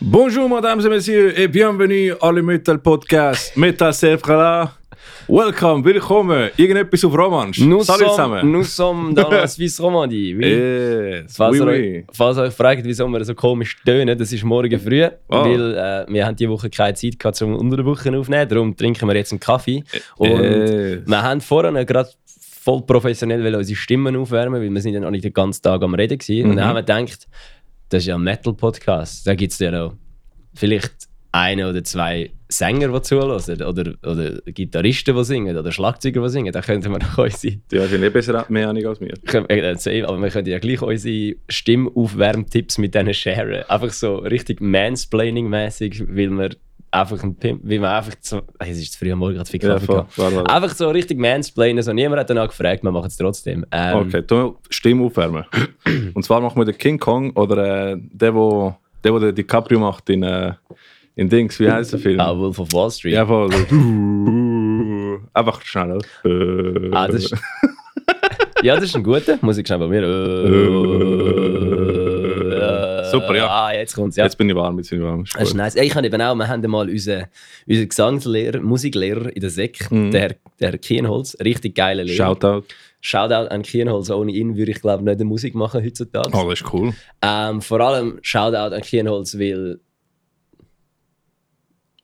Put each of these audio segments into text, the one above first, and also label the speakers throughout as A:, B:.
A: Bonjour, mesdames et messieurs, et bienvenue alle Metal Podcast. Metal Sefrala. Welcome, willkommen. Irgendetwas auf Romansch.
B: Nous
A: Salut
B: sommes,
A: zusammen.
B: nous sommes dans la Suisse Romandie. Wie,
A: Yes,
B: falls,
A: oui,
B: ihr
A: oui.
B: Euch, falls ihr euch fragt, wieso wir so komisch tönen, das ist morgen früh,
A: Ah.
B: weil äh, wir haben diese Woche keine Zeit gehabt, um unter der Woche aufzunehmen. Darum trinken wir jetzt einen Kaffee.
A: Äh,
B: Und
A: Yes.
B: wir haben vorhin gerade voll professionell wollen unsere Stimmen aufwärmen, weil wir sind ja noch nicht den ganzen Tag am Reden waren.
A: Mhm.
B: Und dann haben wir gedacht, das ist ja ein Metal-Podcast. Da gibt es ja noch vielleicht einen oder zwei Sänger, die zuhören oder, oder Gitarristen, die singen oder Schlagzeuger, die singen. Da könnten wir noch unsere
A: Du hast ihn eh besser mehr Ahnung als mir.
B: können wir- äh, safe, aber wir können ja gleich unsere Stimmaufwärmtipps mit denen sharen. Einfach so richtig Mansplaining-mäßig, weil wir einfach ein Pimp, weil wir einfach zu, Ey, es ist zu früh am Morgen, gerade viel
A: Ja,
B: Kaffee
A: voll.
B: gehabt.
A: Warte, warte.
B: Einfach so richtig Mansplainen, so niemand hat danach gefragt, wir machen es trotzdem. Ähm,
A: Okay, tu Stimme aufwärmen. Und zwar machen wir den King Kong oder äh, der, wo, der, wo der DiCaprio macht in, äh, in Dings, wie heißt der Film?
B: Ah, Wolf of Wall Street.
A: Ja, voll. so. Einfach schnell. Äh.
B: Ah, das ist, ja, das ist ein guter, muss ich schnell bei mir.
A: äh,
B: Äh,
A: Super, ja.
B: Ah, jetzt kommt's, ja.
A: Jetzt bin ich warm, jetzt bin ich warm. Ist
B: Das ist
A: gut.
B: nice. Ich habe eben auch, wir haben mal unseren, unseren Gesangslehrer, Musiklehrer in der Sek,
A: Mhm.
B: der, der Kienholz, richtig geile Lehrer.
A: Shoutout.
B: Shoutout an Kienholz, ohne ihn würde ich glaube nicht Musik machen heutzutage.
A: Oh, das ist cool.
B: Ähm, vor allem Shoutout an Kienholz, weil...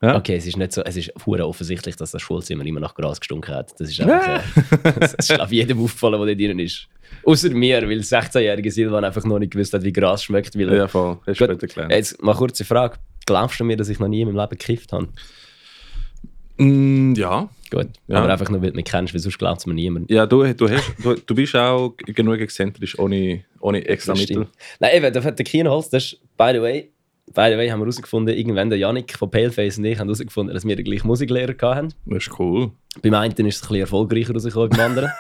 A: Ja.
B: Okay, es ist nicht so, es ist hure offensichtlich, dass das Schulzimmer immer nach Gras gestunken hat. Das ist einfach, äh, das ist glaube ich jedem aufgefallen, der da drin ist. Außer mir, weil 16-jährige Silvan einfach noch nicht gewusst hat, wie Gras schmeckt. Weil
A: Ja, voll. Hast du
B: Gut,
A: später gelernt.
B: Jetzt mal kurze Frage. Glaubst du mir, dass ich noch nie in meinem Leben gekifft habe? Äh,
A: Mm, ja.
B: Gut.
A: Ja.
B: Aber einfach nur, weil du mich kennst, weil sonst glaubt es mir niemand.
A: Ja, du, du, hast, du, du bist auch g- genug exzentrisch, ohne, ohne extra
B: Das
A: Mittel.
B: stimmt. Nein, eben, der, der Kienholz, das ist, by the way, by the way, haben wir herausgefunden, irgendwann der Yannick von Paleface und ich haben herausgefunden, dass wir den gleichen Musiklehrer hatten.
A: Das ist cool.
B: Beim einen ist es ein bisschen erfolgreicher rausgekommen, beim anderen.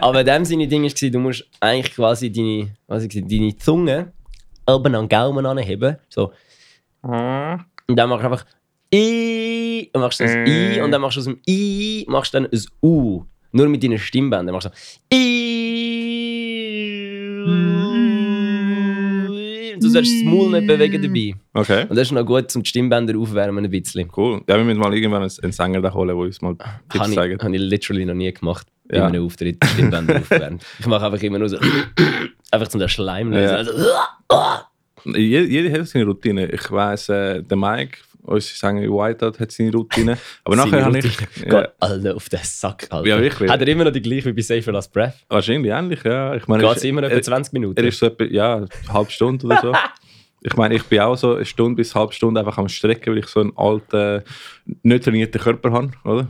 B: Aber in dem Sinne, Ding war, du musst eigentlich quasi deine, was ich gesagt, deine Zunge oben an den Gaumen anheben. So. Und dann machst du einfach I und machst dann das
A: Mm.
B: I und dann machst du aus dem I machst dann ein U. Nur mit deinen Stimmbändern machst du so I. Und du sollst das Maul nicht bewegen dabei.
A: Okay.
B: Und das ist noch gut zum die Stimmbänder aufwärmen ein bisschen.
A: Cool. Ja, wir müssen mal irgendwann einen, einen Sänger da holen, der uns mal Tipps
B: Habe ich,
A: zeigt.
B: hab ich literally noch nie gemacht. Bei
A: Ja.
B: einem Auftritt die Stimmbänder aufwärmen. Ich mache einfach immer nur so. einfach zum Schleim lösen.
A: Ja.
B: Also,
A: Jeder, jeder hat seine Routine. Ich weiss, äh, der Mike, unser Sänger in Whiteout, hat seine Routine. Aber nachher habe ich.
B: Gott,
A: Ja,
B: Alter, auf den Sack, Alter.
A: Ja, wirklich.
B: Hat er immer noch die gleiche wie bei Safer Last Breath?
A: wahrscheinlich ähnlich, ja. Ich äh, meine,
B: Geht
A: ist-
B: es immer etwa
A: er,
B: 20 Minuten?
A: er ist so etwa, ja, eine halbe Stunde oder so. Ich meine, ich bin auch so eine Stunde bis eine halbe Stunde einfach am Strecken, weil ich so einen alten, nicht trainierten Körper habe, oder?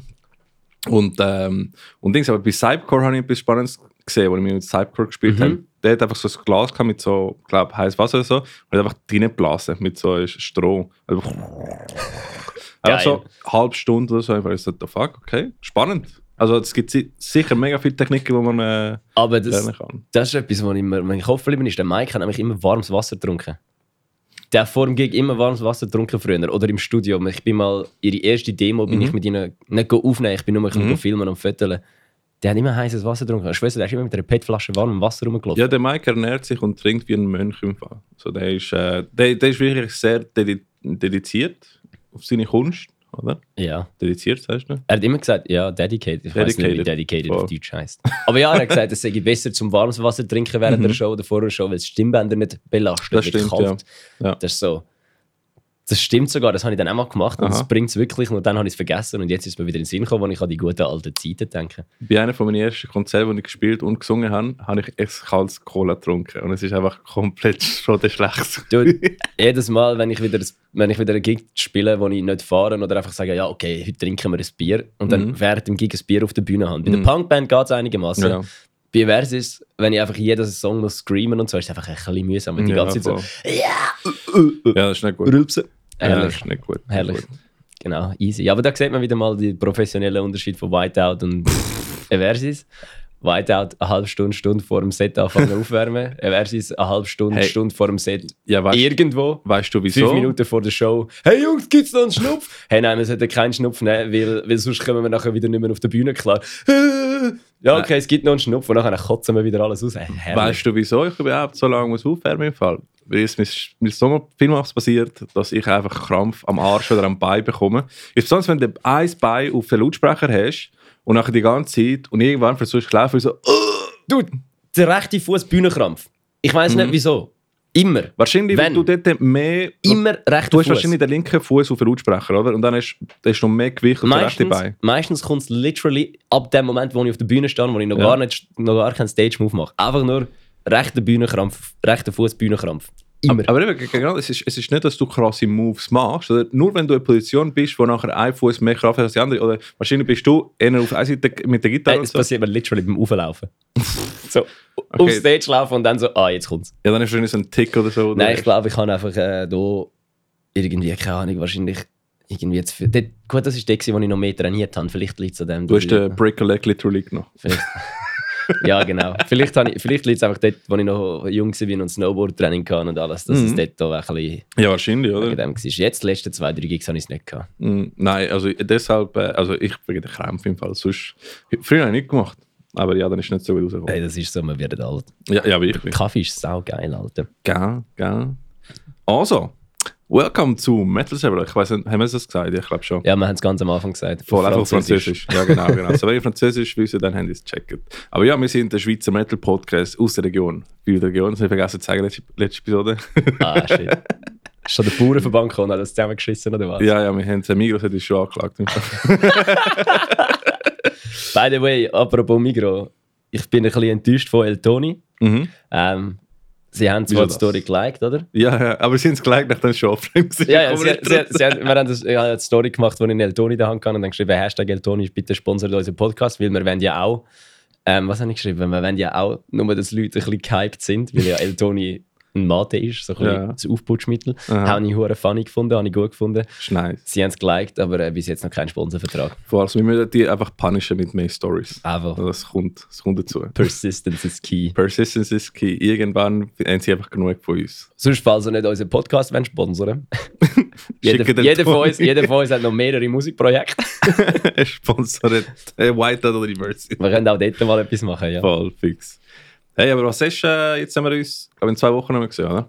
A: Und, ähm, und Dings, aber bei Cypcore habe ich etwas Spannendes gesehen, wo ich mit Cypcore gespielt habe. Der hat einfach so ein Glas gehabt mit so, glaube heiß Wasser oder so, und hat einfach reingeblasen mit so Stroh. Einfach, einfach so eine halbe Stunde oder so, einfach ich so, the fuck, okay, spannend. Also es gibt si- sicher mega viele Techniken, die man äh,
B: Aber das,
A: lernen kann.
B: das ist etwas, was immer mein Kopf geblieben ist. Der Mike hat nämlich immer warmes Wasser getrunken. Der hat vor dem Gig immer warmes Wasser getrunken früher. Oder im Studio. Ich bin mal, ihre erste Demo bin ich mit ihnen nicht go aufnehmen, ich bin nur ein mhm. filmen und fotografieren. Der hat immer heißes Wasser getrunken. Ich weiß, der ist immer mit einer PET-Flasche warmem Wasser rumgelaufen.
A: Ja, der Mike ernährt sich und trinkt wie ein Mönch im Fall. Also der, ist, äh, der, der ist wirklich sehr dedi dediziert auf seine Kunst, oder?
B: ja.
A: Dediziert, sagst du?
B: Er hat immer gesagt, ja, dedicated. Ich weiß nicht, wie
A: Dedicated.
B: dedicated
A: Voll.
B: auf Deutsch heisst. Aber ja, er hat gesagt, es sei besser zum warmes Wasser trinken während der Show oder vor der Show, weil es die Stimmbänder nicht belastet.
A: Mhm. Das
B: wird
A: stimmt,
B: kalt.
A: ja. Ja.
B: Das ist so. Das stimmt sogar, das habe ich dann auch mal gemacht und
A: Aha.
B: das bringt es wirklich. Und dann habe ich es vergessen und jetzt ist mir wieder in den Sinn gekommen, wo ich an die guten alten Zeiten denke.
A: Bei einem von meinen ersten Konzerten, wo ich gespielt und gesungen habe, habe ich echt kaltes Cola getrunken. Und es ist einfach komplett schon der Schlecht.
B: Du, jedes Mal, wenn ich wieder, wenn ich wieder einen Gig spiele, wo ich nicht fahre oder einfach sage, ja, okay, heute trinken wir ein Bier und dann während dem Gig ein Bier auf der Bühne haben. Bei der Punkband geht es einigermaßen.
A: Mhm. Ja.
B: Bei Versus, wenn ich einfach jeden Song muss screamen und so, ist es einfach ein bisschen mühsam. Wenn die
A: Ja,
B: ganze Zeit so
A: Ja, das ist nicht gut.
B: rülpsen.
A: Ja, das
B: Herrlich,
A: ist nicht gut.
B: herrlich. Genau, easy. Aber da sieht man wieder mal den professionellen Unterschied von Whiteout und ein Versus. Whiteout eine halbe Stunde, Stunde vor dem Set anfangen aufwärmen. Ein Versus eine halbe Stunde,
A: Hey.
B: Stunde vor dem Set
A: Ja, weißt,
B: irgendwo.
A: weißt du wieso?
B: Fünf Minuten vor der Show. Hey Jungs, gibt's noch einen Schnupf? Hey nein, wir sollten keinen Schnupf nehmen, weil, weil sonst kommen wir nachher wieder nicht mehr auf der Bühne klar. Ja,
A: Äh,
B: okay, es gibt noch einen Schnupf und nachher kotzen wir wieder alles aus. Hey, herrlich.
A: Weißt du, wieso ich überhaupt so lange muss aufwärmen im Fall? weil es mein, mein Sommer vielmals passiert, dass ich einfach Krampf am Arsch oder am Bein bekomme. Besonders wenn du ein Bein auf den Lautsprecher hast und nachher die ganze Zeit und irgendwann versuchst du laufen und so, äh,
B: Du, der rechte Fuß Bühnenkrampf. Ich weiß nicht wieso. Immer.
A: wahrscheinlich,
B: Wenn.
A: weil Mhm. du dort mehr.
B: Immer rechter
A: Du hast
B: Fuß.
A: wahrscheinlich den linken Fuß auf den Lautsprecher, oder? Und dann hast du hast du noch mehr Gewicht auf den rechten
B: Meistens,
A: Bein.
B: meistens kommt es literally ab dem Moment, wo ich auf der Bühne stehe, wo ich noch,
A: Ja.
B: gar, nicht, noch gar keinen Stage-Move mache. Einfach nur rechter Bühnenkrampf, rechter Fuß Bühnenkrampf. Immer. Äh,
A: Aber eben, ge- genau, es ist, es ist nicht, dass du krasse Moves machst. Oder? Nur wenn du in einer Position bist, wo nachher ein Fuß mehr Kraft hat als der andere. Oder wahrscheinlich bist du eher auf einer Seite mit der Gitarre
B: Ey,
A: und
B: es
A: so.
B: passiert mir literally beim Auflaufen. so, auf Stage laufen und dann so, ah, jetzt kommt's.
A: Ja, dann ist wahrscheinlich so ein Tick oder so. Oder
B: Nein, ich glaube, ich habe einfach äh, da irgendwie, keine Ahnung, wahrscheinlich irgendwie zu viel. Dort, gut, das ist der, gewesen, wo ich noch mehr trainiert habe. Vielleicht liegt es an dem.
A: du hast
B: dass ich-
A: den Break a Leg literally genommen.
B: Vielleicht. ja, genau. Vielleicht, habe ich- vielleicht liegt es einfach dort, wo ich noch jung war und Snowboard-Training hatte und alles, dass
A: Mhm.
B: es dort auch ein bisschen
A: Ja, wahrscheinlich,
B: wegen
A: oder?
B: dem war. Jetzt, die letzten zwei, drei Gigs habe ich es nicht gehabt.
A: Mm, Nein, also deshalb, äh, also ich wegen den Krämpfen im Fall. Sonst, früher habe ich nicht gemacht. Aber ja, dann ist nicht so viel rausgekommen.
B: Hey, das ist so, man wird alt.
A: Ja, ja, wirklich.
B: Kaffee ist saugeil, Alter.
A: Gell, gell. Also, welcome zu Metal Saber. Ich weiß nicht, haben wir das gesagt? Ich glaube schon.
B: Ja, wir haben es ganz am Anfang gesagt.
A: Voll einfach auf Französisch. Ja, genau, genau. So, wenn ihr Französisch wisst, dann habt ihr es gecheckt. Aber ja, wir sind der Schweizer Metal Podcast aus der Region. Wie der Region, das habe ich vergessen zu sagen, letzte, letzte Episode.
B: Ah, shit. Ist schon der Bauernverband gekommen und hat das zusammengeschissen, oder was?
A: ja, ja, wir haben den Migros hat uns schon angeklagt.
B: By the way, apropos Migro, ich bin ein bisschen enttäuscht von Eltoni.
A: mhm.
B: Ähm, sie haben
A: Wieso
B: zwar die
A: das?
B: Story geliked, oder?
A: Ja, ja, aber sie haben es gleich nachdem es schon offline war.
B: Ja, ja, sie, sie, sie, haben- wir haben das, ich habe eine Story gemacht, wo ich einen Eltoni in der Hand hatte und dann geschrieben, Hashtag Eltoni, bitte sponsert unseren Podcast, weil wir wollen ja auch, ähm, was habe ich geschrieben, wir wollen ja auch nur, dass Leute ein bisschen gehypt sind, weil ja Eltoni ein Mate ist, so ein bisschen
A: Ja.
B: das Aufputschmittel.
A: Aha.
B: Habe ich hure funny gefunden, habe ich gut gefunden.
A: ist nice.
B: Sie haben es geliked, aber äh, bis jetzt noch keinen Sponsorvertrag.
A: Vor allem, wir müssen die einfach punishen mit mehr Stories.
B: Aber
A: Also, das, kommt, das kommt dazu.
B: Persistence is key.
A: Persistence is key. Irgendwann haben sie einfach genug von uns.
B: Sonst, falls ihr nicht unseren Podcast wollt, sponsern jeder,
A: Schickt den
B: jeder, von
A: Toni.
B: uns, jeder von uns hat noch mehrere Musikprojekte.
A: Sponsored äh, White Hat University.
B: Wir können auch dort mal etwas machen, ja.
A: Voll fix. Hey, aber was ist, äh, jetzt haben wir uns, glaube in zwei Wochen noch mal gesehen, oder?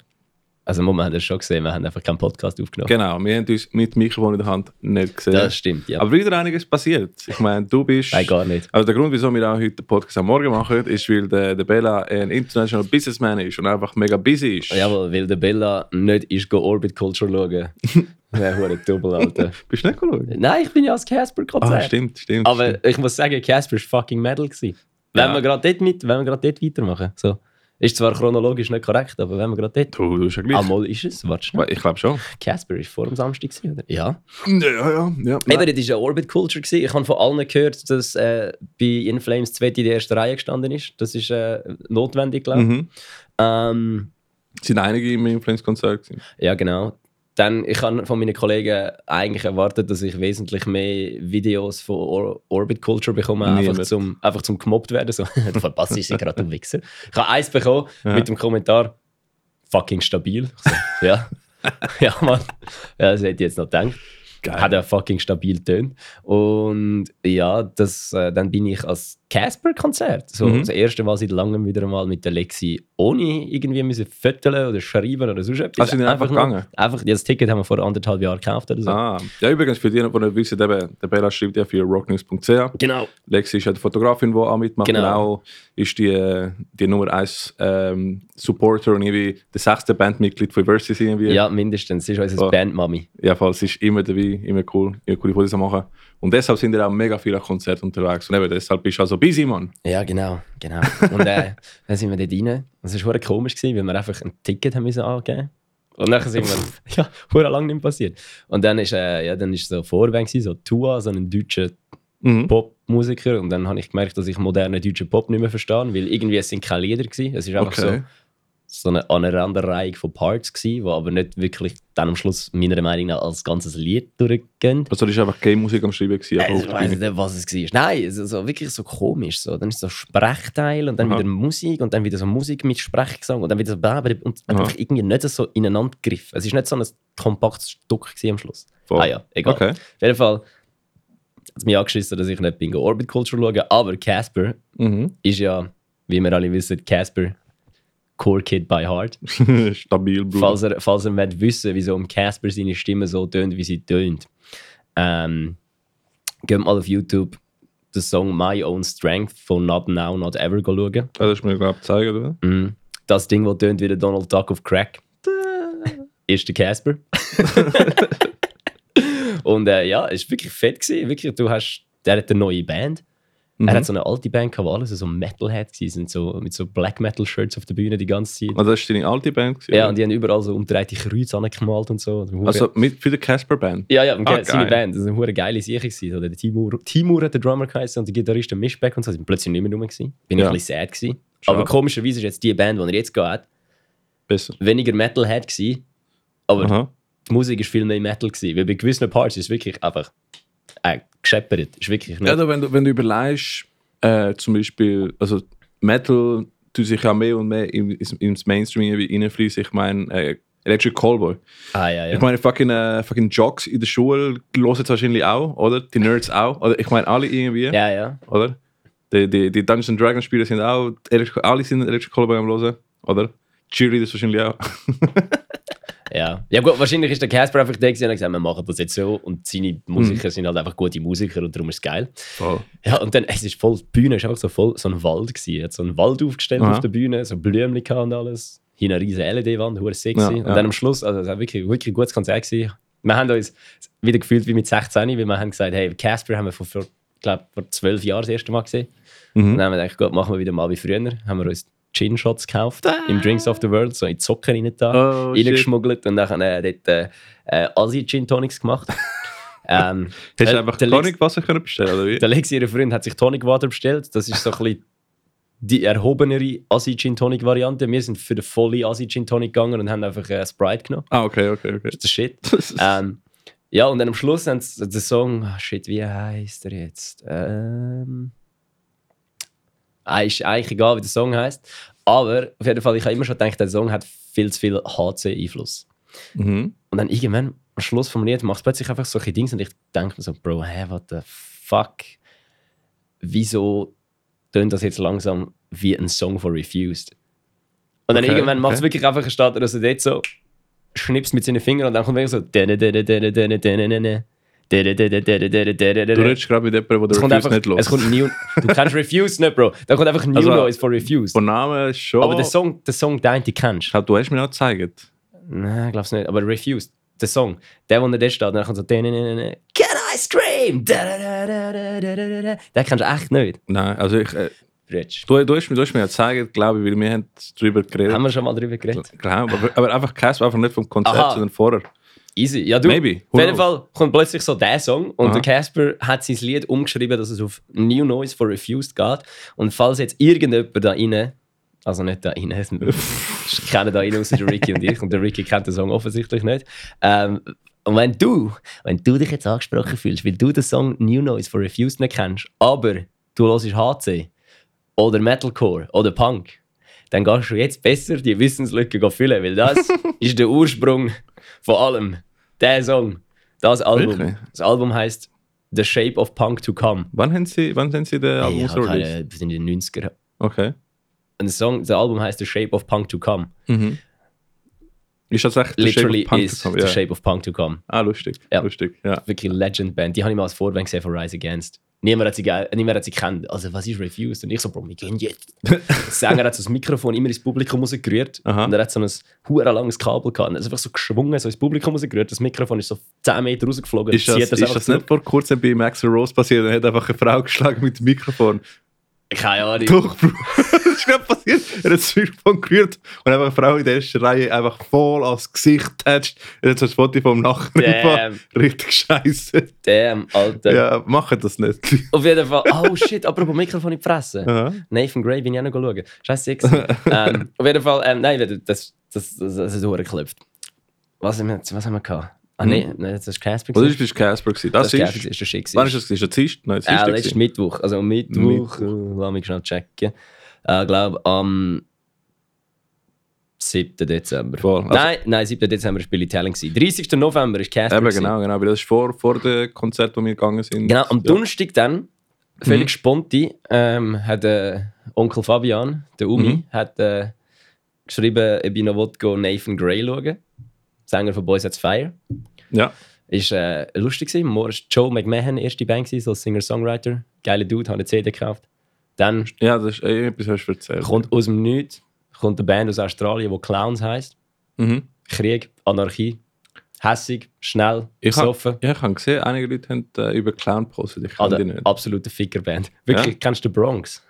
B: Also Moment, wir haben das schon gesehen, wir haben einfach keinen Podcast aufgenommen.
A: Genau, wir haben uns mit Mikrofon in der Hand nicht gesehen.
B: Das stimmt, ja.
A: aber wieder einiges passiert. Ich meine, du bist...
B: Nein, gar nicht.
A: Also der Grund, wieso wir auch heute den Podcast am Morgen machen, ist, weil der, der Bella ein international Businessman ist und einfach mega busy ist.
B: Jawohl, weil der Bella nicht ist go Orbit Culture schauen. Wäre hure Double, Alter.
A: Bist du nicht geschaut?
B: Nein, ich bin ja als
A: Ah,
B: Casper-Konzert.
A: stimmt, stimmt. stimmt.
B: Aber ich muss sagen, Casper war fucking Metal. Gewesen. Wenn
A: Ja.
B: wir gerade dort, mit- wenn wir gerade dort weitermachen. So. Ist zwar chronologisch nicht korrekt, aber wenn wir gerade dort...
A: Du, du bist ja gleich.
B: Einmal ist es, warte schnell.
A: Weil Ich glaube schon.
B: Casper war vor dem Samstag, gewesen, oder? Ja.
A: Ja, ja, ja.
B: Eben, das war ja Orbit Culture. Gewesen. Ich habe von allen gehört, dass äh, bei In Flames 2 die erste Reihe gestanden ist. Das ist äh, notwendig, glaube ich.
A: Mhm.
B: Ähm,
A: Es sind einige im Influence-Konzert. gewesen.
B: ja, genau. Dann, ich habe von meinen Kollegen eigentlich erwartet, dass ich wesentlich mehr Videos von Or Orbit Culture bekomme, einfach
A: Niemand.
B: zum, einfach zum gemobbt werden. So, du verpasst sie gerade, du Wichser. Ich habe eins bekommen mit dem Kommentar, fucking stabil. Ich So, ja, ja, Mann. Ja, das hätte ich jetzt noch gedacht.
A: Geil.
B: hat er fucking stabil tönt. Und ja, das, äh, dann bin ich als Casper-Konzert. So,
A: Mhm.
B: Das erste Mal seit langem wieder mal mit der Lexi ohne irgendwie müssen föteln oder schreiben oder sonst etwas.
A: Also sind die einfach
B: nur-
A: gegangen?
B: Einfach, ja, das Ticket haben wir vor anderthalb Jahren gekauft oder so.
A: Ah. Ja, übrigens, für die, die nicht wissen, eben, der Bella schreibt ja für rocknews.ch.
B: Genau.
A: Lexi ist ja die Fotografin, die auch mitmacht.
B: Genau.
A: Und auch ist die, äh, die Nummer 1 ähm, Supporter und irgendwie der sechste Bandmitglied von Versus irgendwie.
B: Ja, mindestens. Sie ist unsere
A: Ah.
B: Bandmami.
A: Jedenfalls ist immer dabei, immer cool, immer coole Fotos am machen. Und deshalb sind wir auch mega viel an Konzerten unterwegs. Und eben deshalb bist du auch so busy, Mann.
B: Ja, genau. genau. Und äh, dann sind wir dort rein. Und Es war verdammt komisch, gewesen, weil wir einfach ein Ticket haben müssen angeben Und nachher sind wir, ja, verdammt lang nicht mehr passiert. Und dann ist, äh, ja, dann ist so Vorband, gewesen, so Tua, so ein deutscher
A: Mhm.
B: Popmusiker und dann habe ich gemerkt, dass ich modernen deutschen Pop nicht mehr verstehe, weil irgendwie es sind keine Lieder gewesen. Es ist einfach
A: Okay.
B: so, so eine Aneinanderreihung von Parts gewesen, wo aber nicht wirklich dann am Schluss meiner Meinung nach als ganzes Lied durchgehen.
A: Also, das war einfach keine Musik am Schreiben. Gewesen,
B: Äh,
A: aber
B: Ich weiß nicht, was es war. Nein, es ist so, wirklich so komisch. So. Dann ist so Sprechteil und dann
A: Aha.
B: wieder Musik und dann wieder so Musik mit Sprechgesang und dann wieder so Baber und
A: Aha.
B: einfach irgendwie nicht so ineinander griff. Es ist nicht so ein kompaktes Stück gewesen am Schluss.
A: Voll.
B: Ah ja, egal.
A: Okay.
B: Auf jeden Fall hat es mich angeschissen, dass ich nicht Bingo Orbit Culture schaue, aber Casper
A: Mhm.
B: ist ja, wie wir alle wissen, Casper Core Kid by Heart.
A: Stabil, Bruder.
B: Falls er, falls er möchte wissen wieso um Casper seine Stimme so tönt, wie sie tönt, ähm, geht mal auf YouTube den Song My Own Strength von Not Now, Not Ever schauen.
A: Ja, das ist mir, glaube ich, gezeigt, oder?
B: Mhm. Das Ding, das tönt wie der Donald Duck auf Crack, ist der Casper. Und äh, ja, es war wirklich fett. Gewesen. Wirklich, du hast, der hat eine neue Band.
A: Mhm.
B: Er hat so eine alte Band, gehabt, wo alles so Metalhead gewesen, sind so mit so Black Metal Shirts auf der Bühne die ganze Zeit.
A: Also, das ist deine alte Band. gewesen,
B: Ja,
A: oder?
B: und die haben überall so umdrehte Kreuze angemalt und so.
A: Also, mit, für die Casper-Band.
B: Ja, ja, und
A: Ah,
B: ge- seine
A: geil.
B: Band. Das war eine hure geile Sache. gewesen. Oder der Timur, Timur hat der Drummer geheißen und der Gitarrist der Mischback und so. Die sind plötzlich nicht mehr rum. Gewesen. Bin
A: Ja.
B: ich ein bisschen sad. Gewesen.
A: Schade.
B: Aber komischerweise ist jetzt die Band, die er jetzt geht,
A: Besser.
B: weniger Metalhead gewesen. Aber
A: Aha.
B: die Musik war viel mehr Metal. Gewesen. Weil bei gewissen Parts ist es wirklich einfach äh, gescheppert. Ist wirklich nicht.
A: Ja, da, wenn, du, wenn du überlegst, äh, zum Beispiel, also Metal tut sich ja mehr und mehr im, ins- ins Mainstream irgendwie reinfließen. Ich meine, äh, Electric Callboy.
B: ah, ja, ja.
A: Ich meine, fucking, äh, fucking Jocks in der Schule hören es wahrscheinlich auch, oder? Die Nerds auch. Oder ich meine, alle irgendwie,
B: ja, ja.
A: oder? Die, die, die Dungeons and Dragons Spieler sind auch, Electric, alle sind Electric Callboy am Hören, oder? Cheerleaders wahrscheinlich auch.
B: Ja. ja, gut, wahrscheinlich ist der Casper einfach der gewesen und hat gesagt, wir machen das jetzt so. Und seine
A: Hm.
B: Musiker sind halt einfach gute Musiker und darum ist es geil.
A: Voll.
B: Ja, und dann, es ist voll, die Bühne ist einfach so voll, so ein Wald gewesen. Er hat so einen Wald aufgestellt
A: Aha.
B: auf der Bühne, so Blümchen gehabt und alles. Hier eine riesige LED-Wand, hure sexy.
A: Ja,
B: und
A: ja.
B: dann am Schluss, also es war wirklich, wirklich ein gutes Konzert gewesen. Wir haben uns wieder gefühlt wie mit 16, weil wir haben gesagt, hey, Casper haben wir vor, vor, glaub, vor 12 Jahren das erste Mal gesehen. Und
A: Mhm.
B: dann haben wir gedacht, gut, machen wir wieder mal wie früher. Haben wir uns Gin-Shots gekauft im Drinks of the World, so in Zocker rein da,
A: Oh, shit.
B: reingeschmuggelt und dann äh, dort äh, äh, Asi-Gin-Tonics gemacht. ähm,
A: Hast du
B: der-
A: einfach
B: der
A: Tonic Wasser können bestellen oder wie?
B: der Lex, ihre Freund, hat sich Tonic Water bestellt. Das ist so ein bisschen die erhobenere Asi-Gin-Tonic-Variante. Wir sind für den volle Asi-Gin-Tonic gegangen und haben einfach äh, Sprite genommen.
A: Ah, okay, okay, okay.
B: Das ist der Shit. ähm, ja, und dann am Schluss haben sie den Song, ah, shit, wie heißt er jetzt? Ähm, ah, ist eigentlich egal, wie der Song heißt. Aber auf jeden Fall, ich habe immer schon gedacht, der Song hat viel zu viel HC-Einfluss.
A: Mhm.
B: Und dann irgendwann am Schluss vom Lied macht es plötzlich einfach solche Dings und ich denke mir so, Bro, hä, what the fuck? Wieso tönt das jetzt langsam wie ein Song von Refused? Und dann
A: Okay,
B: irgendwann macht es
A: okay.
B: wirklich einfach einen Start, dass er dort so schnippst mit seinen Fingern und dann kommt wirklich so.
A: Du
B: Du
A: redest gerade mit jemandem,
B: es
A: der Refuse
B: kommt einfach,
A: nicht los.
B: es kommt New, du kennst Refused nicht, Bro. Da kommt einfach New
A: Also,
B: Noise von Refused.
A: Von Namen schon.
B: Aber der Song, der Song, den einen, den kennst.
A: Ich glaube, du hast mir auch gezeigt.
B: Nein, glaub's nicht. Aber Refused, der Song, der, wo er da steht, und dann kommt so. Can I scream? Da, da, da, da, da, da, da, da. Den kennst du echt nicht.
A: Nein, also ich, äh,
B: Rich.
A: du, du, hast, mir- du hast mir ja gezeigt, glaube ich, weil wir haben darüber geredet.
B: Haben wir schon mal drüber geredet?
A: Glaub, aber, aber einfach Casper, einfach nicht vom Konzert,
B: Aha.
A: sondern vorher.
B: Easy. Ja, du.
A: Maybe. Who
B: Auf jeden
A: knows?
B: Fall kommt plötzlich so der Song und
A: Aha.
B: der Casper hat sein Lied umgeschrieben, dass es auf New Noise for Refused geht. Und falls jetzt irgendjemand da rein, also nicht da rein, es- ich kenne da rein außer der Ricky und ich, und der Ricky kennt den Song offensichtlich nicht. Ähm, und wenn du, wenn du dich jetzt angesprochen fühlst, weil du den Song New Noise for Refused nicht kennst, aber du hörst HC oder Metalcore oder Punk, dann gehst du jetzt besser die Wissenslücke go füllen, weil das ist der Ursprung von allem. Der Song, das Album.
A: Wirklich?
B: Das Album heißt The Shape of Punk to Come.
A: Wann haben sie, wann haben sie den Album
B: Ey, ich hab
A: rausgereleased?
B: keine- das sind in den 90er.
A: Okay.
B: Und das, Song, das Album heißt The Shape of Punk to Come.
A: Mhm. Ist das echt The
B: Literally
A: Shape of Punk
B: is
A: gekommen?
B: The
A: Ja.
B: Shape of Punk to Come.
A: Ah, lustig.
B: Ja.
A: Lustig, ja.
B: Wirklich Legend Band. Die habe ich mal als Vorwand gesehen von Rise Against. Niemand hat sie, ge- niemand hat sie kennt. Also, was ist Refused? Und ich so, Bro, wir gehen jetzt. Der Sänger hat so das Mikrofon immer ins Publikum rausgerührt.
A: Aha.
B: Und er hat so ein hure langes Kabel gehabt. Und er ist einfach so geschwungen, so ins Publikum rausgerührt. Das Mikrofon ist so 10 Meter rausgeflogen.
A: Ist das,
B: Zieht er's
A: ist
B: einfach
A: das
B: zurück.
A: nicht vor kurzem bei Max Rose passiert? Er hat einfach eine Frau geschlagen mit dem Mikrofon.
B: Keine Ahnung.
A: Doch, Bro. das ist gerade passiert. Er hat das Mikrofon gerührt und einfach eine Frau in der ersten Reihe einfach voll ans Gesicht tätscht. Er hat so ein Foto vom Nachbarn
B: Damn.
A: gemacht. Richtig scheiße.
B: Damn, Alter.
A: Ja, machen das nicht.
B: Auf jeden Fall. Oh shit, apropos Mikrofon in die Fresse.
A: Aha.
B: Nathan Gray bin ich auch noch schauen. Scheiße, ähm, Auf jeden Fall, ähm, nein, das, das, das, das ist hochgeklopft. Was haben wir, was haben wir gehabt? Ah,
A: Hm.
B: nein, nein, das ist Casper.
A: Oder
B: gewesen.
A: ist das Casper? gewesen?
B: Das
A: Das
B: ist Casper,
A: ist.
B: ist der Shit.
A: Wann ist das? gewesen? Ist das Dienst? Nein, das ist
B: Äh,
A: Dienstag
B: letzten
A: gewesen.
B: Mittwoch. Also am Mittwoch, äh, lass mich schnell checken. Ich äh, glaube, am 7. Dezember.
A: Voll. Also-
B: nein, nein, 7. Dezember war Billy Telling. gewesen. 30. November ist Casper.
A: Eben,
B: gewesen.
A: genau, genau. Weil das ist vor, vor dem Konzert, wo wir gegangen sind.
B: Genau, am
A: ja. Mhm.
B: Donnerstag dann, völlig Sponti, ähm, hat äh, Onkel Fabian, der Umi,
A: Mhm.
B: hat äh, geschrieben, ob ich noch will, go Nathan Gray schauen Sänger von Boys at Fire.
A: Ja.
B: Ist äh, lustig gewesen. Morgen war Joe McMahon erste Band gewesen, so als Singer-Songwriter. Geiler Dude, habe eine CD gekauft. Dann
A: Ja, das ist eh etwas, hast du erzählt.
B: kommt aus dem Nichts kommt eine Band aus Australien, die Clowns heisst.
A: Mhm.
B: Krieg, Anarchie, hässig, schnell,
A: Ich hab-
B: besoffen.
A: Ja, ich habe gesehen, einige Leute haben äh, über Clown gepostet. Ich kann
B: Alter,
A: die nicht.
B: absolute Fickerband. Wirklich,
A: Ja?
B: kennst du Bronx?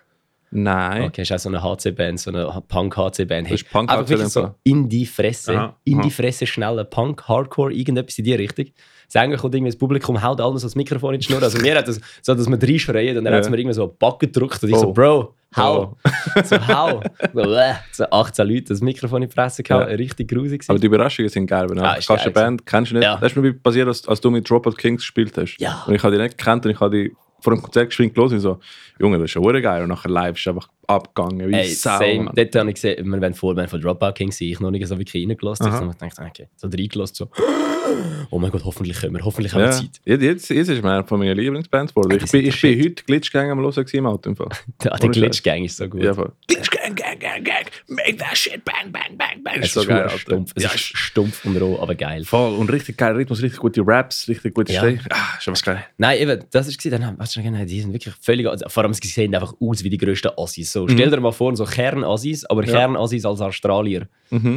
A: Nein.
B: Okay, ist auch so eine HC-Band, so eine Punk-HC-Band.
A: Das ist Punk
B: Einfach
A: HC
B: wirklich
A: in dem
B: so in die Fresse,
A: Aha,
B: in
A: aha.
B: die Fresse schneller Punk, Hardcore, irgendetwas in die Richtung. Sänger kommt irgendwie das Publikum, haut alles ans Mikrofon in die Schnur. Also mir hat das so, dass man reinschreien und dann
A: Ja.
B: hat es mir irgendwie so einen Backen gedrückt und ich
A: Oh.
B: so, Bro, hau. So, hau. so, bleh. so 18 Leute das Mikrofon in die Fresse gehauen,
A: Ja.
B: richtig grusig.
A: Aber die Überraschungen sind geil. Wenn du
B: Ah,
A: einfach
B: ist
A: kannst eine
B: geil
A: Band kennst du nicht.
B: Ja.
A: Das ist mir wie passiert, als, als du mit Dropout Kings gespielt hast.
B: Ja.
A: Und ich habe die nicht gekannt und ich habe die vor dem Konzert geschwind gelesen und so, Junge, das ist ja verdammt geil. Und nachher live ist es einfach abgegangen. Wie
B: Ey,
A: Sau,
B: same.
A: Mann.
B: Dort habe ich gesehen, wir waren Vorband von Dropout King, gewesen, ich noch nicht so wirklich reingelassen. Ich
A: Aha.
B: habe gedacht, okay, so reingelassen, so, oh mein Gott, hoffentlich können wir, hoffentlich haben
A: Ja.
B: wir Zeit.
A: Jetzt, jetzt, jetzt ist mir eine von meinen Lieblingsbands geworden.
B: Ey,
A: Ich
B: das
A: bin,
B: ist
A: ich
B: doch
A: bin
B: shit.
A: heute Glitch Gang am Hören gewesen im Auto. Im Fall.
B: Der,
A: Ohne
B: der
A: Scheiß.
B: Glitch-Gang ist so gut.
A: Ja, voll. Glitch Gang, Gang, Gang, Gang. Make that shit bang, bang, bang, bang.
B: Es
A: so
B: ist
A: geil,
B: verdammt
A: Alter.
B: stumpf. Es
A: Ja,
B: ist
A: ist
B: stumpf und roh, aber geil.
A: voll. Und richtig geiler Rhythmus, richtig gute Raps, richtig gute
B: Ja.
A: Stellen. Ah, ist was geil.
B: Nein, eben, das war gewesen. Dann haben weißt du, genau, die sind wirklich völlig. Also, vor allem, sie sehen einfach aus wie die grössten Assis. So, stell dir mal vor, so Kern-Assis, aber
A: Mhm. Ja. Mhm.
B: Kern-Assis als Australier.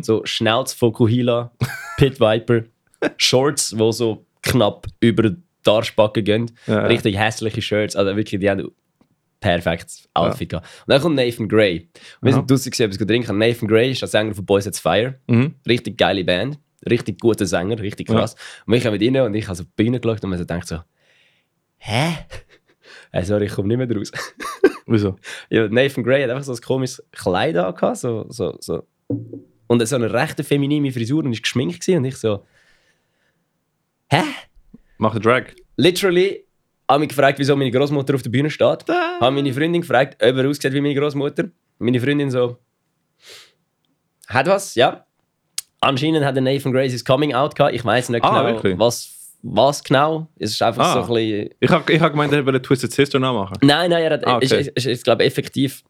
B: So Schnauz, Fokuhila, Pit Viper, Shorts, wo so knapp über die Arschbacke gehen.
A: Ja.
B: Richtig hässliche Shirts. Also wirklich, die haben perfektes Outfit gehabt. Und dann kommt Nathan Gray. Und wir
A: Ja.
B: sind draußen gesehen, ob trinken. Nathan Gray ist der Sänger von Boys at Fire.
A: Mhm.
B: richtig geile Band, richtig guter Sänger, richtig krass. Und ich habe mit ihnen und ich habe so auf die Bühne geschaut und mir so gedacht so, hä? Hey, sorry, ich komme nicht mehr raus.
A: Wieso?
B: ja, Nathan Gray hat einfach so ein komisches Kleid angehabt, so, so, so. Und so eine rechte feminine Frisur und ist geschminkt gewesen und ich so, hä?
A: Mach einen Drag.
B: Literally habe mich gefragt, wieso meine Großmutter auf der Bühne steht. Habe meine Freundin gefragt, ob er aussieht wie meine Großmutter. Meine Freundin so, hat was, ja. Anscheinend hat der Nathan Gray sein Coming Out gehabt. Ich weiß nicht
A: Ah,
B: genau,
A: wirklich?
B: was, was genau. Es ist einfach
A: Ah.
B: so ein bisschen.
A: Ich habe ich hab gemeint, er will einen Twisted Sister nachmachen.
B: Nein, nein, er hat,
A: Ah,
B: ist,
A: okay.
B: ist, ist, ist glaube effektiv.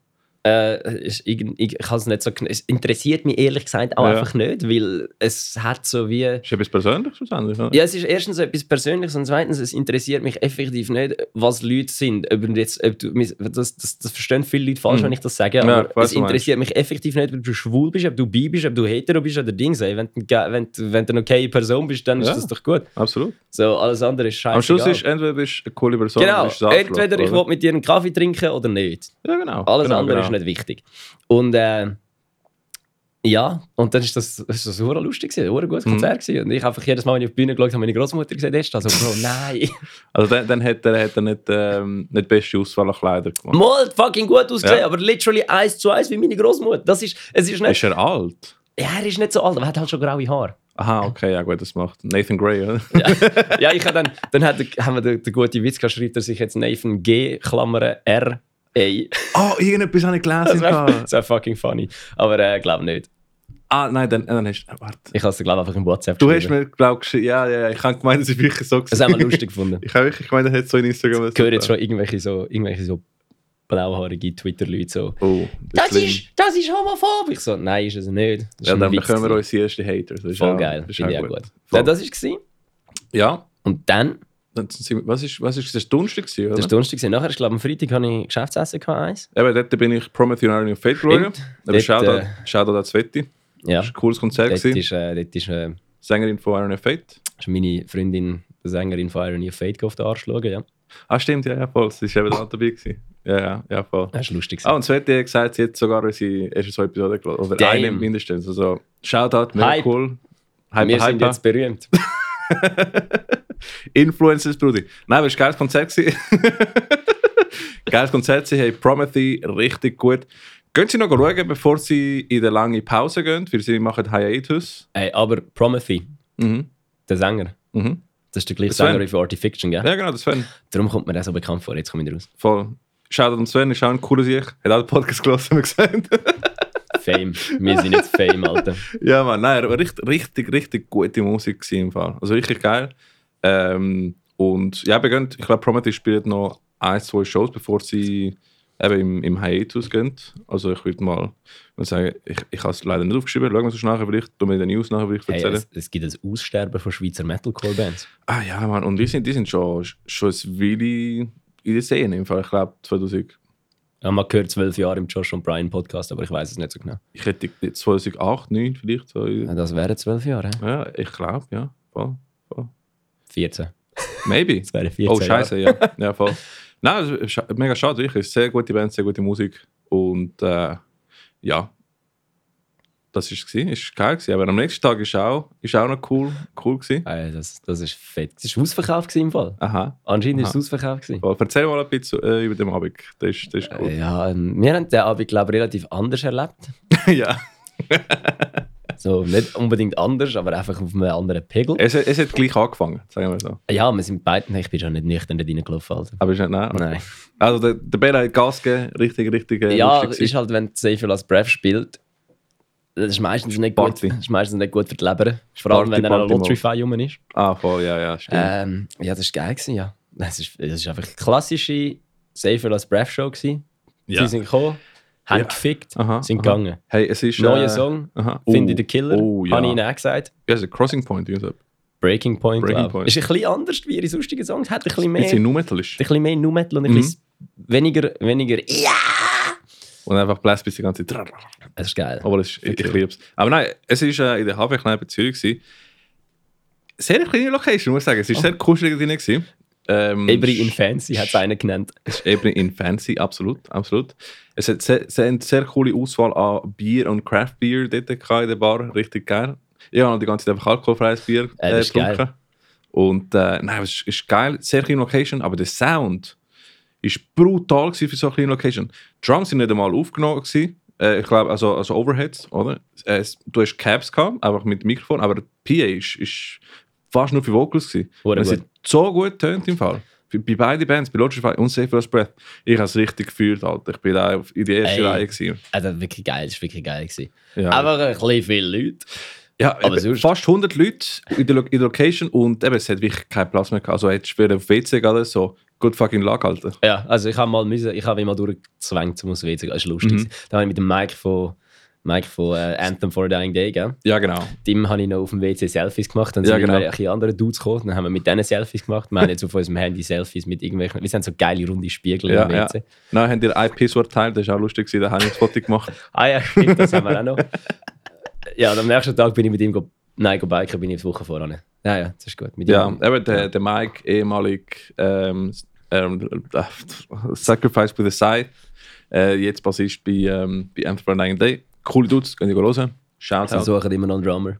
B: Äh, ist, irgend- ich ich kann es nicht so. gen- Es interessiert mich ehrlich gesagt auch
A: Ja.
B: einfach nicht, weil es hat so wie.
A: Ist etwas Persönliches was anderes, oder?
B: Ja, es ist erstens etwas Persönliches und zweitens, es interessiert mich effektiv nicht, was Leute sind. Ob jetzt, ob du, das, das, das verstehen viele Leute falsch,
A: Mhm.
B: wenn ich das sage,
A: Ja,
B: aber
A: ich weiß,
B: es
A: was du
B: interessiert mich effektiv nicht, ob du schwul bist, ob du bi bist, ob du hetero bist oder Dings. Ey. Wenn, du ge- wenn, du- wenn du eine okay Person bist, dann
A: Ja.
B: ist das doch gut.
A: Absolut.
B: So, alles andere ist scheiße.
A: Am Schluss ist entweder bist du eine coole Person
B: Genau,
A: oder bist du ein Arschloch,
B: entweder ich
A: oder?
B: will mit dir einen Kaffee trinken oder nicht.
A: Ja, genau.
B: Alles
A: genau,
B: andere
A: genau.
B: ist nicht wichtig. Und äh, ja, und dann ist das, ist das super lustig, gewesen, ein
A: Mhm.
B: gutes Konzert. Gewesen. Und ich einfach jedes Mal, wenn ich auf die Bühne geschaut habe, meine Großmutter gesehen, ist also, Bro, nein.
A: Also dann, dann hat er, hat er nicht, ähm, nicht die beste Auswahl an Kleidern gemacht.
B: Mal fucking gut ausgesehen,
A: Ja.
B: aber literally eins zu eins wie meine Großmutter. Das ist, es ist nicht,
A: Ist er alt?
B: ja, er ist nicht so alt, aber er hat halt schon graue Haare.
A: Aha, okay, ja gut, das macht Nathan Gray, oder?
B: ja, ich habe dann, dann hat, der- haben wir den, den guten Witz gehabt, schreibt er sich jetzt Nathan G, Klammern R, A.
A: Oh, irgendetwas habe ich
B: Das
A: gelesen.
B: wäre wär fucking funny. Aber äh, glaube nicht.
A: ah, nein, dann, dann hast du... Warte.
B: Ich habe es, glaube einfach im WhatsApp
A: Du hast
B: geschrieben.
A: mir, glaube ich, ja, ja, ja, ich habe gemeint, es ist wirklich so
B: Das haben wir lustig gefunden.
A: Ich habe wirklich gemeint, er hat so in Instagram...
B: Ich höre jetzt schon irgendwelche so, irgendwelche so blauhaarige Twitter-Leute so.
A: Oh,
B: Das
A: schlimm.
B: ist, das ist homophob. Ich so, nein, ist es nicht. Das ist
A: Ja,
B: ein
A: dann
B: Witz
A: bekommen wir
B: gewesen.
A: unsere ersten Hater. Das ist
B: Voll
A: auch-
B: geil,
A: das ist
B: finde ich auch gut.
A: Voll.
B: Ja, das war es.
A: Ja,
B: Und dann,
A: dann sind wir, was ist, was ist das Donnerstag gewesen,
B: das war
A: oder?
B: Donnerstag. gewesen. Nachher, ich glaube, am Freitag hatte ich Geschäftsessen. Gehabt, eins.
A: Eben, dort bin ich Promethean Army of Fate geschaut.
B: Stimmt.
A: Aber
B: Dort,
A: Shoutout,
B: äh,
A: Shoutout an Sveti. Das
B: Ja,
A: war ein cooles Konzert.
B: dort
A: Gewesen.
B: ist, äh, dort ist, äh,
A: Sängerin von Iron of Fate.
B: ist meine Freundin, die Sängerin von Irony of Fate, auf den Arsch schauen. Ja.
A: Ah, stimmt, ja, ja, voll. Sie war eben da dabei. Gewesen. Ja, ja, ja, voll.
B: Das war lustig.
A: Ah, und Sveti hat gesagt, sie hat sogar unsere erste zwei Episoden gelassen. Oder
B: Damn.
A: eine mindestens. Also, Shoutout, mega
B: Hype.
A: cool.
B: Wir
A: Hype,
B: sind
A: hype.
B: jetzt berühmt.
A: Influencers, Brudi. Nein, aber es war ein geiles Konzert. gewesen. geiles Konzert, sie haben Promethy richtig gut. Gehen Sie noch schauen, bevor Sie in eine lange Pause gehen, weil Sie machen Hiatus.
B: Ey, aber Promethy,
A: Mhm.
B: der Sänger,
A: Mhm.
B: das ist der gleiche
A: Das wär-
B: Sänger wie für Artifiction, gell?
A: Ja, genau, das Sven.
B: Darum kommt mir das so bekannt vor. Jetzt komme ich raus.
A: Voll. Shoutout an Sven, ist auch ein cooler Sieg. Hat auch den Podcast gelesen, haben wir gesagt.
B: Fame. Wir sind jetzt Fame, Alter.
A: ja, Mann, nein, aber richtig, richtig, richtig gute Musik gewesen im Fall. Also richtig geil. Ähm, und ja, wir gehen, ich glaube, Promethy spielt noch ein, zwei Shows, bevor sie eben im, im Hiatus gehen. Also ich würde mal mal sagen, ich, ich habe es leider nicht aufgeschrieben, schauen wir es nachher vielleicht, tun wir in den News nachher vielleicht
B: Hey,
A: erzählen.
B: es, es gibt ein Aussterben von Schweizer Metalcore-Bands.
A: ah ja, Mann, und die sind, die sind schon, schon ein Willi in der Szene, im Fall, ich glaube 2000,
B: Ich habe mal gehört, zwölf Jahre im Josh und Brian Podcast, aber ich weiß es nicht so genau.
A: ich hätte 2008, 2009 vielleicht, so, ja,
B: Ja, das wären zwölf Jahre. hä?
A: ich glaube, ja, voll, voll.
B: 14.
A: maybe.
B: Das wären 14
A: Oh, scheiße, ja. Ja, voll. Nein, es ist scha- mega schade, wirklich. Es ist Sehr gute Band, sehr gute Musik. Und äh, ja, das war es. Ist geil gewesen. Aber am nächsten Tag ist auch, ist auch noch cool, cool gewesen.
B: Jahre. Ey, das, das ist fett. Das war ausverkauft gewesen im Fall.
A: Aha.
B: Anscheinend war
A: Aha. Oh,
B: es ausverkauft. Gewesen.
A: Aber erzähl mal ein bisschen äh, über den Abend. Das ist, das ist cool.
B: Ja, ähm, wir haben den Abend, glaube ich, relativ anders erlebt.
A: ja.
B: So, nicht unbedingt anders, aber einfach auf einem anderen Pegel.
A: Es, es hat gleich angefangen, sagen wir so.
B: Ja, wir sind beide. Nein, Ich bin schon nicht nüchtern da reingelaufen. Also.
A: Aber ist nicht, nein. okay.
B: Nein.
A: Also, der, der Bär hat Gas gegeben, richtig, richtig äh,
B: Ja,
A: lustig
B: ist halt, wenn du sehr viel als Breath spielt, das ist meistens nicht gut.
A: Party.
B: Das ist meistens nicht gut für die Leber. Vor allem,
A: Party,
B: wenn dann noch
A: Party
B: Lottery Fire rum ist.
A: Ah, voll, ja, ja, stimmt.
B: Ähm, ja, das war geil, gewesen, ja. Das ist, das ist einfach eine klassische Safer Last Breath Show. Gewesen.
A: ja.
B: Sie sind gekommen, haben
A: Ja.
B: gefickt,
A: Aha,
B: sind
A: aha.
B: gegangen.
A: Hey, es ist...
B: Neuer
A: äh,
B: Song,
A: aha. Oh,
B: finde ich den Killer,
A: Oh, ja.
B: habe ich ihnen auch gesagt.
A: Ja, es ist ein Crossing Point. irgendwie so.
B: Breaking Point,
A: Breaking
B: glaub
A: Point.
B: ich. Ist ein bisschen anders wie ihre sonstigen Songs, hat ein bisschen mehr,
A: Jetzt in
B: ein
A: Numetalisch.
B: bisschen mehr Nu Metal und ein
A: Mhm.
B: bisschen weniger, weniger ja.
A: Und einfach bläst bis die ganze Zeit.
B: Das ist geil.
A: Aber es ist, ich, ich liebe es. Aber nein, es war äh, in der Hafenkneipe Zürich. Gewesen. Sehr kleine Location, muss ich sagen. Es war sehr kuschelig drin. Gewesen. Ähm,
B: Every in Fancy hat es einen genannt.
A: es ist Ebri in Fancy, absolut. absolut. Es hat sehr, sehr, eine sehr coole Auswahl an Bier und Craft Beer dort gehabt in der Bar. Richtig geil. Ich habe die ganze Zeit einfach alkoholfreies Bier
B: Äh,
A: äh,
B: das ist geil.
A: getrunken. Und äh, nein, es ist, ist geil. Sehr kleine Location, aber der Sound. ist brutal gewesen für so eine kleine Location. Die Drums sind nicht einmal aufgenommen gewesen. Äh, ich glaube, also, also Overheads, oder? Äh, es- du hast Caps gehabt, einfach mit Mikrofon, aber die PA ist, ist fast nur für Vocals gewesen.
B: Hure
A: Es
B: gut.
A: hat so gut tönt im Fall. Bei- Bei beiden Bands, bei Logic und Safe Last Breath. Ich habe es richtig gefühlt, Alter. Ich bin da auf- in die erste
B: Ey.
A: Reihe gewesen.
B: Also das war wirklich geil, das war wirklich geil. Gewesen.
A: Ja.
B: Aber ein bisschen viele Leute.
A: Ja,
B: Aber
A: eben,
B: sonst-
A: fast 100 Leute in der, Lo- in der Location und eben, es hat wirklich keinen Platz mehr gehabt. Also, hättest du wieder auf WC gehen oder so, good fucking luck, Alter.
B: Ja, also ich habe mal müssen, ich habe mich mal durchgezwängt, um aus dem WC zu gehen. Das war lustig. Da habe ich mit dem Mike von, Mike von äh, Anthem for a Dying Day, gell?
A: Ja, genau.
B: Dem habe ich noch auf dem WC Selfies gemacht. Dann
A: Ja,
B: sind
A: genau.
B: immer ein bisschen andere Dudes gekommen. Dann haben wir mit denen Selfies gemacht. Wir haben jetzt auf unserem Handy Selfies mit irgendwelchen... Wir haben so geile runde Spiegel
A: Ja,
B: im
A: ja.
B: WC.
A: Nein, haben dir ein Piss verteilt, das war auch lustig, gewesen, da habe ich ein Foto gemacht.
B: Ah ja, stimmt, das haben wir auch noch. Ja, und am nächsten Tag bin ich mit ihm... Go Nein, go biken bin ich die Woche voran. Ja, ja, das ist gut. Mit ihm-
A: Ja, eben der, der Mike, ehemalig ähm, s- ähm, äh, Sacrifice by the Side, äh, jetzt Bassist bei, ähm, bei Entrepreneur Day. Coole Dudes, könnt ihr go hören. Shout
B: Sie
A: out.
B: suchen immer noch einen Drummer.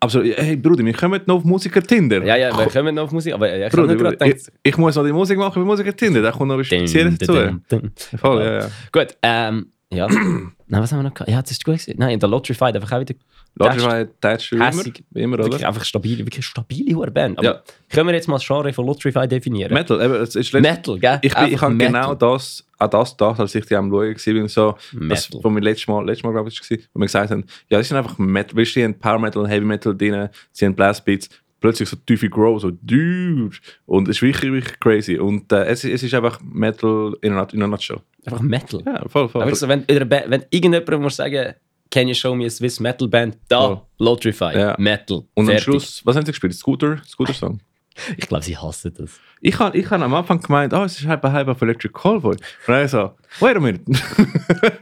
A: Also, hey Bruder, wir kommen noch auf Musiker Tinder.
B: Ja, ja, wir kommen noch auf Musik, aber ich habe
A: Bruder,
B: nur gerade
A: Bruder, ich,
B: gedacht...
A: ich muss noch die Musik machen bei Musiker Tinder, da kommt noch was Spezielles
B: Dun, dun,
A: dazu.
B: dun, dun.
A: Voll, ja, ja.
B: Gut, ähm, ja. Nein, was haben wir noch gehabt? Ja, das ist gut gewesen. Nein, in der Lottery Fight einfach auch wieder
A: Lodge war Thatcher immer,
B: Hässig.
A: wie immer,
B: wirklich
A: oder?
B: einfach stabile, wirklich stabile hohe Band. Aber
A: Ja.
B: können wir jetzt mal das Genre von Lottery Fight definieren?
A: Metal, eben, es ist letztes-
B: Metal, gell?
A: Ich, bin,
B: Einfach
A: ich habe
B: Metal.
A: genau das, an das gedacht, als ich die am Schauen war. Bin so, das,
B: Metal.
A: wo wir letztes Mal, letztes Mal glaube ich, war, wo wir gesagt haben, ja, das sind einfach Metal, weißt du, die haben Power Metal, Heavy Metal drin, sie haben Blastbeats, plötzlich so tiefe Grow, so dude. Und es ist wirklich, wirklich crazy. Und äh, es, ist- es ist einfach Metal in a, nut- in a nutshell.
B: Einfach Metal.
A: Ja, voll, voll.
B: Aber so, wenn, in einer Ba- wenn irgendjemand muss sagen, can you show me a Swiss Metal Band? Da,
A: Oh.
B: Lottery Fight,
A: Ja.
B: Metal.
A: und am
B: Fertig.
A: Schluss, was haben sie gespielt? Scooter? Scooter-Song?
B: Ich glaube, sie hassen das.
A: Ich habe ich hab am Anfang gemeint, oh, es ist halb halb auf Electric Callboy. Und dann so, wait a minute.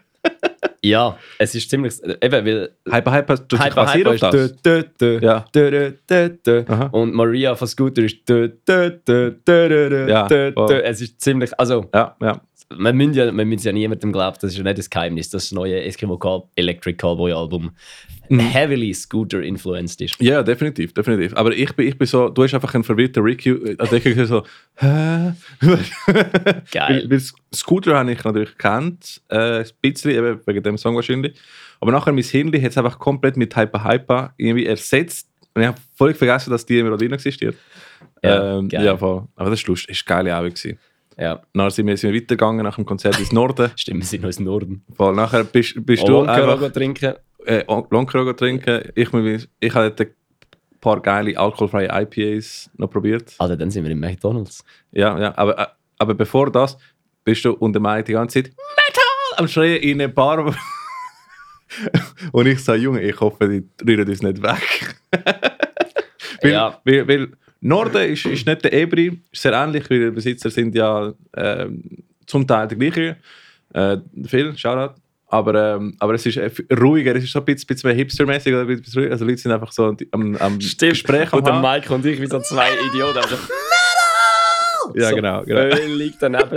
B: Ja, es ist ziemlich. Eben, weil.
A: halb halb, du hast
B: Hyper
A: basiert
B: Hyper
A: auf
B: ist.
A: das.
B: dö, dö, dö,
A: Ja.
B: dö, dö, dö, dö.
A: Aha.
B: Und Maria von Scooter ist. dö, dö, dö, dö, dö, dö,
A: Ja,
B: dö,
A: voll.
B: dö. Es ist ziemlich. Also,
A: Ja, ja.
B: man müsste ja, man müsste ja niemandem glauben, das ist ja nicht das Geheimnis, dass das neue Eskimo Call Electric Cowboy Album heavily Scooter influenced ist.
A: Ja, definitiv, definitiv. Aber ich bin, ich bin so, du hast einfach einen verwirrten Ricky äh, an der Decke so, hä?
B: Geil.
A: Weil, weil Scooter habe ich natürlich gekannt, äh, ein bisschen, eben wegen dem Song wahrscheinlich. Aber nachher mein Handy hat es einfach komplett mit Hyper Hyper irgendwie ersetzt. Und ich habe völlig vergessen, dass die Melodie noch existiert.
B: Ja,
A: ähm,
B: geil.
A: ja voll. Aber das ist lustig, ist eine geile Abend gewesen.
B: Ja,
A: Nachher sind wir, sind wir weitergegangen nach dem Konzert ins Norden.
B: stimmt, wir sind aus dem Norden.
A: Voll. Nachher bist,
B: Oh,
A: bist du
B: Alonka
A: einfach
B: noch trinken.
A: äh, Longkroger trinken. Ich, mein- ich habe dort ein paar geile alkoholfreie IPAs noch probiert.
B: Also, Alter, dann sind wir im McDonalds.
A: Ja, ja, aber, äh, aber bevor das, be- bist du und der Mike die ganze Zeit Metal am Schreien in eine Bar. und ich sage, Junge, ich hoffe, die rühren uns nicht weg. weil,
B: Ja.
A: weil, weil Norden ist, ist nicht der Ebri, ist sehr ähnlich, weil die Besitzer sind ja ähm, zum Teil der gleiche. Äh, viel, Shoutout. Aber, ähm, aber es ist äh, f- ruhiger, es ist so ein bisschen, bisschen mehr hipstermäßig. oder ein bisschen ruhiger. Also, die Leute sind einfach so am, am Gespräch am
B: Und der
A: Haben.
B: Mike und ich wie so zwei Idioten. Also,
A: Ja,
B: so
A: genau. genau.
B: Völlig daneben.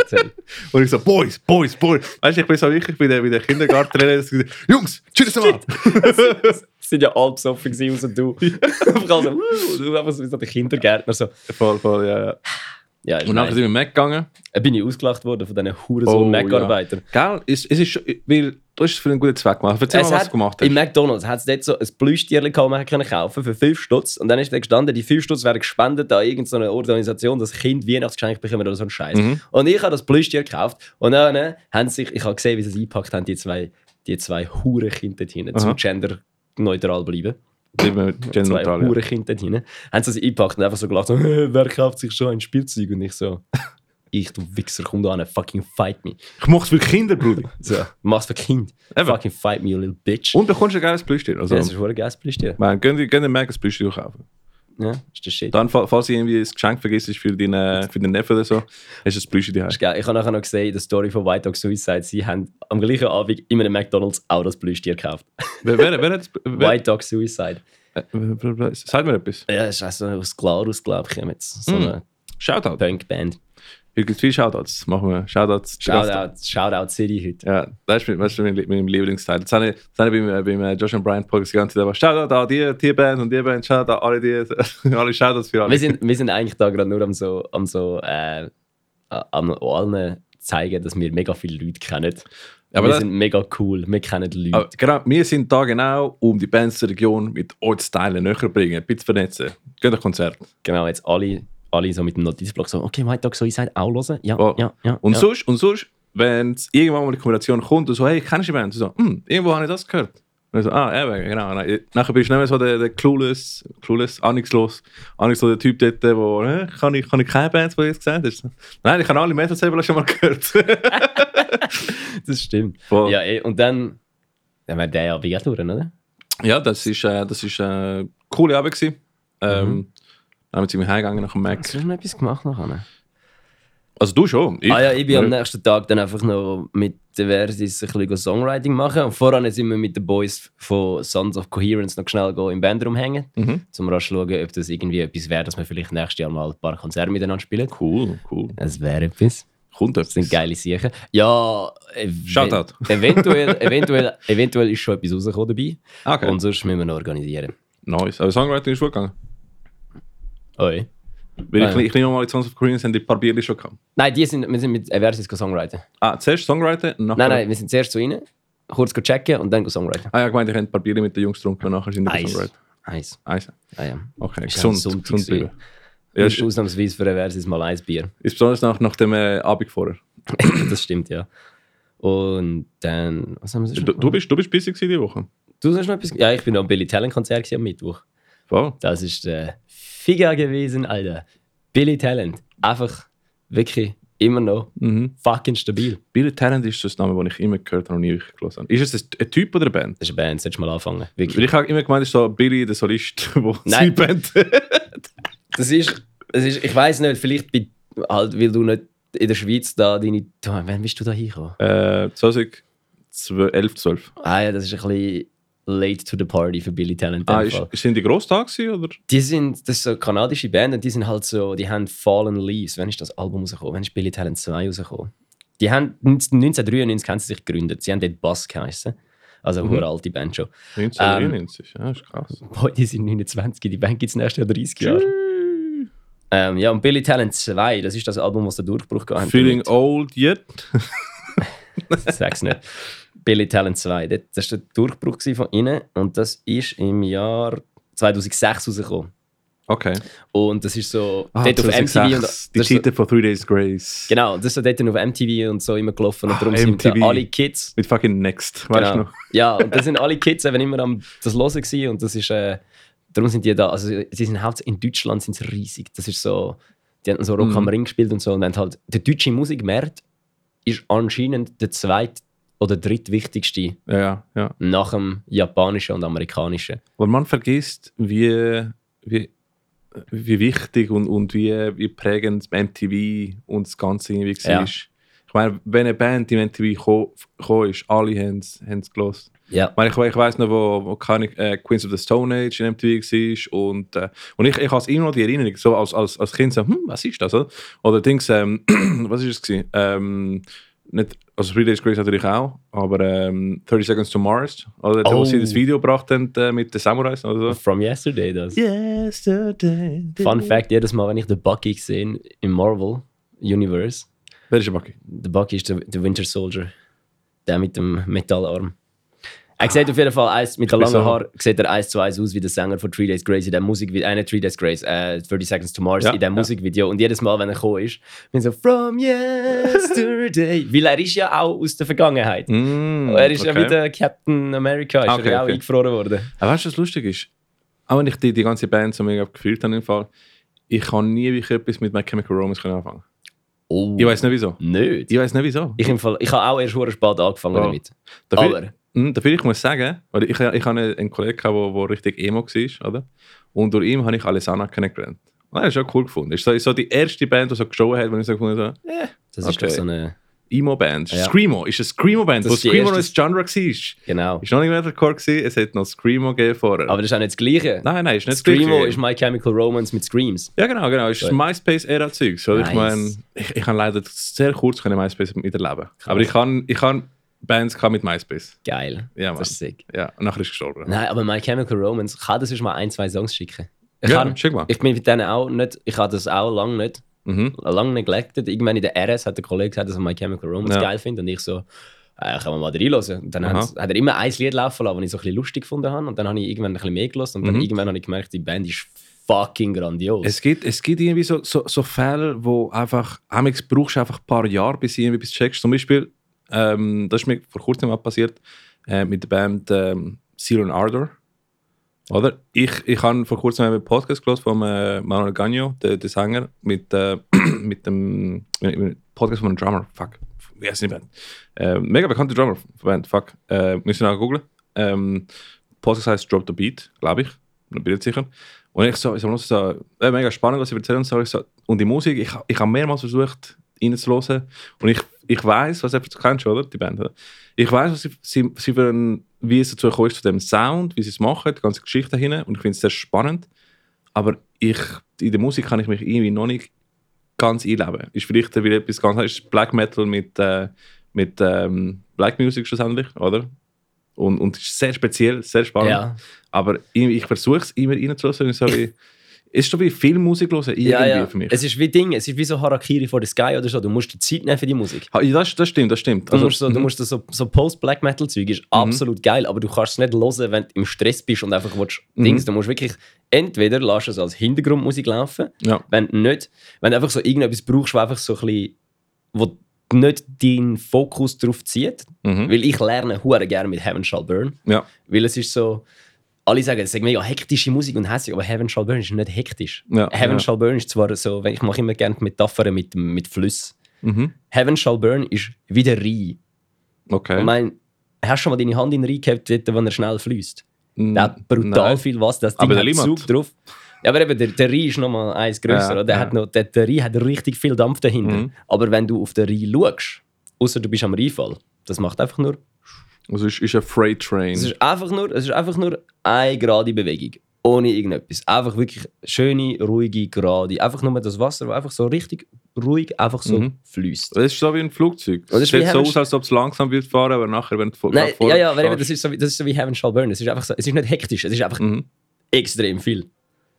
A: Und ich so, Boys, Boys, Boys. Weißt du, ich bin so wirklich bei der, bei der Kindergartenlehrer. dass ich so, Jungs, tschüss mal.
B: Sie sind ja alle besoffen gewesen, außer du. Einfach alle so, uh, du einfach so wie so der Kindergärtner. So.
A: voll, voll, ja, ja.
B: Ja, ich
A: Und nachher
B: meine,
A: sind wir weggegangen.
B: äh, bin ich ausgelacht worden von diesen
A: Oh,
B: hurensohn Mac-Arbeitern.
A: Gell? Es, es ist, schon- weil du hast es für einen guten Zweck gemacht. Erzähl
B: Es
A: mal, was
B: hat-
A: du gemacht
B: Im
A: hast.
B: McDonalds hat es dort so ein Plüschtierchen gehabt, das man können kaufen für 5 Stutz. Und dann ist da gestanden, die 5 Stutz werden gespendet an irgendeine Organisation, dass Kind Weihnachtsgeschenk bekommen oder so ein Scheiß.
A: Mhm.
B: Und ich habe das Plüschtier gekauft. Und dann äh, haben sich, ich habe gesehen, wie sie es eingepackt haben, die zwei, die zwei Hurenkinder dort hinten,
A: Aha.
B: zum genderneutral bleiben.
A: Bleiben wir Gen
B: Zwei
A: Neutral, ja.
B: Hurenkinder dort hinten. Haben sie es eingepackt und einfach so gelacht, so, wer kauft sich schon ein Spielzeug? Und ich so, ich, du Wichser, komm da an, fucking fight me.
A: Ich mach's für Kinder, Bruder.
B: So, mach's für Kind.
A: Eben.
B: Fucking fight me, you little bitch.
A: Und du bekommst ein geiles Plüschtier. Also,
B: Ja, das ist ein verdammt geiles Plüschtier.
A: man, gönn dir, gönn dir Mac ein Plüschtier kaufen.
B: Ja, ist der Shit.
A: Dann, fa- falls du irgendwie ein Geschenk vergisst ist für deinen, für deinen Neffen oder so, hast du ein Plüschtier daheim.
B: Ist geil. Ich habe nachher noch gesehen, in der Story von White Dog Suicide, sie haben am gleichen Abend in einem McDonalds auch das Plüschtier gekauft.
A: Wer, wer, wer hat das? Wer,
B: White Dog Suicide.
A: äh, wer, wer, wer, sag mir etwas.
B: Ja, das ist also aus Glarus, glaube ich, jetzt. So
A: Mm.
B: eine
A: Shoutout.
B: Punkband.
A: Hier gibt's viele Shoutouts. Machen wir Shoutouts. zu Gast.
B: Shoutout, Shoutout City heute.
A: Ja, das ist mein, das ist mein, mein Lieblingsteil. Das habe ich, das habe ich beim, äh, beim äh, Josh und Brian Podcast die ganze Zeit. aber Shoutout an die, die Band und die Band, Shoutout an alle die, alle Shoutouts für alle.
B: Wir sind, wir sind eigentlich da gerade nur am so, am so, äh, am allen zeigen, dass wir mega viele Leute kennen.
A: Aber
B: wir
A: das-
B: sind mega cool, wir kennen Leute.
A: Aber genau, wir sind da genau, um die Bands der Region mit euch zu teilen, näher zu bringen, ein bisschen vernetzen. Geht ein Konzert.
B: Genau, jetzt alle, alle so mit dem Notizblock so, okay, White Dog Suicide auch hören? Ja,
A: Oh.
B: ja, ja.
A: Und
B: ja.
A: sonst, und sonst wenn es irgendwann mal eine Kombination kommt und so, hey, kennst du die Band? Und so, hm, irgendwo habe ich das gehört. Und ich so, ah, eben, genau. Nein, ich- Nachher bist du nicht mehr so der, der clueless, clueless, ahnungslos, ahnungslos der Typ dort, der, äh, kann ich, kann ich keine Bands, die du jetzt gesagt hast? Nein, ich habe alle Metal Saber schon mal gehört.
B: Das stimmt.
A: Voll.
B: Ja, eh, und dann, dann wäre der ja wie durch, oder?
A: Ja, das ist, äh, das ist äh, ein cooler Abend gewesen. Ähm,
B: Mhm.
A: Dann sind wir heimgegangen nach dem Mac.
B: Hast du noch etwas gemacht nachher?
A: Also du schon. Ich,
B: Ah ja, ich bin am
A: Nö.
B: nächsten Tag dann einfach noch mit den Versis ein bisschen Songwriting machen. Und voran sind wir mit den Boys von Sons of Coherence noch schnell go im Bandraum hängen,
A: Mhm.
B: um rasch zu schauen, ob das irgendwie etwas wäre, dass wir vielleicht nächstes Jahr mal ein paar Konzerte miteinander spielen.
A: Cool, cool.
B: Es wäre etwas.
A: Kommt
B: Das sind
A: etwas.
B: geile Sachen. Ja, ev-
A: Shoutout.
B: eventuell, eventuell, eventuell ist schon etwas rausgekommen dabei.
A: Okay,
B: Und sonst müssen wir noch organisieren.
A: nice. Aber Songwriting ist gut gegangen.
B: Oi.
A: Weil
B: Ah,
A: ich,
B: ja.
A: ich nehme mal, die Sons of Koreans haben die paar Bierli schon gehabt.
B: Nein, die sind, wir sind mit äh, Versis Songwriting.
A: Ah, zuerst Songwriting und nachher...
B: Nein, nein, wir sind zuerst zu ihnen, kurz go checken und dann go Songwriting.
A: Ah ja, gemeint, ich habe ein paar Bierli mit den Jungs getrunken und nachher sind wir
B: Eis.
A: Songwriting.
B: Eis.
A: Eis.
B: Ah, ja.
A: Okay,
B: Ist
A: gesund,
B: ja Sonntag
A: gesund
B: gewesen.
A: bleiben. Ja,
B: ist
A: ist,
B: ausnahmsweise für ein Versus mal ein Bier.
A: ist besonders nach, nach dem äh, Abend vorher.
B: das stimmt, ja. Und dann, was haben wir sonst
A: Du,
B: noch
A: du, bist, du bist busy gewesen diese Woche.
B: gemacht? du hast noch etwas? Ja, ich bin am Billy Talent Konzert gewesen am Mittwoch.
A: Wow.
B: Das ist der Figa gewesen, Alter. Billy Talent. Einfach wirklich immer noch
A: Mhm.
B: fucking stabil.
A: Billy Talent ist so ein Name, den ich immer gehört habe und nie wirklich gelesen habe. Ist es ein, ein Typ oder eine Band?
B: Das ist eine Band, solltest du mal anfangen.
A: Weil
B: Wirklich.
A: ich habe immer gemeint, es ist so Billy, der Solist, wo seine
B: Nein.
A: Band.
B: Das ist, das ist ich weiß nicht, vielleicht bei, halt, weil du nicht in der Schweiz da deine. Wann bist du da hingekommen?
A: äh, 2011, 12.
B: Ah ja, das ist ein bisschen late to the party für Billy Talent. in dem
A: Ah, ist,
B: Fall.
A: sind die gross da gewesen, oder?
B: Die sind, das ist so eine kanadische Band und die sind halt so, die haben Fallen Leaves, wenn ist das Album rausgekommen, wenn ist Billy Talent 2 rausgekommen. Die haben 1993 haben sie sich gegründet, sie haben dort Bass geheißen. Also
A: Mhm.
B: eine hure alte Band schon.
A: Ähm, 1993, ja, ist krass.
B: Boah, die sind 29, die Band gibt es nächstes Jahr 30 Jahre. Ähm, ja, und Billy Talent 2, das ist das Album, was der Durchbruch gehabt hat.
A: Feeling old yet?
B: Ich sag's nicht. Billy Talent 2, dort- das war der Durchbruch gewesen von ihnen und das ist im Jahr 2006 rausgekommen.
A: Okay.
B: Und das ist so,
A: Ah,
B: dort auf
A: 2006,
B: MTV
A: die
B: und das ist so-
A: Zeiten von Three Days Grace.
B: Genau, das ist so dort auf MTV und so immer gelaufen und
A: Ah,
B: darum sind da
A: MTV.
B: alle Kids.
A: Mit fucking Next,
B: Genau.
A: weißt du noch?
B: Ja, und da sind alle Kids eben immer am das hören gewesen und das ist, äh, darum sind die da, also sie sind hauptsächlich in Deutschland sind
A: Mhm.
B: sie riesig. Das ist so, die haben so Rock am Ring gespielt und so und haben halt den deutschen Musikmarkt ist anscheinend der zweit- oder drittwichtigste
A: Ja, ja, ja.
B: nach dem japanischen und amerikanischen.
A: Weil man vergisst, wie, wie, wie wichtig und, und wie, wie prägend MTV und das Ganze irgendwie war.
B: Ja.
A: Ich meine, wenn eine Band im MTV ko- gekommen ist, alle haben es gelesen.
B: Ja.
A: Ich, meine, ich, we- ich weiß noch, wo, wo keine, äh, Queens of the Stone Age in MTV war. Und, äh, und ich, ich habe immer noch die Erinnerung, so als, als, als Kind, so, hm, was ist das? Oder, oder Dings, ähm, was ist es? gewesen? Ähm, nicht, also Three Days Grace natürlich auch, aber ähm, 30 Seconds to Mars, oder da, wo
B: Oh.
A: sie das Video gebracht haben äh, mit den Samurais oder so.
B: From Yesterday das.
A: Yesterday.
B: Fun Fact, jedes Mal, wenn ich den Bucky sehe im Marvel Universe,
A: Wer ist der Bucky?
B: der Bucky ist der, der Winter Soldier. Der mit dem Metallarm. Er sieht auf jeden Fall, eins, mit den
A: bin
B: langen
A: so-
B: Haaren, sieht er eins zu eins aus wie der Sänger von Three Days Grace in der Musikvideo, äh, nicht Three Days Grace, äh, 30 Seconds to Mars
A: Ja,
B: in diesem
A: ja.
B: Musikvideo. Und jedes Mal, wenn er gekommen ist, bin ich so, from yesterday. Weil er ist ja auch aus der Vergangenheit.
A: Mm,
B: Oh, er ist ja
A: okay. Ah,
B: wieder Captain America, ist
A: Okay,
B: er ja auch
A: okay.
B: eingefroren worden.
A: Aber weißt du, was lustig ist? Auch wenn ich die, die ganze Band so mega gefühlt habe, im Fall, ich kann nie wirklich etwas mit My Chemical Romance können anfangen.
B: Oh,
A: Ich weiß nicht wieso.
B: nicht.
A: Ich weiß nicht wieso.
B: Ich, im Fall- ich habe auch erst hure spät angefangen
A: Ja.
B: damit.
A: Dafür,
B: Aber,
A: mh, dafür ich muss sagen, weil ich, ich habe einen Kollegen, gehabt, der der richtig Emo war, oder? Und durch ihn habe ich Alessandra kennengelernt. Und das ist schon cool gefunden. Das ist so, ist so die erste Band, die so geschaut hat, wo ich so gefunden habe, so, eh,
B: das ist
A: Okay.
B: doch so eine.
A: Emo-Band.
B: Ja.
A: Screamo ist eine Screamo-Band,
B: Das
A: wo
B: ist die
A: Screamo noch ein
B: erste-
A: Genre war. Ist
B: Genau.
A: noch nicht mehr der Chor, gewesen, es hat noch Screamo gegeben vorher.
B: Aber das ist auch nicht das Gleiche.
A: nein, nein, ist nicht das
B: Screamo
A: Gleiche.
B: ist My Chemical Romance mit Screams.
A: Ja, genau, genau. Es ist
B: Gut.
A: MySpace-Ära-Zeugs. oder? Ich
B: Nice.
A: meine, ich, ich habe leider sehr kurz können MySpace miterleben. Aber ich kann, ich kann Bands gehabt mit MySpace.
B: Geil.
A: Ja, Mann.
B: das ist sick.
A: Ja, und nachher ist es gestorben.
B: Nein, aber My Chemical Romance, kann das mal ein, zwei Songs schicken? Ich,
A: ja,
B: kann,
A: schick mal.
B: ich bin mit denen auch nicht, ich habe das auch lange nicht,
A: Mhm.
B: lange neglected. Irgendwann in der RS hat der Kollege gesagt, dass er My Chemical Romance
A: Ja.
B: geil findet und ich so, äh, kann man mal reinhören. Und dann
A: Aha.
B: hat, hat er immer ein Lied laufen lassen, das ich so ein bisschen lustig gefunden habe und dann habe ich irgendwann ein bisschen mehr gelassen und dann
A: Mhm.
B: irgendwann habe ich gemerkt, die Band ist fucking grandios.
A: Es gibt, es gibt irgendwie so, so, so Fälle, wo einfach, amix brauchst du einfach ein paar Jahre, bis du irgendwie bis checkst. Zum Beispiel, ähm, das ist mir vor kurzem mal passiert, äh, mit der Band ähm, Zero and Ardor. Oder? Ich, ich habe vor kurzem einen Podcast gehört von äh, Manuel Gagno, der, der Sänger, mit, äh, mit dem mit dem Podcast von einem Drummer. Fuck. Wie heißt die Band? Äh, mega bekannte Drummer von der Band. Fuck. Äh, müssen wir auch googeln. Ähm, Podcast heißt Drop the Beat, glaube ich. Bin nicht sicher. Und ich so, ich so, so äh, mega spannend, was sie erzählen. Und, so, ich so, und die Musik, ich, ich habe mehrmals versucht, reinzuhören. Und ich, ich weiß, was du kennst, oder? Die Band, oder? Ich weiß, was sie, sie, sie für ein, wie es dazu gekommen ist, zu dem Sound, wie sie es machen, die ganze Geschichte dahinter. Und ich finde es sehr spannend. Aber ich, in der Musik kann ich mich irgendwie noch nicht ganz einleben. Ist vielleicht wieder etwas ganz anderes. Ist Black Metal mit, äh, mit ähm, Black Music schlussendlich, oder? Und, und ist sehr speziell, sehr spannend.
B: ja,
A: Aber ich, ich versuche es immer reinzulassen. und So wie, es ist schon wie viel Musik hören, irgendwie
B: ja, ja.
A: für mich.
B: Es ist wie Ding, es ist wie so Harakiri for the Sky oder so, du musst dir Zeit nehmen für die Musik.
A: Ha, ja, das, das stimmt, das stimmt.
B: Du musst so, du
A: mhm.
B: musst das so, so Post-Black Metal-Zeug ist absolut geil, aber du kannst es nicht hören, wenn du im Stress bist und einfach willst,
A: Mhm.
B: Dings. Du musst wirklich entweder lässt du es als Hintergrundmusik laufen,
A: ja.
B: wenn du nicht, wenn du einfach so irgendetwas brauchst, was einfach so ein bisschen, wo nicht deinen Fokus drauf zieht.
A: Mhm.
B: Weil ich lerne hure gerne mit Heaven Shall Burn,
A: ja.
B: weil es ist so. Alle sagen, es ist mega hektische Musik und hässlich, aber Heaven Shall Burn ist nicht hektisch.
A: Ja,
B: Heaven
A: ja.
B: Shall Burn ist zwar so, wenn- ich mache immer gerne die Metaphern mit, mit Flüssen.
A: Mhm.
B: Heaven Shall Burn ist wie der Rhein. Ich
A: Okay.
B: meine, hast du schon mal deine Hand in den Rhein gehabt, dort, wenn er schnell fließt?
A: Mm,
B: Der hat brutal
A: nein.
B: viel was, das Ding
A: Aber
B: hat
A: der Limmat.
B: Zug drauf. Ja, aber eben, der, der Rhein ist nochmal eins grösser.
A: Ja,
B: oder? der,
A: ja.
B: hat noch, der, der Rhein hat richtig viel Dampf dahinter.
A: Mhm.
B: Aber wenn du auf den Rhein schaust, außer du bist am Rheinfall, das macht einfach nur...
A: Also ist, ist ein Freight Train.
B: Es ist einfach nur, es ist einfach nur eine gerade Bewegung. Ohne irgendetwas. Einfach wirklich schöne, ruhige, gerade. Einfach nur das Wasser, das einfach so richtig ruhig einfach so
A: Mhm.
B: fließt.
A: Das ist so wie ein Flugzeug.
B: Oder
A: Es
B: ist wie
A: sieht so
B: Heaven-
A: aus, als ob es langsam wird fahren, aber nachher, wenn du vor,
B: Nein,
A: gerade vor
B: ja, ja, aber eben, das, ist so, wie- das ist so wie Heaven Shall Burn. Es ist, einfach so, es ist nicht hektisch, es ist einfach
A: Mhm.
B: extrem viel.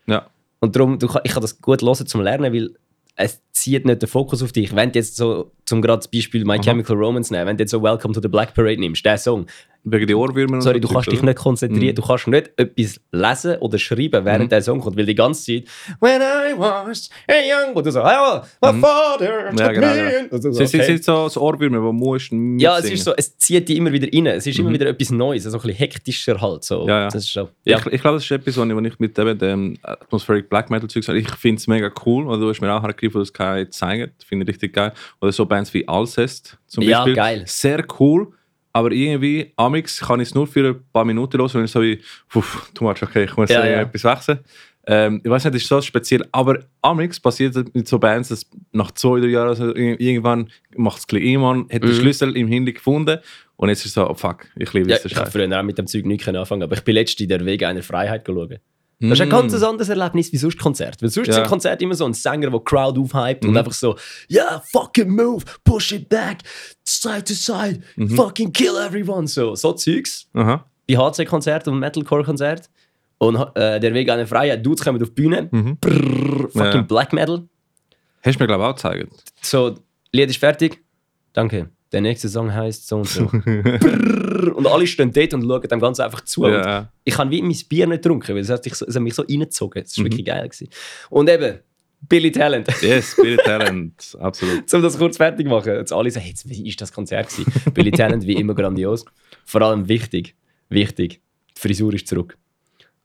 A: Ja.
B: Und darum, du, kann- ich kann das gut hören zum Lernen, weil es zieht nicht den Fokus auf dich. Wenn du jetzt so, zum gerade das Beispiel My Chemical Romance nehmen, wenn du jetzt so Welcome to the Black Parade nimmst, der Song,
A: Wegen den Ohrwürmern und
B: Sorry,
A: so
B: du kannst
A: Zeugs,
B: dich nicht konzentrieren, du kannst nicht etwas lesen oder schreiben,
A: Mhm.
B: während der Song kommt, weil die ganze Zeit When I was a young und du so, I was my father
A: Mhm. Ja,
B: took
A: genau,
B: me
A: genau.
B: in- und du
A: oder?
B: so,
A: Sie sind
B: okay.
A: jetzt so das Ohrwürmer, wo musst du
B: Ja, es
A: mitsingen.
B: ist so, es zieht dich immer wieder rein, es ist immer wieder etwas Neues, also ein bisschen hektischer halt so.
A: Mhm. Ja, ja.
B: Das ist so, ja.
A: Ich, ich glaube, das ist etwas, was ich, was ich mit eben dem Atmospheric Black Metal Zeug sage. Ich finde es mega cool. Also, du hast mir auch angegriffen, das kann zeigen. Finde ich richtig geil. Oder so Bands wie Alcest zum
B: Ja,
A: Beispiel.
B: geil.
A: Sehr cool. Aber irgendwie, Amix kann ich es nur für ein paar Minuten hören, wenn ich so wie, puff, too much, okay, ich muss
B: Ja,
A: ja,
B: ja.
A: etwas wechseln. Ähm, ich weiß nicht, das ist so speziell. Aber Amix passiert das mit so Bands, dass nach zwei, drei Jahren, also ir- irgendwann macht es jemand, hat
B: Mhm.
A: den Schlüssel im Handy gefunden und jetzt ist es so, oh fuck, ich liebe
B: Ja,
A: diesen
B: ich habe
A: Scheiß.
B: früher auch mit dem Zeug nichts können anfangen, aber ich bin letztens in der Wege einer Freiheit geschaut. Das ist ein ganz anderes Erlebnis wie sonst Konzert. Weil sonst
A: Mm. Ja. Mhm.
B: sind Konzerte immer so ein Sänger, der die Crowd aufhypt und einfach so, yeah, fucking move, push it back, side to side,
A: Mhm.
B: fucking kill everyone. So, so Zeugs
A: Aha.
B: bei HC-Konzerten und Metalcore-Konzerten. Und äh, der Weg einer Freiheit, Dudes kommen auf die Bühne, brrr, fucking
A: Mhm. Ja.
B: Black Metal.
A: Hast du mir, glaube ich, auch gezeigt.
B: So, Lied ist fertig, danke. Der nächste Song heißt so und so. brrr, und alle stehen dort und schauen dem Ganzen einfach zu. Und
A: Ja.
B: ich habe wie mein Bier nicht getrunken, weil es hat, mich so- es hat mich so reingezogen. Es war wirklich geil. Gewesen. Und eben, Billy Talent,
A: Yes, Spirit Talent, absolut.
B: um das kurz fertig zu machen. Jetzt alle sagen, jetzt, wie ist das Konzert gewesen? Billy Talent, wie immer grandios. Vor allem wichtig, wichtig, die Frisur ist zurück.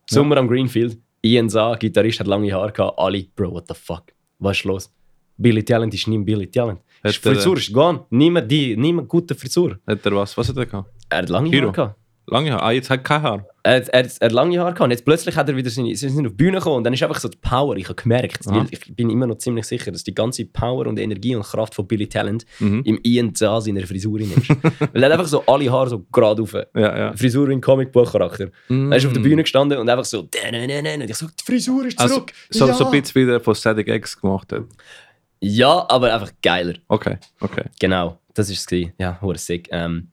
B: Sommer am Greenfield, Ian Sa, Gitarrist, hat lange Haare gehabt, alle, Bro, what the fuck, was ist los? Billy Talent ist nicht mehr Billy Talent. Die
A: Hat er-
B: Frisur ist gone, niemand die, niemand gute Frisur.
A: Hat er was? Was hat er gehabt?
B: Er hat lange
A: Hero.
B: Haare gehabt.
A: Lange Haare. Ah, jetzt hat er kein Haar.
B: Er, er, er hat lange Haare gehabt und jetzt plötzlich hat er wieder seine, sie sind auf die Bühne gekommen und dann ist einfach so die Power, ich habe gemerkt,
A: Aha.
B: weil ich bin immer noch ziemlich sicher, dass die ganze Power und Energie und Kraft von Billy Talent
A: Mhm.
B: im Ian Zah seiner Frisur drin ist. Weil er hat einfach so alle Haare so gerade auf.
A: Ja, ja.
B: Frisur wie ein Comicbuchcharakter.
A: Mm.
B: Er ist auf der Bühne gestanden und einfach so und ich so, die Frisur ist
A: Also,
B: zurück.
A: so,
B: ja.
A: so ein bisschen wie der von Static X gemacht hat.
B: ja, aber einfach geiler.
A: Okay, okay.
B: Genau, das war es. gewesen. Ja, hure sick. Ähm,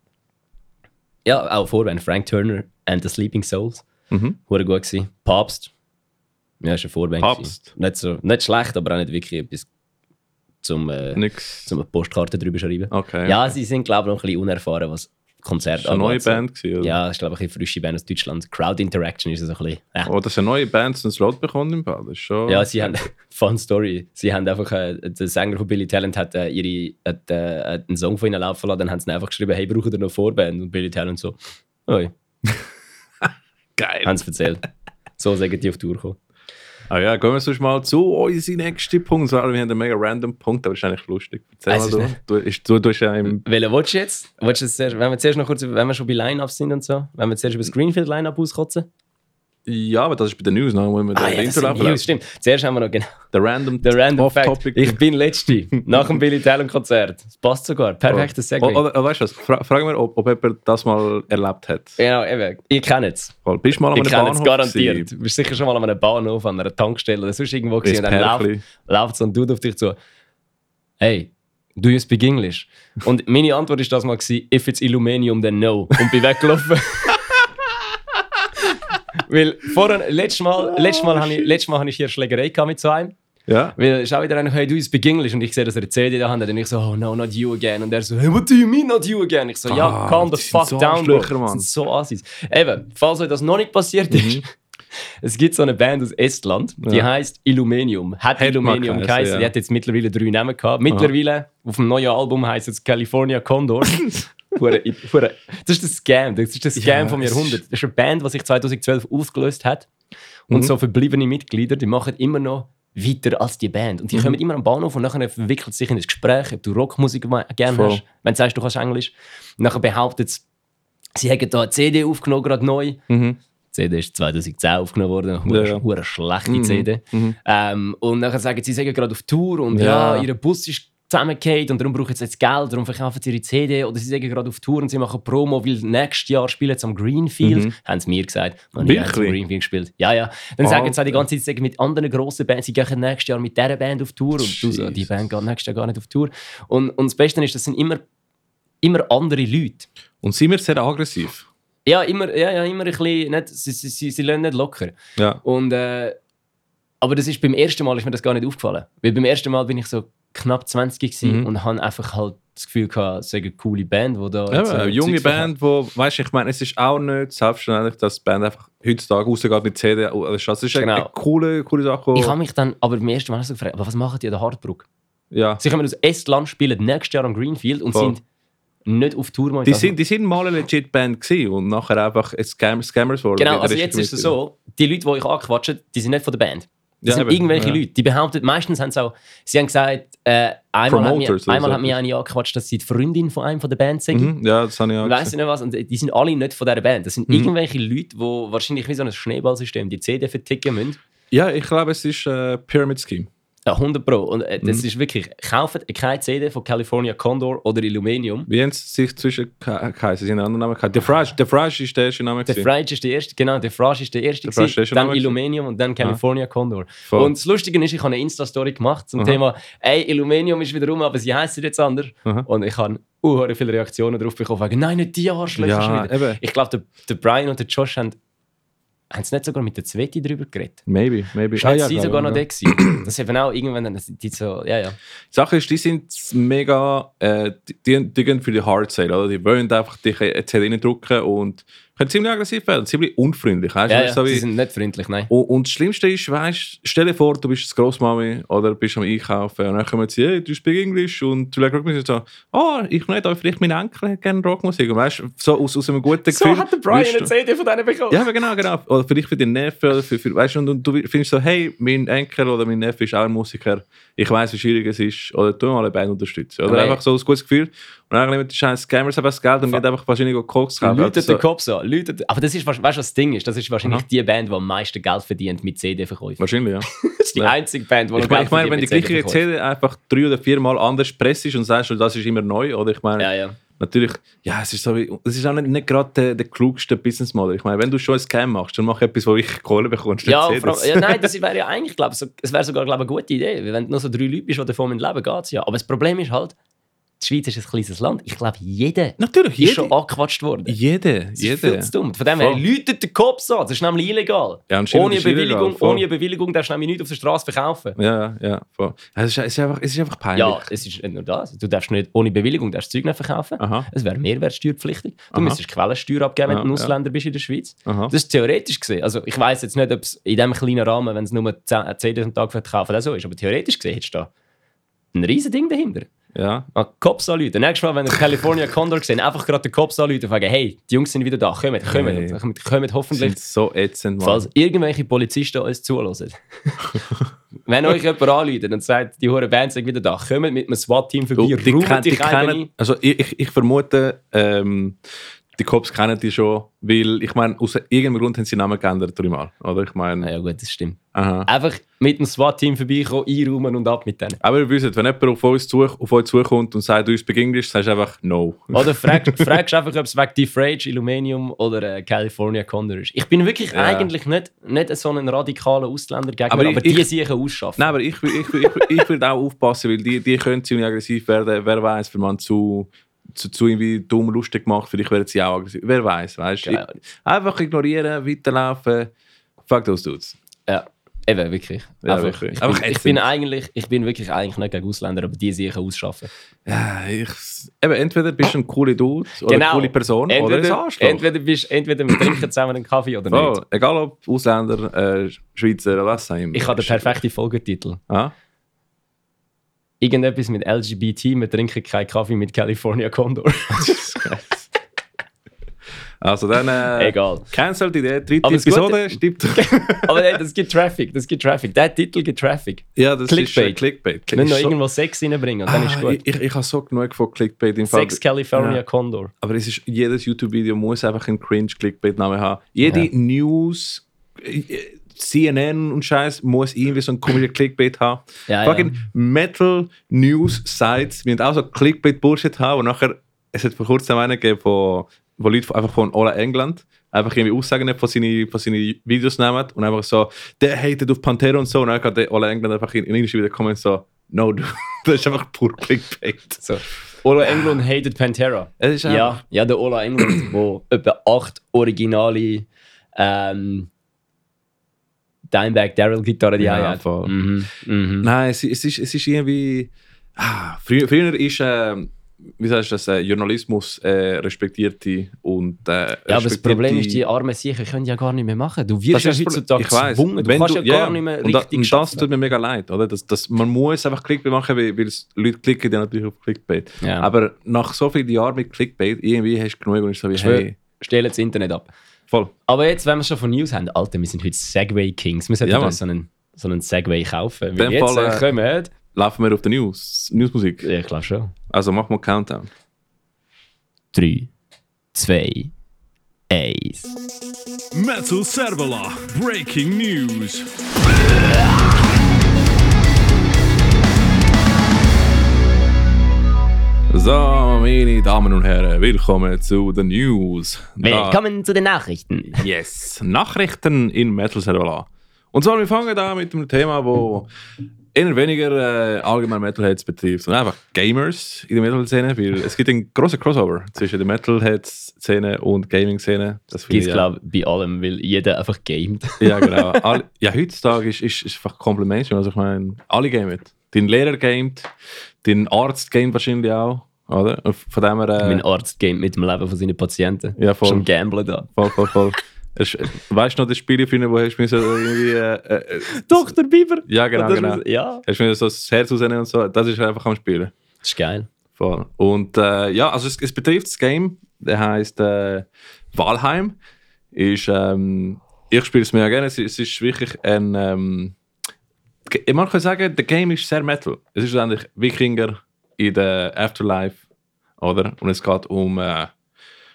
B: ja, auch vorwählen. Frank Turner and the Sleeping Souls.
A: Mhm.
B: Hure gut gewesen. Papst. Ja, ist ein Vorband.
A: Papst.
B: gewesen. Nicht, so, nicht schlecht, aber auch nicht wirklich etwas zum, äh,
A: Nix.
B: zum eine Postkarte drüber schreiben.
A: Ah, Okay.
B: Ja, sie sind, glaube ich, noch ein bisschen unerfahren, was Konzerte
A: das war eine neue
B: angeht. So.
A: Band. Gewesen, oder?
B: Ja, ich glaube, ein bisschen frische Band aus Deutschland. Crowd Interaction ist so ein bisschen. Äh.
A: Oh, dass eine neue Band so einen Slot bekommt im Fall. Das ist schon.
B: Ja, sie haben, fun story, sie haben einfach, äh, der Sänger von Billy Talent hat, äh, ihre, hat äh, hat einen Song von ihnen laufen lassen, dann haben sie ihnen einfach geschrieben, hey, brauchen ihr noch Vorband? Und Billy Talent so, oi,
A: geil.
B: haben sie erzählt. so sagen die auf die Tour gekommen.
A: Ah ja, gehen wir sonst mal zu unseren nächsten Punkt. Sorry, Wir haben einen mega random Punkt, aber das ist eigentlich lustig. Erzähl
B: Ah, Es
A: mal
B: ist
A: du.
B: nicht-
A: Du, ist, du, du hast ja im.
B: Welchen willst du jetzt? Willst du jetzt zuerst, wenn wir zuerst noch kurz, über- wenn wir schon bei Line-Ups sind und so, wenn wir zuerst über das Greenfield-Line-Up auskotzen?
A: Ja, aber das ist bei den News, ne? wo wir den
B: Ah, das
A: Intro
B: sind
A: laufen
B: News,
A: lassen.
B: stimmt. Zuerst haben wir noch genau
A: Der random,
B: den Random Fact.
A: Off-Topic.
B: Ich bin letzte nach dem Billy Talent-Konzert. Das passt sogar. Perfektes Segway.
A: Oh, oh, oh, weißt du was? Fra fragen wir, ob, ob jemand das mal erlebt hat.
B: Genau, eben. Ihr kennt es.
A: Voll. Bist du mal an
B: Ich
A: einem
B: kenne es
A: Bahnhof
B: garantiert.
A: gewesen?
B: Du bist sicher schon mal an einem Bahnhof, an einer Tankstelle oder sonst irgendwo gewesen. Und
A: Das
B: dann
A: Pärchli.
B: läuft, läuft so ein Dude auf dich zu. Hey, do you speak English? Und meine Antwort ist das mal gewesen, if it's Illuminium, then no. Und bin weggelaufen. Weil vorher, letztes Mal, letztes
A: Oh,
B: Mal, habe, ich, letztes mal habe ich hier Schlägerei gehabt mit so einem.
A: Ja.
B: Weil es ist auch wieder einer, hey, du you speak English? Und ich sehe, dass er eine CD da hat. Und ich so, oh no, not you again. Und er so, hey, what do you mean, not you again? Ich so, ja,
A: Ah,
B: calm the
A: die sind
B: fuck
A: so
B: down, bro.
A: Arschlöcher,
B: Das
A: Mann. Mhm.
B: sind so Assis. Eben, falls euch das noch nicht passiert ist, es gibt so eine Band aus Estland, die
A: Ja.
B: heißt Illuminium. Hat
A: Hätte mal
B: Illuminium
A: geheißen,
B: geheißen. Die
A: ja.
B: hat jetzt mittlerweile drei Namen gehabt. Mittlerweile, auf dem neuen Album heißt es California Condor. Hure- hure- das ist der Scam, das ist der Scam
A: Ja,
B: vom
A: es ist-
B: Jahrhundert. Das ist eine Band, die sich 2012 aufgelöst hat.
A: Mhm.
B: Und so verbliebene Mitglieder, die machen immer noch weiter als die Band.
A: Mhm.
B: Und die kommen immer am Bahnhof und nachher verwickelt sich in ein Gespräch, ob du Rockmusik ma- gerne
A: Voll.
B: hast, wenn du sagst, du kannst Englisch. Und nachher behauptet es, sie hätten da eine CD aufgenommen, gerade neu.
A: Mhm.
B: Die CD ist 2010 aufgenommen worden, eine
A: Ja, Mhm. ja.
B: hure schlechte CD. Ähm, und nachher sagen sie, sie sind gerade auf Tour und ja,
A: Ja.
B: ihr Bus ist zusammengefallen und darum brauchen sie jetzt Geld, darum verkaufen sie ihre CD oder sie sind gerade auf Tour und sie machen Promo, weil nächstes Jahr spielen sie am Greenfield, haben sie mir gesagt. Und ich habe am
A: Mhm. Wirklich?
B: Greenfield gespielt. Ja, ja. Dann sagen sie auch
A: Alter.
B: die ganze Zeit, sie sind mit anderen grossen Bands, sie gehen nächstes Jahr mit dieser Band auf Tour und du so, die
A: Jesus.
B: Band geht nächstes Jahr gar nicht auf Tour. Und, und das Beste ist, das sind immer, immer andere Leute.
A: Und sind wir sehr aggressiv.
B: Ja, immer, ja, ja, immer ein bisschen, nicht, sie, sie, sie, sie lassen nicht locker.
A: Ja.
B: Und, äh, aber das ist beim ersten Mal ist mir das gar nicht aufgefallen. Weil beim ersten Mal bin ich so, knapp 20 gewesen
A: Mhm.
B: und habe einfach halt das Gefühl gehabt, es sei eine coole Band, die da. jetzt,
A: Eben,
B: äh,
A: eine junge
B: Zeug verkauft.
A: Band, wo, weißt du, ich meine, es ist auch nicht selbstverständlich, dass die Band einfach heutzutage rausgeht mit CD oder also, Es ist eine
B: Genau.
A: coole, coole Sache. die-
B: Ich habe mich dann aber beim ersten Mal so gefragt, aber was machen die an der Hardbrook?
A: ja.
B: Sie kommen aus Estland, spielen nächstes Jahr am Greenfield und
A: Voll.
B: sind nicht auf Tour. momentan.
A: Die sind, die sind mal eine legit Band gewesen und nachher einfach Scam Scammers wurden.
B: Genau,
A: Der
B: also
A: Rest
B: jetzt ist es
A: mit-
B: so, die Leute, die ich anquatsche, die sind nicht von der Band. Das
A: Ja,
B: sind
A: eben,
B: irgendwelche
A: ja.
B: Leute. Die behaupten, meistens haben sie auch, sie haben gesagt, äh, einmal, hat mir,
A: Promoters oder
B: einmal
A: so
B: hat mir
A: etwas.
B: eine angequatscht, dass sie die Freundin von einem von der Band sei.
A: Mhm, ja, das habe ich auch
B: Ich weiss
A: gesehen.
B: nicht was, und die sind alle nicht von dieser Band. Das sind
A: Mhm.
B: irgendwelche Leute, die wahrscheinlich wie so ein Schneeballsystem die CD verticken müssen.
A: Ja, ich glaube, es ist äh, Pyramid Scheme.
B: Ja, 100 Pro. Und äh, das
A: Mhm.
B: ist wirklich, kauft keine CD von California Condor oder Illuminium.
A: Wie haben sie sich zwischen geheißen? Sie haben einen anderen Namen gehabt. The Frash, The Frash ist der erste Name.
B: Der
A: gewesen.
B: Frage ist der erste, genau, der Frage ist der erste,
A: Der Frage
B: gewesen,
A: ist schon
B: dann
A: einmal gewesen.
B: Illuminium und dann California Condor.
A: Voll.
B: Und das Lustige ist, ich habe eine Insta-Story gemacht zum
A: Aha.
B: Thema, ey, Illuminium ist wieder rum, aber sie heißen jetzt anders.
A: Aha.
B: Und ich habe unheuer viele Reaktionen darauf bekommen, wegen, nein, nicht die Arschlöcher schon
A: Ja,
B: wieder.
A: eben.
B: Ich glaube, der, der Brian und der Josh haben, haben es nicht sogar mit der Zweti darüber geredet.
A: Maybe, maybe.
B: Scheint
A: ja,
B: halt sie
A: glaube
B: sogar
A: ich,
B: noch
A: ja.
B: der gewesen. Das ist eben auch irgendwann dann, die so, ja, ja.
A: Die Sache ist, die sind mega, äh, die- die, die gehen für die Hard Sale, oder? Die wollen einfach dich jetzt reindrücken und können ziemlich aggressiv werden, ziemlich unfreundlich. Also, Weißt?
B: ja,
A: du?
B: ja.
A: So
B: sie
A: wie,
B: sind nicht freundlich, nein.
A: und, und das Schlimmste ist, weißt, stell dir vor, du bist das Grossmami oder bist am Einkaufen und dann kommen sie, hey, du speak Englisch und du legst Rockmusik und so, oh, ich möchte euch vielleicht mein Enkel hat gerne Rockmusik. Und weißt, so aus, aus einem guten Gefühl. wirst du-
B: CD von denen bekommen.
A: ja, aber genau, genau. Oder vielleicht für deinen Neffen oder für, für weißt du, und, und du findest so, hey, mein Enkel oder mein Neffe ist auch ein Musiker, ich weiß, wie schwierig es ist, oder tu mal eine Band unterstützen. Oder
B: Aber-
A: einfach so ein gutes Gefühl. Und dann nehmen die scheiß Scammers einfach das Geld und gehen einfach wahrscheinlich auch Koks kaufen.
B: Leute
A: Also so,
B: den Kopf so, Leute, aber das ist, wahrsch- weißt du, was das Ding ist? Das ist wahrscheinlich
A: Aha.
B: die Band, die am meisten Geld verdient mit CD-Verkäufen.
A: wahrscheinlich, ja.
B: Das ist die
A: Ja.
B: einzige Band, die noch
A: Ich meine,
B: Geld
A: ich meine wenn die
B: verdient mit
A: gleiche CD
B: CD-Verkäufen.
A: einfach drei oder vier Mal anders presst und sagst, das ist immer neu, oder? Ich meine,
B: Ja, ja.
A: natürlich, ja, es ist, so wie, es ist auch nicht, nicht gerade der, der klugste Business Model. Ich meine, wenn du schon ein Scam machst, dann mach etwas, wo ich Kohle bekommst.
B: Ja,
A: Erzähl
B: vor
A: das.
B: allem- ja, nein, das wäre ja eigentlich, glaube ich, so, es wäre sogar glaub, ich, eine gute Idee. Weil Wenn du nur so drei Leute bist, die davon leben, müssen, geht es ja. Aber das Problem ist halt, die Schweiz ist ein kleines Land. Ich glaube, jeder
A: Natürlich,
B: ist
A: jeder.
B: schon angequatscht worden.
A: Jeder,
B: Das ist viel
A: jeder.
B: zu dumm. Von dem her,
A: Voll.
B: läutet den Kopf an. Das ist nämlich illegal.
A: Ja,
B: ohne,
A: anscheinend
B: eine
A: ist es illegal,
B: Bewilligung,
A: voll.
B: ohne eine Bewilligung darfst du nämlich nichts auf der Straße verkaufen.
A: Ja, ja, ja. Voll. Ja, Es, ist, es, ist einfach, es ist einfach peinlich.
B: Ja, es ist nicht nur das. Du darfst nicht ohne Bewilligung darfst du Zeug nicht verkaufen.
A: Aha,
B: Es wäre mehrwertsteuerpflichtig. Du
A: Aha.
B: müsstest Quellensteuer abgeben, wenn
A: Ja,
B: du ein
A: ja.
B: Ausländer bist in der Schweiz.
A: aha.
B: Das ist theoretisch gesehen. Also ich weiß jetzt nicht, ob es in diesem kleinen Rahmen, wenn es nur 10 CDs am Tag verkaufen, das so ist. Aber theoretisch gesehen hättest du da ein riesen Ding dahinter.
A: Ja.
B: Ah, Cops anrufen. Nächstes Mal, wenn ihr California Condor gesehen, einfach gerade den Cops anrufen und fragen, hey, die Jungs sind wieder da, kommt, kommt,
A: Hey.
B: und kommt, kommt
A: Sie
B: hoffentlich.
A: sind so ätzend, Mann.
B: Falls irgendwelche Polizisten uns zuhören. wenn euch jemand anruft und sagt, die hure Band sind wieder da, kommt mit einem SWAT-Team vorbei,
A: Du, Oh, die,
B: raubt
A: ken- die
B: euch eine ein.
A: kennen, also ich, ich, ich vermute, ähm, die Cops kennen die schon, weil, ich meine, aus irgendeinem Grund haben sie den Namen geändert dreimal, oder? Ich
B: Ah
A: meine,
B: Ja gut, das stimmt.
A: aha.
B: Einfach mit dem SWAT-Team vorbeikommen, einräumen und ab mit denen.
A: Aber ihr wisst, wenn jemand auf, uns zu, auf euch zukommt und sagt, du bist Englisch, sagst du einfach «No».
B: Oder frag, fragst einfach, ob es wegen Defrage, Illuminium oder äh, California Condor ist. Ich bin wirklich
A: Ja.
B: eigentlich nicht, nicht so ein radikaler Ausländer-Gegner, aber,
A: Aber ich-
B: die
A: ich-
B: sehe ich ausschaffen.
A: Nein, aber ich, will- ich, will- ich, will- ich würde auch aufpassen, weil die, die können ziemlich aggressiv werden. Wer weiß, wenn man zu, zu, zu irgendwie dumm lustig macht, vielleicht werden sie auch aggressiv. Wer weiß, weißt du?
B: Geil.
A: Einfach ignorieren, weiterlaufen. Fuck those dudes.
B: Ja, eben, wirklich.
A: Ja,
B: einfach,
A: wirklich.
B: Ich,
A: Einfach
B: bin, ich,
A: ätzend.
B: bin eigentlich, ich bin wirklich eigentlich nicht gegen Ausländer, aber die sehe ich ausschaffen.
A: Ja, ich, eben, entweder bist du ein cooler Dude oder
B: Genau.
A: eine coole Person oder ein
B: Entweder,
A: Arschloch.
B: entweder, bist, entweder wir trinken zusammen einen Kaffee oder
A: Voll.
B: nicht.
A: egal ob Ausländer, äh, Schweizer oder was auch immer.
B: Ich habe den perfekten Folgetitel.
A: Ah?
B: Irgendetwas mit LGBT, wir trinken keinen Kaffee mit California Condor.
A: Also dann, äh,
B: Egal.
A: cancel die Idee, dritte
B: Aber das Gute-
A: Episode, stimmt.
B: Aber ey, das gibt Traffic, das gibt Traffic. Der Titel gibt Traffic.
A: ja, das ist äh,
B: Clickbait.
A: Clickbait.
B: Nicht noch
A: Ist so-
B: irgendwo Sex reinbringen und dann ist
A: Ah,
B: gut.
A: Ich, ich, ich habe so genug von Clickbait im Fall.
B: Sex California
A: Ja.
B: Condor.
A: Aber es ist, jedes YouTube-Video muss einfach einen cringe Clickbait-Namen haben. Jede
B: Ja.
A: News, äh, CNN und Scheiß muss irgendwie so einen komischen Clickbait haben.
B: Ja,
A: Fucking Metal News Sites, wir haben auch so Clickbait-Bullshit haben und nachher, es hat vor kurzem einen gegeben, von, wo Leute von- einfach von All England einfach irgendwie Aussagen von seinen von seine Videos nehmen und einfach so, der hatet auf Pantera und so und dann hat der All England einfach in, in Englisch wieder kommen und so, no, du, das ist einfach pur Clickbait.
B: So. Ola Englund hated Pantera.
A: Es ist einfach-
B: Ja, ja der Ola Englund, wo etwa acht originale ähm, Dimebag Daryl Gitarren die
A: Ja,
B: ja, hat.
A: voll.
B: Mhm, mhm.
A: Nein, es, es, ist, es ist irgendwie. Ah, früher, früher ist, äh, wie sagst du das, äh, Journalismus äh, respektierte und äh,
B: Ja, aber das
A: respektierte-
B: Problem ist, die armen Sicher können ja gar nicht mehr machen. Du wirst ja
A: ist das
B: heutzutage
A: Problem. Ich weiss.
B: gezwungen, du
A: Wenn
B: kannst ja
A: ja,
B: gar nicht mehr
A: und da-
B: richtig
A: Und das
B: schaffen.
A: tut mir mega leid, oder? Das, das, man muss einfach Clickbait machen, weil, weil es Leute klicken ja natürlich auf Clickbait.
B: Ja.
A: Aber nach so vielen Jahren mit Clickbait, irgendwie hast du genug und ist so wie,
B: schwöre.
A: hey,
B: Stell das Internet ab.
A: voll.
B: Aber jetzt, wenn wir schon von News haben, Alter, wir sind heute Segway Kings. Wir sollten
A: Ja, Mann.
B: uns so einen, so einen Segway kaufen. Weil
A: Dem
B: jetzt
A: Fall,
B: äh,
A: äh,
B: kommen...
A: Laufen wir auf die News, Newsmusik.
B: Ja, klar schon.
A: Also mach mal Countdown.
B: 3, 2, 1.
C: Metal Cervela, breaking news.
A: So, meine Damen und Herren, willkommen zu den News. Da-
B: Willkommen zu den Nachrichten.
A: Yes, Nachrichten in Metal Servola. Und zwar, wir fangen da mit einem Thema, wo eher weniger äh, allgemein Metalheads betrifft, sondern einfach Gamers in der Metal-Szene, weil es gibt einen großen Crossover zwischen der Metalheads-Szene und Gaming-Szene. Das finde ich
B: Gibt
A: äh,
B: es,
A: ja-
B: glaube ich, bei allem, weil jeder einfach gamet.
A: Ja, genau. Alle, ja, heutzutage ist, ist, ist einfach Komplementär. Also ich meine, alle gamen. Dein Lehrer gamet, dein Arzt gamet wahrscheinlich auch, oder? Und Von dem her... Äh,
B: mein Arzt gamet mit dem Leben von seinen Patienten.
A: Ja, voll.
B: Schon gamblen da.
A: voll, voll, voll. Es- Weißt du noch die Spiele, finden, wo hast du müssen irgendwie... Äh, äh,
B: Dr. Bieber!
A: ja, genau,
B: Das-
A: genau.
B: Ja.
A: Hast du mir so das Herz rausnehmen und so, das ist einfach am Spielen.
B: Das ist geil.
A: Voll. Und äh, ja, also es, es betrifft das Game, der heißt äh, Valheim. Ist, ähm, ich spiele es mega gerne, es, ist- es ist wirklich ein. Ähm, ge- man kann sagen, der Game ist sehr Metal. Es ist eigentlich Wikinger in der Afterlife, oder? Und es geht um. Äh,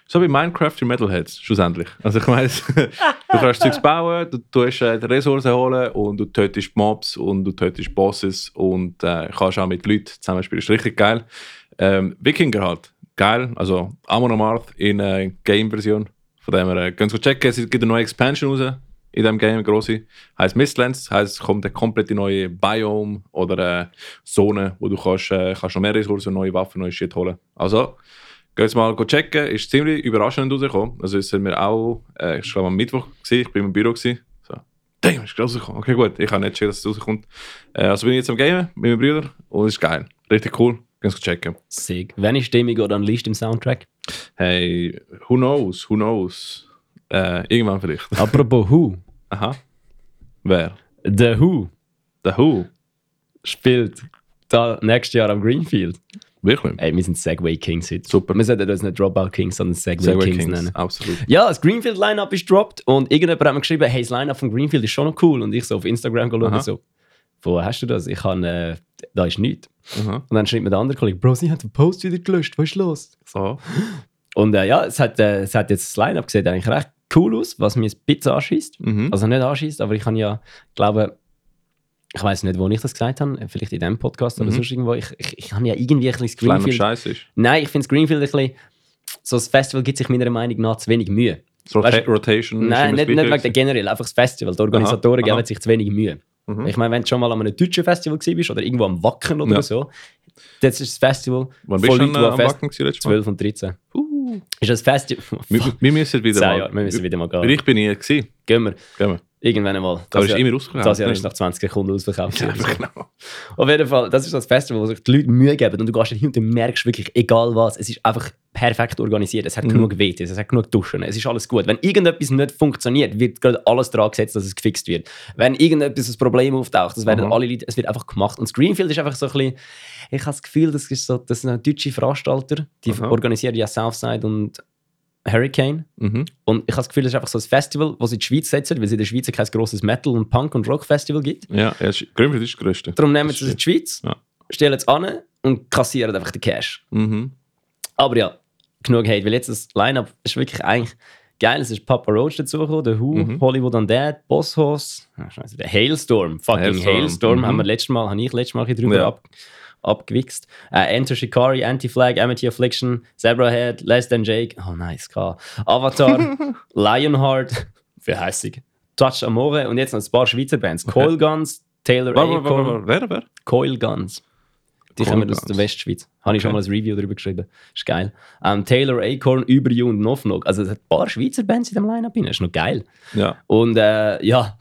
A: so wie Minecraft in Metalheads, schlussendlich. Also ich weiß, du kannst Zeugs bauen, du tust äh, die Ressourcen holen und du tötest Mobs und du tötest Bosses und äh, kannst auch mit Leuten zusammenspielen. Ist richtig geil. Ähm, Wikinger halt. Geil. Also Amon Amarth in äh, Game-Version. Von dem her, äh, könnt ihr checken. Es gibt eine neue Expansion raus in dem Game, eine grosse. Heißt Mistlands. Heißt, es kommt eine komplette neue Biome oder äh, Zone, wo du kannst, äh, kannst noch mehr Ressourcen, neue Waffen, neue Shit holen. Also, Geht's mal go checken, ist ziemlich überraschend rausgekommen. Also, es sind wir auch, äh, ich glaube am Mittwoch, gewesen, ich bin im Büro. Gewesen. So, damn, ist gerade rausgekommen. Okay, gut, ich habe nicht checken, dass es rauskommt. Äh, also, bin ich jetzt am Gamen mit meinen Brüdern und es ist geil. Richtig cool, ganz checken.
B: Sick. Wenn ich stimmig oder an List im Soundtrack?
A: Hey, who knows, who knows? Äh, irgendwann vielleicht.
B: Apropos Who.
A: Aha. Wer?
B: The Who
A: Der Who?
B: spielt da nächstes Jahr am Greenfield.
A: Wirklich?
B: Ey, wir sind Segway Kings heute.
A: Super.
B: Wir sollten uns nicht Dropout Kings, sondern Segway,
A: Segway
B: Kings,
A: Kings,
B: nennen.
A: absolut.
B: Ja, das Greenfield-Line-Up ist dropped und irgendjemand hat mir geschrieben, hey, das Line-Up von Greenfield ist schon noch cool. Und ich so auf Instagram geschaut
A: Aha.
B: und so, woher hast du das? Ich habe, äh, da ist nichts.
A: Aha.
B: Und dann schrieb mir der andere Kollege, Bro, sie hat den Post wieder gelöscht, was ist los?
A: So.
B: Und äh, ja, es hat, äh, es hat jetzt das Line-Up gesehen, eigentlich recht cool aus, was mir ein bisschen anschießt.
A: Mhm.
B: Also nicht anschießt, aber ich kann ja, glaube ich weiß nicht, wo ich das gesagt habe, vielleicht in diesem Podcast oder
A: Mhm.
B: sonst irgendwo. Ich, ich, ich habe ja irgendwie ein bisschen das
A: Kleiner
B: Greenfield.
A: Scheiß ist.
B: Nein, ich finde das Greenfield ein bisschen. So, das Festival gibt sich meiner Meinung nach zu wenig Mühe.
A: Das Rota
B: Weißt du-
A: Rotation. ist Mhm,
B: Nein,
A: immer
B: nicht,
A: das
B: nicht
A: Wichtigste.
B: wegen der generell, einfach das Festival. Die Organisatoren
A: Aha, aha.
B: geben sich zu wenig Mühe.
A: Mhm.
B: Ich meine, wenn du schon mal an einem deutschen Festival warst oder irgendwo am Wacken oder
A: Ja.
B: so, das ist das Festival
A: Wann bist du
B: voll
A: denn äh,
B: Leuten, die
A: am
B: Fest-
A: Wacken gewesen letztes Mal?
B: 12 und 13. Ist das Festival.
A: Wir, wir müssen wieder
B: Zehn
A: mal.
B: Jahre, wir müssen wieder mal gehen.
A: Weil Ich bin nie gewesen.
B: Gehen wir
A: Gehen wir.
B: irgendwann einmal.
A: Aber es ist
B: Jahr,
A: immer ausgegangen.
B: das Jahr ist nach 20 Sekunden ausverkauft.
A: Genau.
B: Auf jeden Fall, das ist das Festival, wo sich die Leute Mühe geben und du gehst hin und du merkst wirklich, egal was, es ist einfach perfekt organisiert. Es hat genug WTs, es hat genug Duschen, es ist alles gut. Wenn irgendetwas nicht funktioniert, wird gerade alles dran gesetzt, dass es gefixt wird. Wenn irgendetwas ein Problem auftaucht, das werden
A: Aha.
B: alle Leute, es wird einfach gemacht. Und das Greenfield ist einfach so ein bisschen, ich habe das Gefühl, das, ist so, das sind deutsche Veranstalter, die
A: Aha.
B: organisieren ja Southside und Hurricane.
A: Mhm.
B: Und ich habe das Gefühl, das ist einfach so ein Festival, das sie in die Schweiz setzen, weil es in der Schweiz ja kein grosses Metal- und Punk- und Rock-Festival gibt.
A: Ja, er ist, Grünfeld ist das Größte.
B: Darum nehmen
A: Das
B: sie es in die Schweiz,
A: Ja.
B: stellen es an und kassieren einfach den Cash.
A: Mhm.
B: Aber ja, genug Hate, weil jetzt das Line-Up ist wirklich eigentlich geil. Es ist Papa Roach dazugekommen, der Who,
A: Mhm.
B: Hollywood Undead, Boss Hoss, ah, Scheiße, der Hailstorm, fucking Hailstorm,
A: Hailstorm, mhm.
B: haben wir letztes Mal, habe ich letztes Mal ein bisschen drüber
A: Ja.
B: ab, abgewichst. Äh, Enter Shikari, Anti-Flag, Amity Affliction, Zebrahead, Less Than Jake, oh nice, K. Avatar, Lionheart, für hässig, Touch Amore und jetzt noch ein paar Schweizer Bands. Coil Guns, Taylor
A: Warte, warte,
B: Acorn.
A: warte, warte. Wer, wer?
B: Coil Guns. Die
A: Coil
B: kommen aus
A: Guns.
B: der Westschweiz. Habe ich schon
A: Okay.
B: mal ein Review darüber geschrieben. Ist geil. Ähm, Taylor Acorn, Über You und Nofnog. Also es hat ein paar Schweizer Bands in dem Line-Up. drin. Ist noch geil.
A: Ja.
B: Und äh, ja,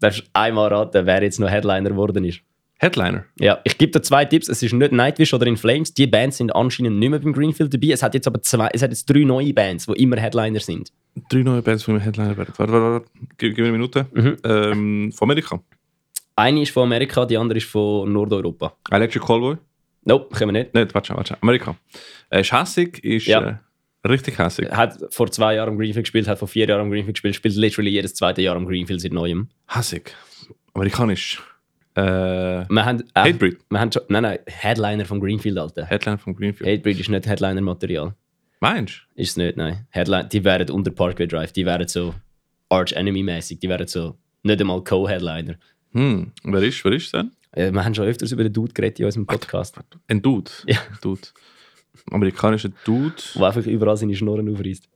B: darfst einmal raten, wer jetzt noch Headliner geworden ist.
A: Headliner.
B: Ja, ich gebe dir zwei Tipps. Es ist nicht Nightwish oder In Flames. Die Bands sind anscheinend nicht mehr beim Greenfield dabei. Es hat jetzt aber zwei, es hat jetzt drei neue Bands, die immer Headliner sind.
A: Drei neue Bands von mir Headliner werden. Warte, warte, warte. Gib, gib mir eine Minute.
B: Mhm.
A: Ähm, von Amerika.
B: Eine ist von Amerika, die andere ist von Nordeuropa.
A: Electric Callboy.
B: Nope, können wir nicht.
A: Nein, warte, schon, warte. schon. Amerika. Äh, ist hässig, ist
B: Ja.
A: äh, richtig hässig.
B: Hat vor zwei Jahren am Greenfield gespielt, hat vor vier Jahren am Greenfield gespielt, spielt literally jedes zweite Jahr am Greenfield seit neuem.
A: Hässig. Amerikanisch. Äh,
B: Wir haben, äh,
A: Hatebreed.
B: Wir haben schon, nein, nein, Headliner vom Greenfield, Alter.
A: Headliner von Greenfield.
B: Hatebreed ist nicht Headliner-Material.
A: Meinst
B: Ist es nicht, nein. Headline, die wären unter Parkway Drive, die wären so Arch-Enemy-mäßig, die wären so nicht einmal Co-Headliner.
A: du? Hm. Wer ist, wer ist denn?
B: Äh, wir haben schon öfters über den Dude geredet in unserem Podcast,
A: Ein Dude.
B: Ja.
A: Ein Dude. Amerikanischer Dude.
B: der einfach überall seine Schnorren aufreißt.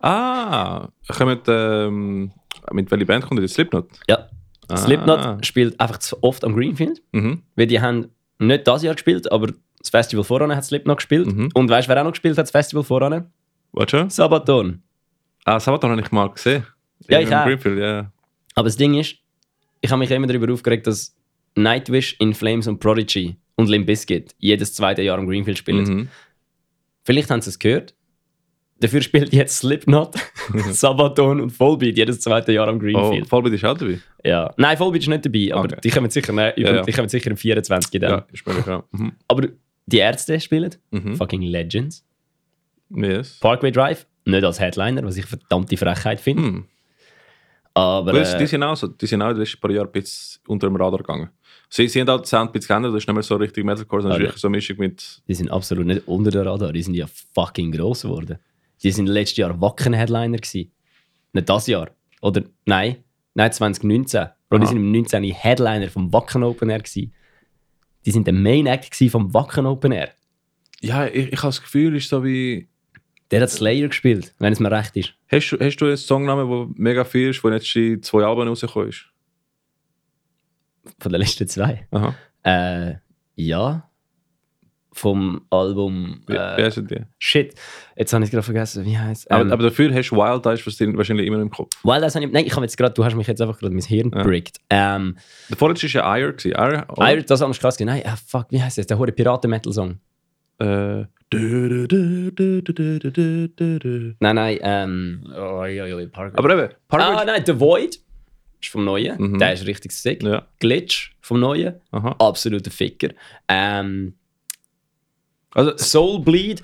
A: Ah, kommt, ähm, mit welcher Band kommt ihr? Slipknot?
B: Ja.
A: Ah.
B: Slipknot spielt einfach zu oft am Greenfield,
A: Mhm.
B: weil die haben nicht das Jahr gespielt, aber das Festival voran hat Slipknot gespielt.
A: Mhm.
B: Und weißt du, wer auch noch gespielt hat, das Festival voran?
A: Warte schon.
B: Sabaton.
A: Ah, Sabaton habe ich mal gesehen.
B: Ja,
A: Im
B: ich auch.
A: Greenfield, ja.
B: Aber das Ding ist, ich habe mich immer darüber aufgeregt, dass Nightwish, In Flames und Prodigy und Limp Bizkit jedes zweite Jahr am Greenfield spielen.
A: Mhm.
B: Vielleicht haben sie es gehört. Dafür spielt jetzt Slipknot, Sabaton und Volbeat jedes zweite Jahr am
A: Oh,
B: Greenfield.
A: Fallbeat ist auch dabei.
B: Ja. Nein, Volbeat ist nicht dabei, aber
A: Okay.
B: die kommen sicher, ne, über,
A: Ja, ja.
B: Die kommen sicher im 24 dann.
A: Ja, ist mir klar. Mhm.
B: Aber die Ärzte spielen,
A: Mhm.
B: fucking Legends.
A: Yes.
B: Parkway Drive, nicht als Headliner, was ich verdammte Frechheit finde.
A: Hm.
B: Aber
A: Das, die
B: äh,
A: sind auch so, die sind auch in den letzten paar Jahren ein bisschen unter dem Radar gegangen. Sie, sie haben auch den Sound ein bisschen geändert, das ist nicht mehr so richtig Metalcore, sondern
B: Ah, ja.
A: wirklich so eine Mischung mit...
B: die sind absolut nicht unter der Radar, die sind ja fucking gross geworden. Die sind letztes Jahr Wacken-Headliner gewesen. Nicht das Jahr. Oder nein, nein, 2019. Bro, die
A: Aha.
B: sind im 19. Headliner vom Wacken Open Air gewesen. Die sind der Main Act gewesen vom Wacken Open Air.
A: Ja, ich, ich habe das Gefühl, ist so wie...
B: Der hat Slayer gespielt, wenn es mir recht ist.
A: Hast, du- hast du einen Songnamen, der mega viel ist, wo jetzt die zwei Alben rausgekommen ist?
B: Von den letzten zwei.
A: Aha.
B: Äh, ja. Vom Album.
A: Wie,
B: Äh, ähm,
A: wie heissen die?
B: Shit. Jetzt habe ich es gerade vergessen. Wie heißt es?
A: Aber, aber dafür hast du Wild Eyes wahrscheinlich immer im Kopf.
B: Weil das habe ich. Nein, ich habe jetzt gerade. Du hast mich jetzt einfach gerade mein Hirn
A: Ja.
B: gebrickt. Ähm,
A: Der vorletzte war ja Ire. gewesen. Ire,
B: oh.
A: oder?
B: Iron, das haben wir krass gesehen. Nein, ah, fuck, wie heißt das? Der hohe Piraten-Metal-Song.
A: Äh, du, du, du, du, du, du, du, du, du.
B: Nein, nein, ähm. Oh, ja, ja, Parkway.
A: Aber eben,
B: ah,
A: Parkway.
B: nein, The Void ist vom Neuen.
A: Mhm.
B: Der ist richtig sick.
A: ja,
B: Glitch vom Neuen.
A: aha.
B: Absoluter Ficker. Ähm,
A: Also,
B: Soul Bleed.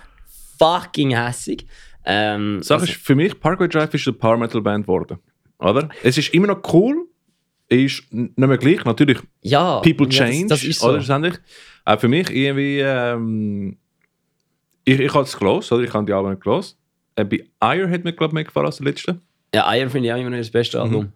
B: Fucking hässig. Ähm,
A: Sache ist, für mich, Parkway Drive ist eine Power Metal Band geworden. Oder? Es ist immer noch cool, ist n- nicht mehr gleich. Natürlich,
B: ja,
A: People
B: Ah, ja, das-
A: change. Oh,
B: Das, ist so.
A: Oder schlussendlich. Aber für mich irgendwie, ähm, ich, ich habe es gelost, oder? Ich habe die Alben nicht gelost. Äh, bei Ire hat mir, glaube ich, mehr gefallen als der letzte.
B: Ja, Iron finde ich auch immer noch das beste Album.
A: Mhm.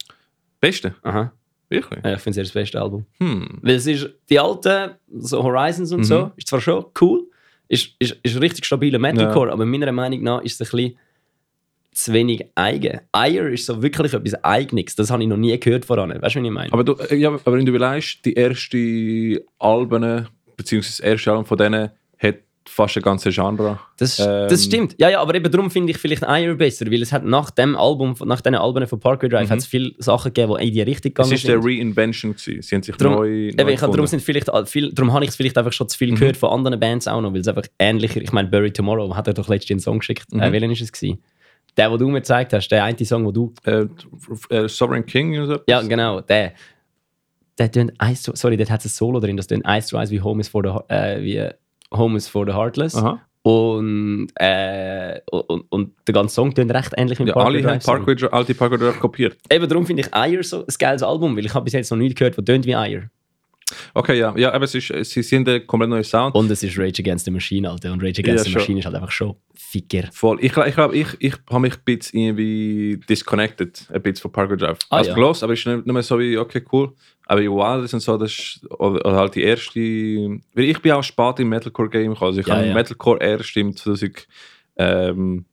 A: Beste,
B: Aha.
A: wirklich.
B: Ja, ich finde es das beste Album.
A: Hm.
B: Weil es ist, die alten, so Horizons und
A: Mhm.
B: so, ist zwar schon cool, ist, ist, ist richtig stabiler Metalcore, aber meiner Meinung nach ist es ein bisschen zu wenig eigen. Ire ist so wirklich etwas Eigenes, das habe ich noch nie gehört voran. Weißt du, was ich meine?
A: Aber, du, äh, ja, aber wenn du überlegst, die ersten Alben, beziehungsweise das erste Album von denen, hat fast ein ganzes Genre.
B: das,
A: ähm,
B: das stimmt. Ja, ja, aber eben darum finde ich vielleicht Ire besser, weil es hat nach dem Album, von- nach diesen Alben von Parkway Drive, hat es viele Sachen gegeben, die in die Richtung
A: Mhm. Es
B: gegangen
A: ist der
B: sind.
A: Reinvention. gewesen. Sie haben sich
B: Drum-
A: neu, neu
B: Eben, ich habe,
A: gefunden. Mhm.
B: darum sind vielleicht, all- viel, darum habe ich es vielleicht einfach schon zu viel gehört von anderen Bands auch noch, weil es einfach ähnlicher Ich meine, Bury Tomorrow hat er doch letztens einen Song geschickt.
A: Mhm.
B: Äh, welchen ist es gewesen? Der, den du mir gezeigt hast, der eine Song, den du.
A: äh, äh, Sovereign King oder so.
B: Ja, genau, der. Der tönt eins zu, sorry, dort hat es ein Solo drin, das tönt eins zu eins wie Home is for the, Heart- äh, wie äh, Home is for the Heartless.
A: Aha.
B: Und, äh, und, und der ganze Song tönt recht ähnlich mit
A: Ja, alle haben
B: Song.
A: Parkway, Drive- alte Parkway Drive kopiert.
B: Eben darum finde ich Ire so ein geiles Album, weil ich habe bis jetzt noch nichts gehört, das tönt wie Ire.
A: Okay, ja, ja aber es ist, äh, sie sind ein komplett neuer Sound.
B: Und es ist Rage Against the Machine, Alter. Und Rage
A: Ja,
B: Against the
A: schon.
B: Machine ist halt einfach schon Ficker.
A: Voll. Ich glaube, ich, glaub, ich, ich habe mich ein bisschen irgendwie disconnected, ein bisschen von Parkway Drive.
B: Ah,
A: also
B: ja.
A: gelost, aber es ist nicht, nicht mehr so wie, okay, cool. Aber wow, das sind so, das ist, oder, oder halt die erste, weil ich bin auch spät im Metalcore-Game gekommen. Also ich
B: Ja,
A: habe
B: ja.
A: Metalcore erst im 2012 ähm,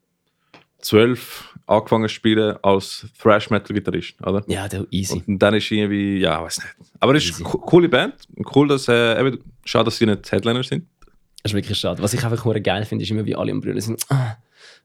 A: 12 angefangen zu spielen als Thrash-Metal-Gitarrist, oder?
B: Ja, der easy.
A: Und dann ist irgendwie, ja, weiß nicht. Aber es ist
B: Easy.
A: eine co- coole Band. Cool, dass, äh, eben, schade, dass sie nicht Headliner sind.
B: Das ist wirklich schade. Was ich einfach nur geil finde, ist immer, wie alle am Brüllen sind. Ah,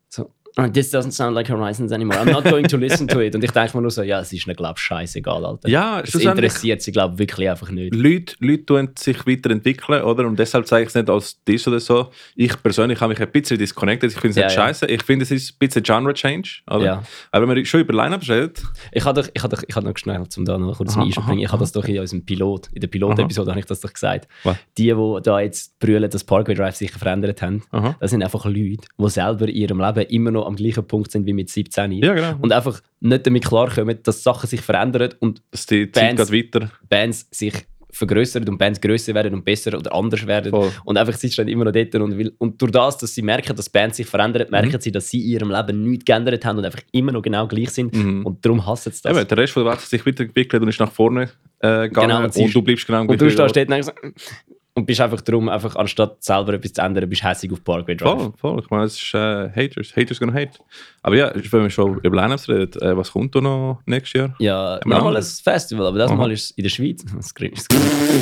B: so, Und this doesn't sound like Horizons anymore. I'm not going to listen to it. Und ich denke mir nur so, ja, es ist ihnen, glaube ich, scheißegal, Alter.
A: Ja,
B: es
A: schlussendlich-
B: interessiert sie, glaube ich, wirklich einfach nicht.
A: Leute, Leute tun sich weiterentwickeln, oder? Und deshalb zeige ich es nicht als dies oder so. Ich persönlich habe mich ein bisschen disconnected. Ich finde es
B: Ja,
A: nicht
B: ja.
A: scheiße. Ich finde, es ist ein bisschen Genre-Change. oder?
B: Ja.
A: Aber wenn man schon über Line-Ups redet,
B: Ich habe doch, ich habe doch, ich habe noch schnell zum da noch kurz
A: Aha,
B: einspringen.
A: aha,
B: Ich habe das doch in unserem Pilot, in der Pilot-Episode habe ich das doch gesagt.
A: Was?
B: Die, die da jetzt brüllen, dass Parkway Drive sich verändert haben,
A: Aha.
B: das sind einfach Leute, die selber in ihrem Leben immer noch am gleichen Punkt sind wie mit 17.
A: Ja, genau.
B: Und einfach nicht damit klarkommen, dass Sachen sich verändern und
A: dass die Zeit
B: Bands-
A: geht weiter.
B: Bands sich vergrößern und Bands größer werden und besser oder anders werden.
A: Voll.
B: Und einfach sitzt dann immer noch dort und will. Und durch das, dass sie merken, dass Bands sich verändern,
A: Mhm.
B: merken sie, dass sie in ihrem Leben nichts geändert haben und einfach immer noch genau gleich sind.
A: Mhm.
B: Und darum hassen sie das.
A: Eben, der Rest von der Welt hat sich weiterentwickelt und ist nach vorne äh, gegangen.
B: Genau, und
A: und,
B: sie ist-
A: du bleibst genau am
B: und du
A: gleichen
B: stehst
A: Ort.
B: dort und denkst, und bist einfach darum, einfach anstatt selber etwas zu ändern, bist hässig auf Parkway Drive.
A: Voll, voll. Ich meine, es ist äh, Haters. Haters gonna hate. Aber ja, wenn wir schon über Line-Ups reden, äh, was kommt da noch nächstes Jahr?
B: Ja,
A: wir
B: nochmal
A: haben-
B: ein Festival, aber das
A: Aha.
B: Mal ist es in der Schweiz. Das Grinch- das Grinch-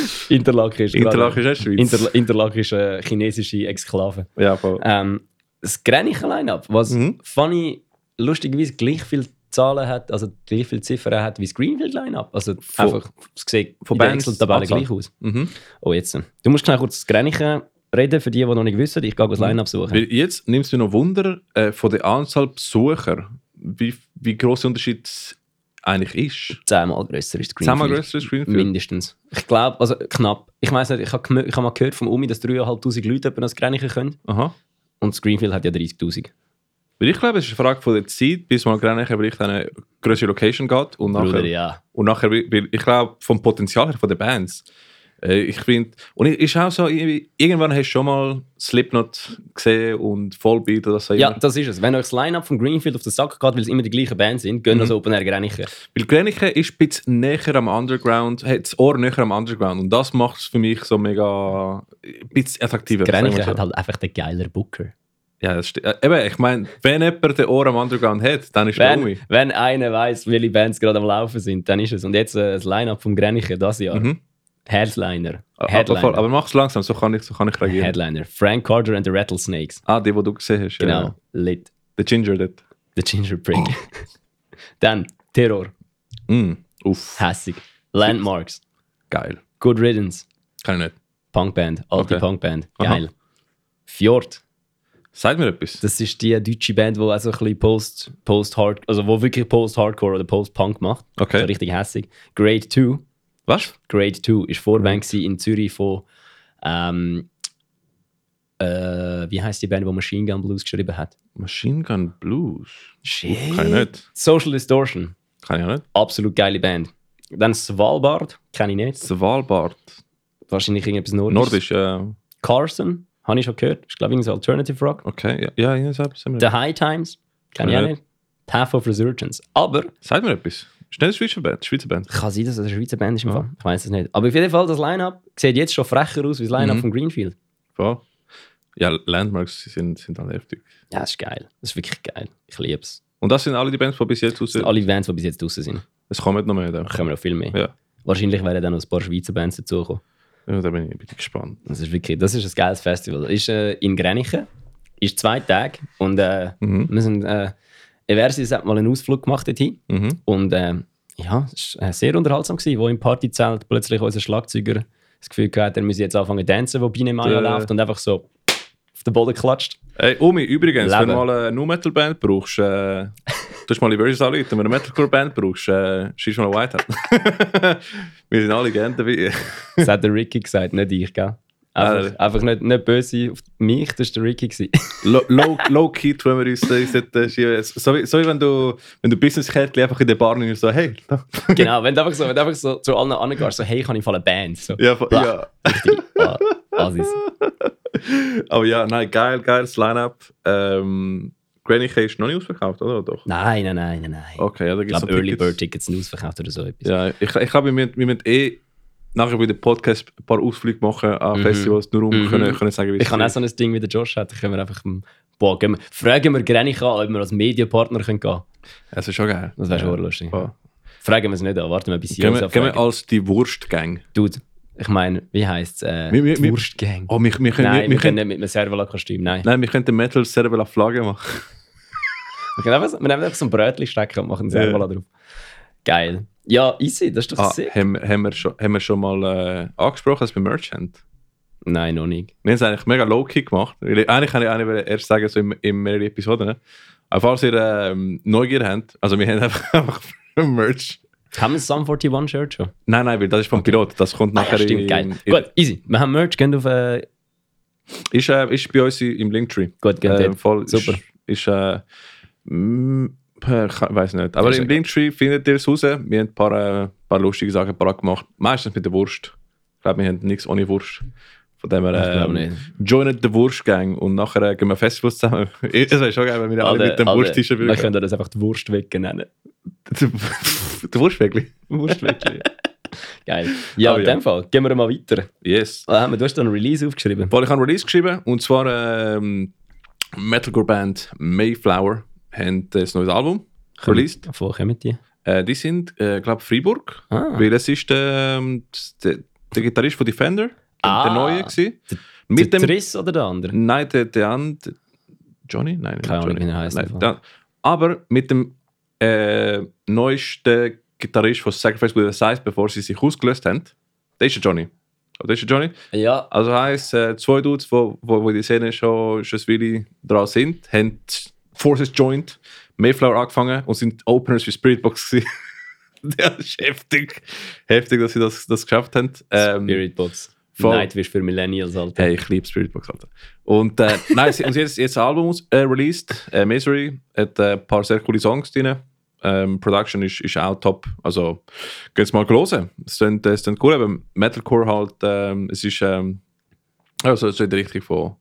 B: Interlaken ist
A: Interlaken ist auch Schweiz.
B: Interla Interlaken ist eine chinesische Exklave.
A: ja, voll.
B: Ähm, das Grenichen Line-Up, was
A: Mhm.
B: funny, lustigerweise gleich viele Zahlen hat, also gleich viele Ziffern hat wie das Greenfield Line-Up. Also
A: Von-
B: einfach, es sieht
A: von
B: in der
A: Bands
B: Excel-Tabelle
A: Anzahl.
B: gleich aus.
A: Mhm.
B: Oh, jetzt. äh, Du musst schnell kurz das Grenichen reden, für die, die noch nicht wissen. Ich gehe
A: Mhm.
B: das Line-Up suchen.
A: Weil jetzt nimmst du noch Wunder äh, von der Anzahl Besucher, wie, wie groß der Unterschied eigentlich ist.
B: Zehnmal grösser ist das Greenfield.
A: Zehnmal größer ist Greenfield.
B: Mindestens. Ich glaube, also knapp. Ich weiß nicht, ich habe gemö- ich habe mal gehört vom Umi, dass 3'500 Leute etwa das Grenichen können.
A: Aha.
B: Und das Greenfield hat ja 30'000.
A: Weil ich glaube, es ist eine Frage von der Zeit, bis man gerade nachher vielleicht an eine größere Location geht und nachher,
B: Bruder, ja.
A: und nachher weil ich glaube, vom Potenzial her von den Bands. äh, Ich finde, und es ist auch so, irgendwie- irgendwann hast du schon mal Slipknot gesehen und Vollbeat oder was auch immer.
B: Ja, das ist es. Wenn euch das Line-Up von Greenfield auf den Sack geht, weil es immer die gleichen Bands sind, gehen mhm. also Open Air Grenichen.
A: Weil Glenichen ist ein bisschen näher am Underground, hat das Ohr näher am Underground und das macht es für mich so mega ein bisschen attraktiver. sagen wir
B: Grenichen
A: so.
B: hat halt einfach den geiler Booker.
A: Ja, das stimmt. Äh, Eben, ich meine, wenn jemand den Ohr am Underground hat, dann ist der
B: Wenn,
A: Umi.
B: wenn einer weiß, welche Bands gerade am Laufen sind, dann ist es. Und jetzt äh, das Line-Up vom Grenichen das Jahr.
A: Mhm.
B: Headliner.
A: Aber, voll,
B: Headliner.
A: aber mach's langsam, so kann ich, so kann ich reagieren.
B: Headliner. Frank Carter and the Rattlesnakes.
A: Ah, die, die du gesehen hast.
B: Genau.
A: Ja.
B: Lit.
A: Der Ginger dort.
B: The Ginger Prick. dann Terror.
A: Mm. Uff,
B: Hässig. Landmarks.
A: geil.
B: Good Riddance.
A: Kann ich nicht.
B: Punkband. Alte
A: Okay.
B: Punkband.
A: Aha.
B: Geil. Fjord.
A: Sag mir etwas.
B: Das ist die deutsche Band, die also ein bisschen Post, Post Hard, also wo wirklich Post Hardcore oder Post Punk macht.
A: Okay.
B: Also richtig hässig. Grade 2.
A: Was?
B: Grade 2 ist
A: Mhm.
B: Vorband gewesen in Zürich von ähm, äh, wie heißt die Band, die Machine Gun Blues geschrieben hat?
A: Machine Gun Blues.
B: Shit.
A: Kann ich nicht.
B: Social Distortion.
A: Kann ich auch nicht.
B: Absolut geile Band. Dann Svalbard, kenne ich nicht.
A: Svalbard.
B: Wahrscheinlich irgendetwas
A: Nordisch,
B: Nordisches.
A: äh,
B: Carson, habe ich schon gehört. Ist, glaube ich, so Alternative Rock.
A: okay. Ja, ja, ja sag, sag, mir,
B: The High Times, kann ich
A: Ja.
B: auch nicht. Path of Resurgence. Aber
A: sag mir etwas. Schnell Schweizer Band. Schweizer Band.
B: kann sein, dass es eine Schweizer Band ist. im Fall. Ich weiß es nicht. Aber auf jeden Fall, das Line-Up sieht jetzt schon frecher aus wie das Line-Up
A: Mhm.
B: von Greenfield.
A: Ja, ja Landmarks sind, sind alle heftig.
B: Ja, das ist geil. Das ist wirklich geil. Ich liebe es.
A: Und das sind alle die Bands, die bis jetzt raus sind.
B: Alle Bands, die bis jetzt draußen sind,
A: Es kommen noch mehr. Da.
B: da kommen noch viel mehr.
A: Ja.
B: Wahrscheinlich werden dann noch ein paar Schweizer Bands dazukommen.
A: ja, da bin ich ein bisschen gespannt.
B: Das ist wirklich, das ist ein geiles Festival. Ist äh, in Grenichen, ist zwei Tage und äh, wir sind, äh, Eversis hat mal einen Ausflug gemacht dorthin
A: Mhm.
B: und äh, ja, es war äh, sehr unterhaltsam gewesen, wo im Partyzelt plötzlich unser Schlagzeuger das Gefühl hatte, er müsse jetzt anfangen zu tanzen, wo Biene Maya
A: Äh.
B: läuft und einfach so auf den Boden klatscht.
A: Hey, Umi, übrigens, wenn
B: Leben.
A: du mal eine Nu-Metal-Band brauchst, äh, du hast mal die Versus anrufen. Wenn du eine Metalcore-Band brauchst, äh, schieß mal Whitehead. Wir sind alle gerne dabei.
B: Das hat der Ricky gesagt, nicht ich, gell? Einfach,
A: Äh.
B: einfach nicht, nicht böse auf mich, das war der Ricky. gewesen.
A: Lo- low- Low-key tun wir uns äh, sollten schieben. So wie, so wie wenn du, wenn du Business-Kärtchen einfach in der Bar nimmst, so, hey, da.
B: genau, wenn du einfach so, wenn du einfach so zu allen angehst, so hey, kann ich voll eine Band. So,
A: Ja, voll-
B: Blah.
A: ja.
B: Richtig. Ah, Asis.
A: Aber ja, nein, geil, geiles Line-Up. Ähm, Granny K ist noch nicht ausverkauft, oder? Doch.
B: Nein, nein, nein, nein, nein.
A: Okay, ja, da
B: Ich
A: gibt es
B: glaube, Early Bird Tickets sind ausverkauft oder so etwas.
A: Oh, Ja, ich, ich glaube, wir, müssen- wir müssen eh nachher bei dem Podcast ein paar Ausflüge machen an Festivals, nur um
B: Mhm.
A: können, können sagen, wie
B: Ich habe auch
A: ist.
B: so ein Ding wie der Josh hat, da können wir einfach ähm, boah, gehen wir, fragen wir Grenich an, ob wir als Medienpartner können gehen können.
A: Es ist schon geil.
B: Das wäre schon lustig.
A: Ja.
B: Fragen wir es nicht an, warten wir bis sie
A: Gehen
B: uns
A: wir, gehen wir
B: anfragen.
A: als die Wurstgang.
B: Dude, ich meine, wie heisst es? Äh,
A: Wir- wir-
B: die
A: wir-
B: Wurstgang.
A: Oh, wir, wir können, wir,
B: nein, wir,
A: wir
B: können
A: können,
B: nicht mit einem Servola-Kostüm, nein.
A: nein, wir könnten Metal Cerebral Flagge machen.
B: Wir, können einfach, so- wir nehmen einfach so ein Brötchen stecken und machen einen
A: Ja.
B: Servola drauf. Geil. Ja, easy, das ist doch
A: Ah,
B: sick.
A: haben, wir- haben, wir schon, haben wir schon mal äh, angesprochen, dass wir Merch haben?
B: Nein, noch nicht.
A: Wir haben es eigentlich mega low-key gemacht. Weil ich- eigentlich kann ich eigentlich erst sagen, so im, in mehreren Episoden. Ne? Aber falls ihr ähm, Neugier habt, also wir haben einfach, einfach Merch.
B: Haben wir das Sum 41-Shirt schon?
A: Nein, nein, weil das ist vom Pilot. Das kommt
B: Ah,
A: nachher
B: ja, stimmt,
A: in,
B: geil.
A: in,
B: Gut, easy. Wir haben Merch, geht auf... Äh,
A: Ist, äh, ist bei uns im Linktree.
B: gut, geht
A: Äh,
B: dort.
A: voll,
B: Super.
A: Ist, ist äh, mm, per- ich weiß nicht. Aber
B: Ist
A: im
B: egal.
A: Linktree findet ihr es raus. Wir haben ein paar, äh, paar lustige Sachen parat gemacht. Meistens mit der Wurst. Ich glaube, wir haben nichts ohne Wurst. Von dem
B: Ich
A: her,
B: glaube
A: ähm,
B: nicht.
A: joinet den Wurstgang und nachher äh, gehen wir Festivals zusammen. Es wäre schon geil, wenn wir alle
B: Alter,
A: mit dem
B: Alter,
A: Wursttischen
B: Wir
A: würden.
B: können das einfach die Wurstwecke nennen.
A: Der Wurstwägli.
B: Wurstwecke. Geil. Ja,
A: Aber
B: in
A: Ah, ja.
B: dem Fall. Gehen wir mal weiter.
A: Yes.
B: Ah, haben wir- Du hast da einen Release aufgeschrieben.
A: Weil ich habe Release geschrieben und zwar ähm, Metalcore Band Mayflower haben das neues Album released.
B: Wo kommen die?
A: Äh, die sind, äh, glaube Freiburg,
B: Ah.
A: weil es ist ähm, s- der, der Gitarrist von Defender, der-
B: Ah.
A: der neue gewesen.
B: Mit
A: Mit
B: der
A: dem,
B: Triss oder der andere?
A: nein, der, der andere, Johnny? Nein, nicht
B: Keine Ahnung,
A: Johnny.
B: wie er heisst
A: Nein,
B: einfach.
A: der- aber mit dem äh, neuesten Gitarrist von Sacrifice with a Size, bevor sie sich ausgelöst haben, der ist der Johnny. Oh, Der ist der Johnny.
B: Ja.
A: Also heisst, äh, zwei Dudes, die wo, wo, wo in der Szene schon, schon willig dran sind, haben Forces joined, Mayflower angefangen und sind Openers für Spiritbox gewesen. das ist heftig. Heftig, dass sie das, das geschafft haben. Ähm,
B: Spiritbox.
A: voll.
B: Nightwish für Millennials, Alter.
A: hey, ich liebe Spiritbox, Alter. Und äh, nein, sie, und sie haben jetzt, jetzt ein Album aus- äh, released, äh, Misery, hat äh, ein paar sehr coole Songs drin. Ähm, Production ist, ist auch top. Also, geht's mal hören. Es klingt, äh, es klingt cool, aber Metalcore halt, ähm, es ist ähm, also so in der Richtung von,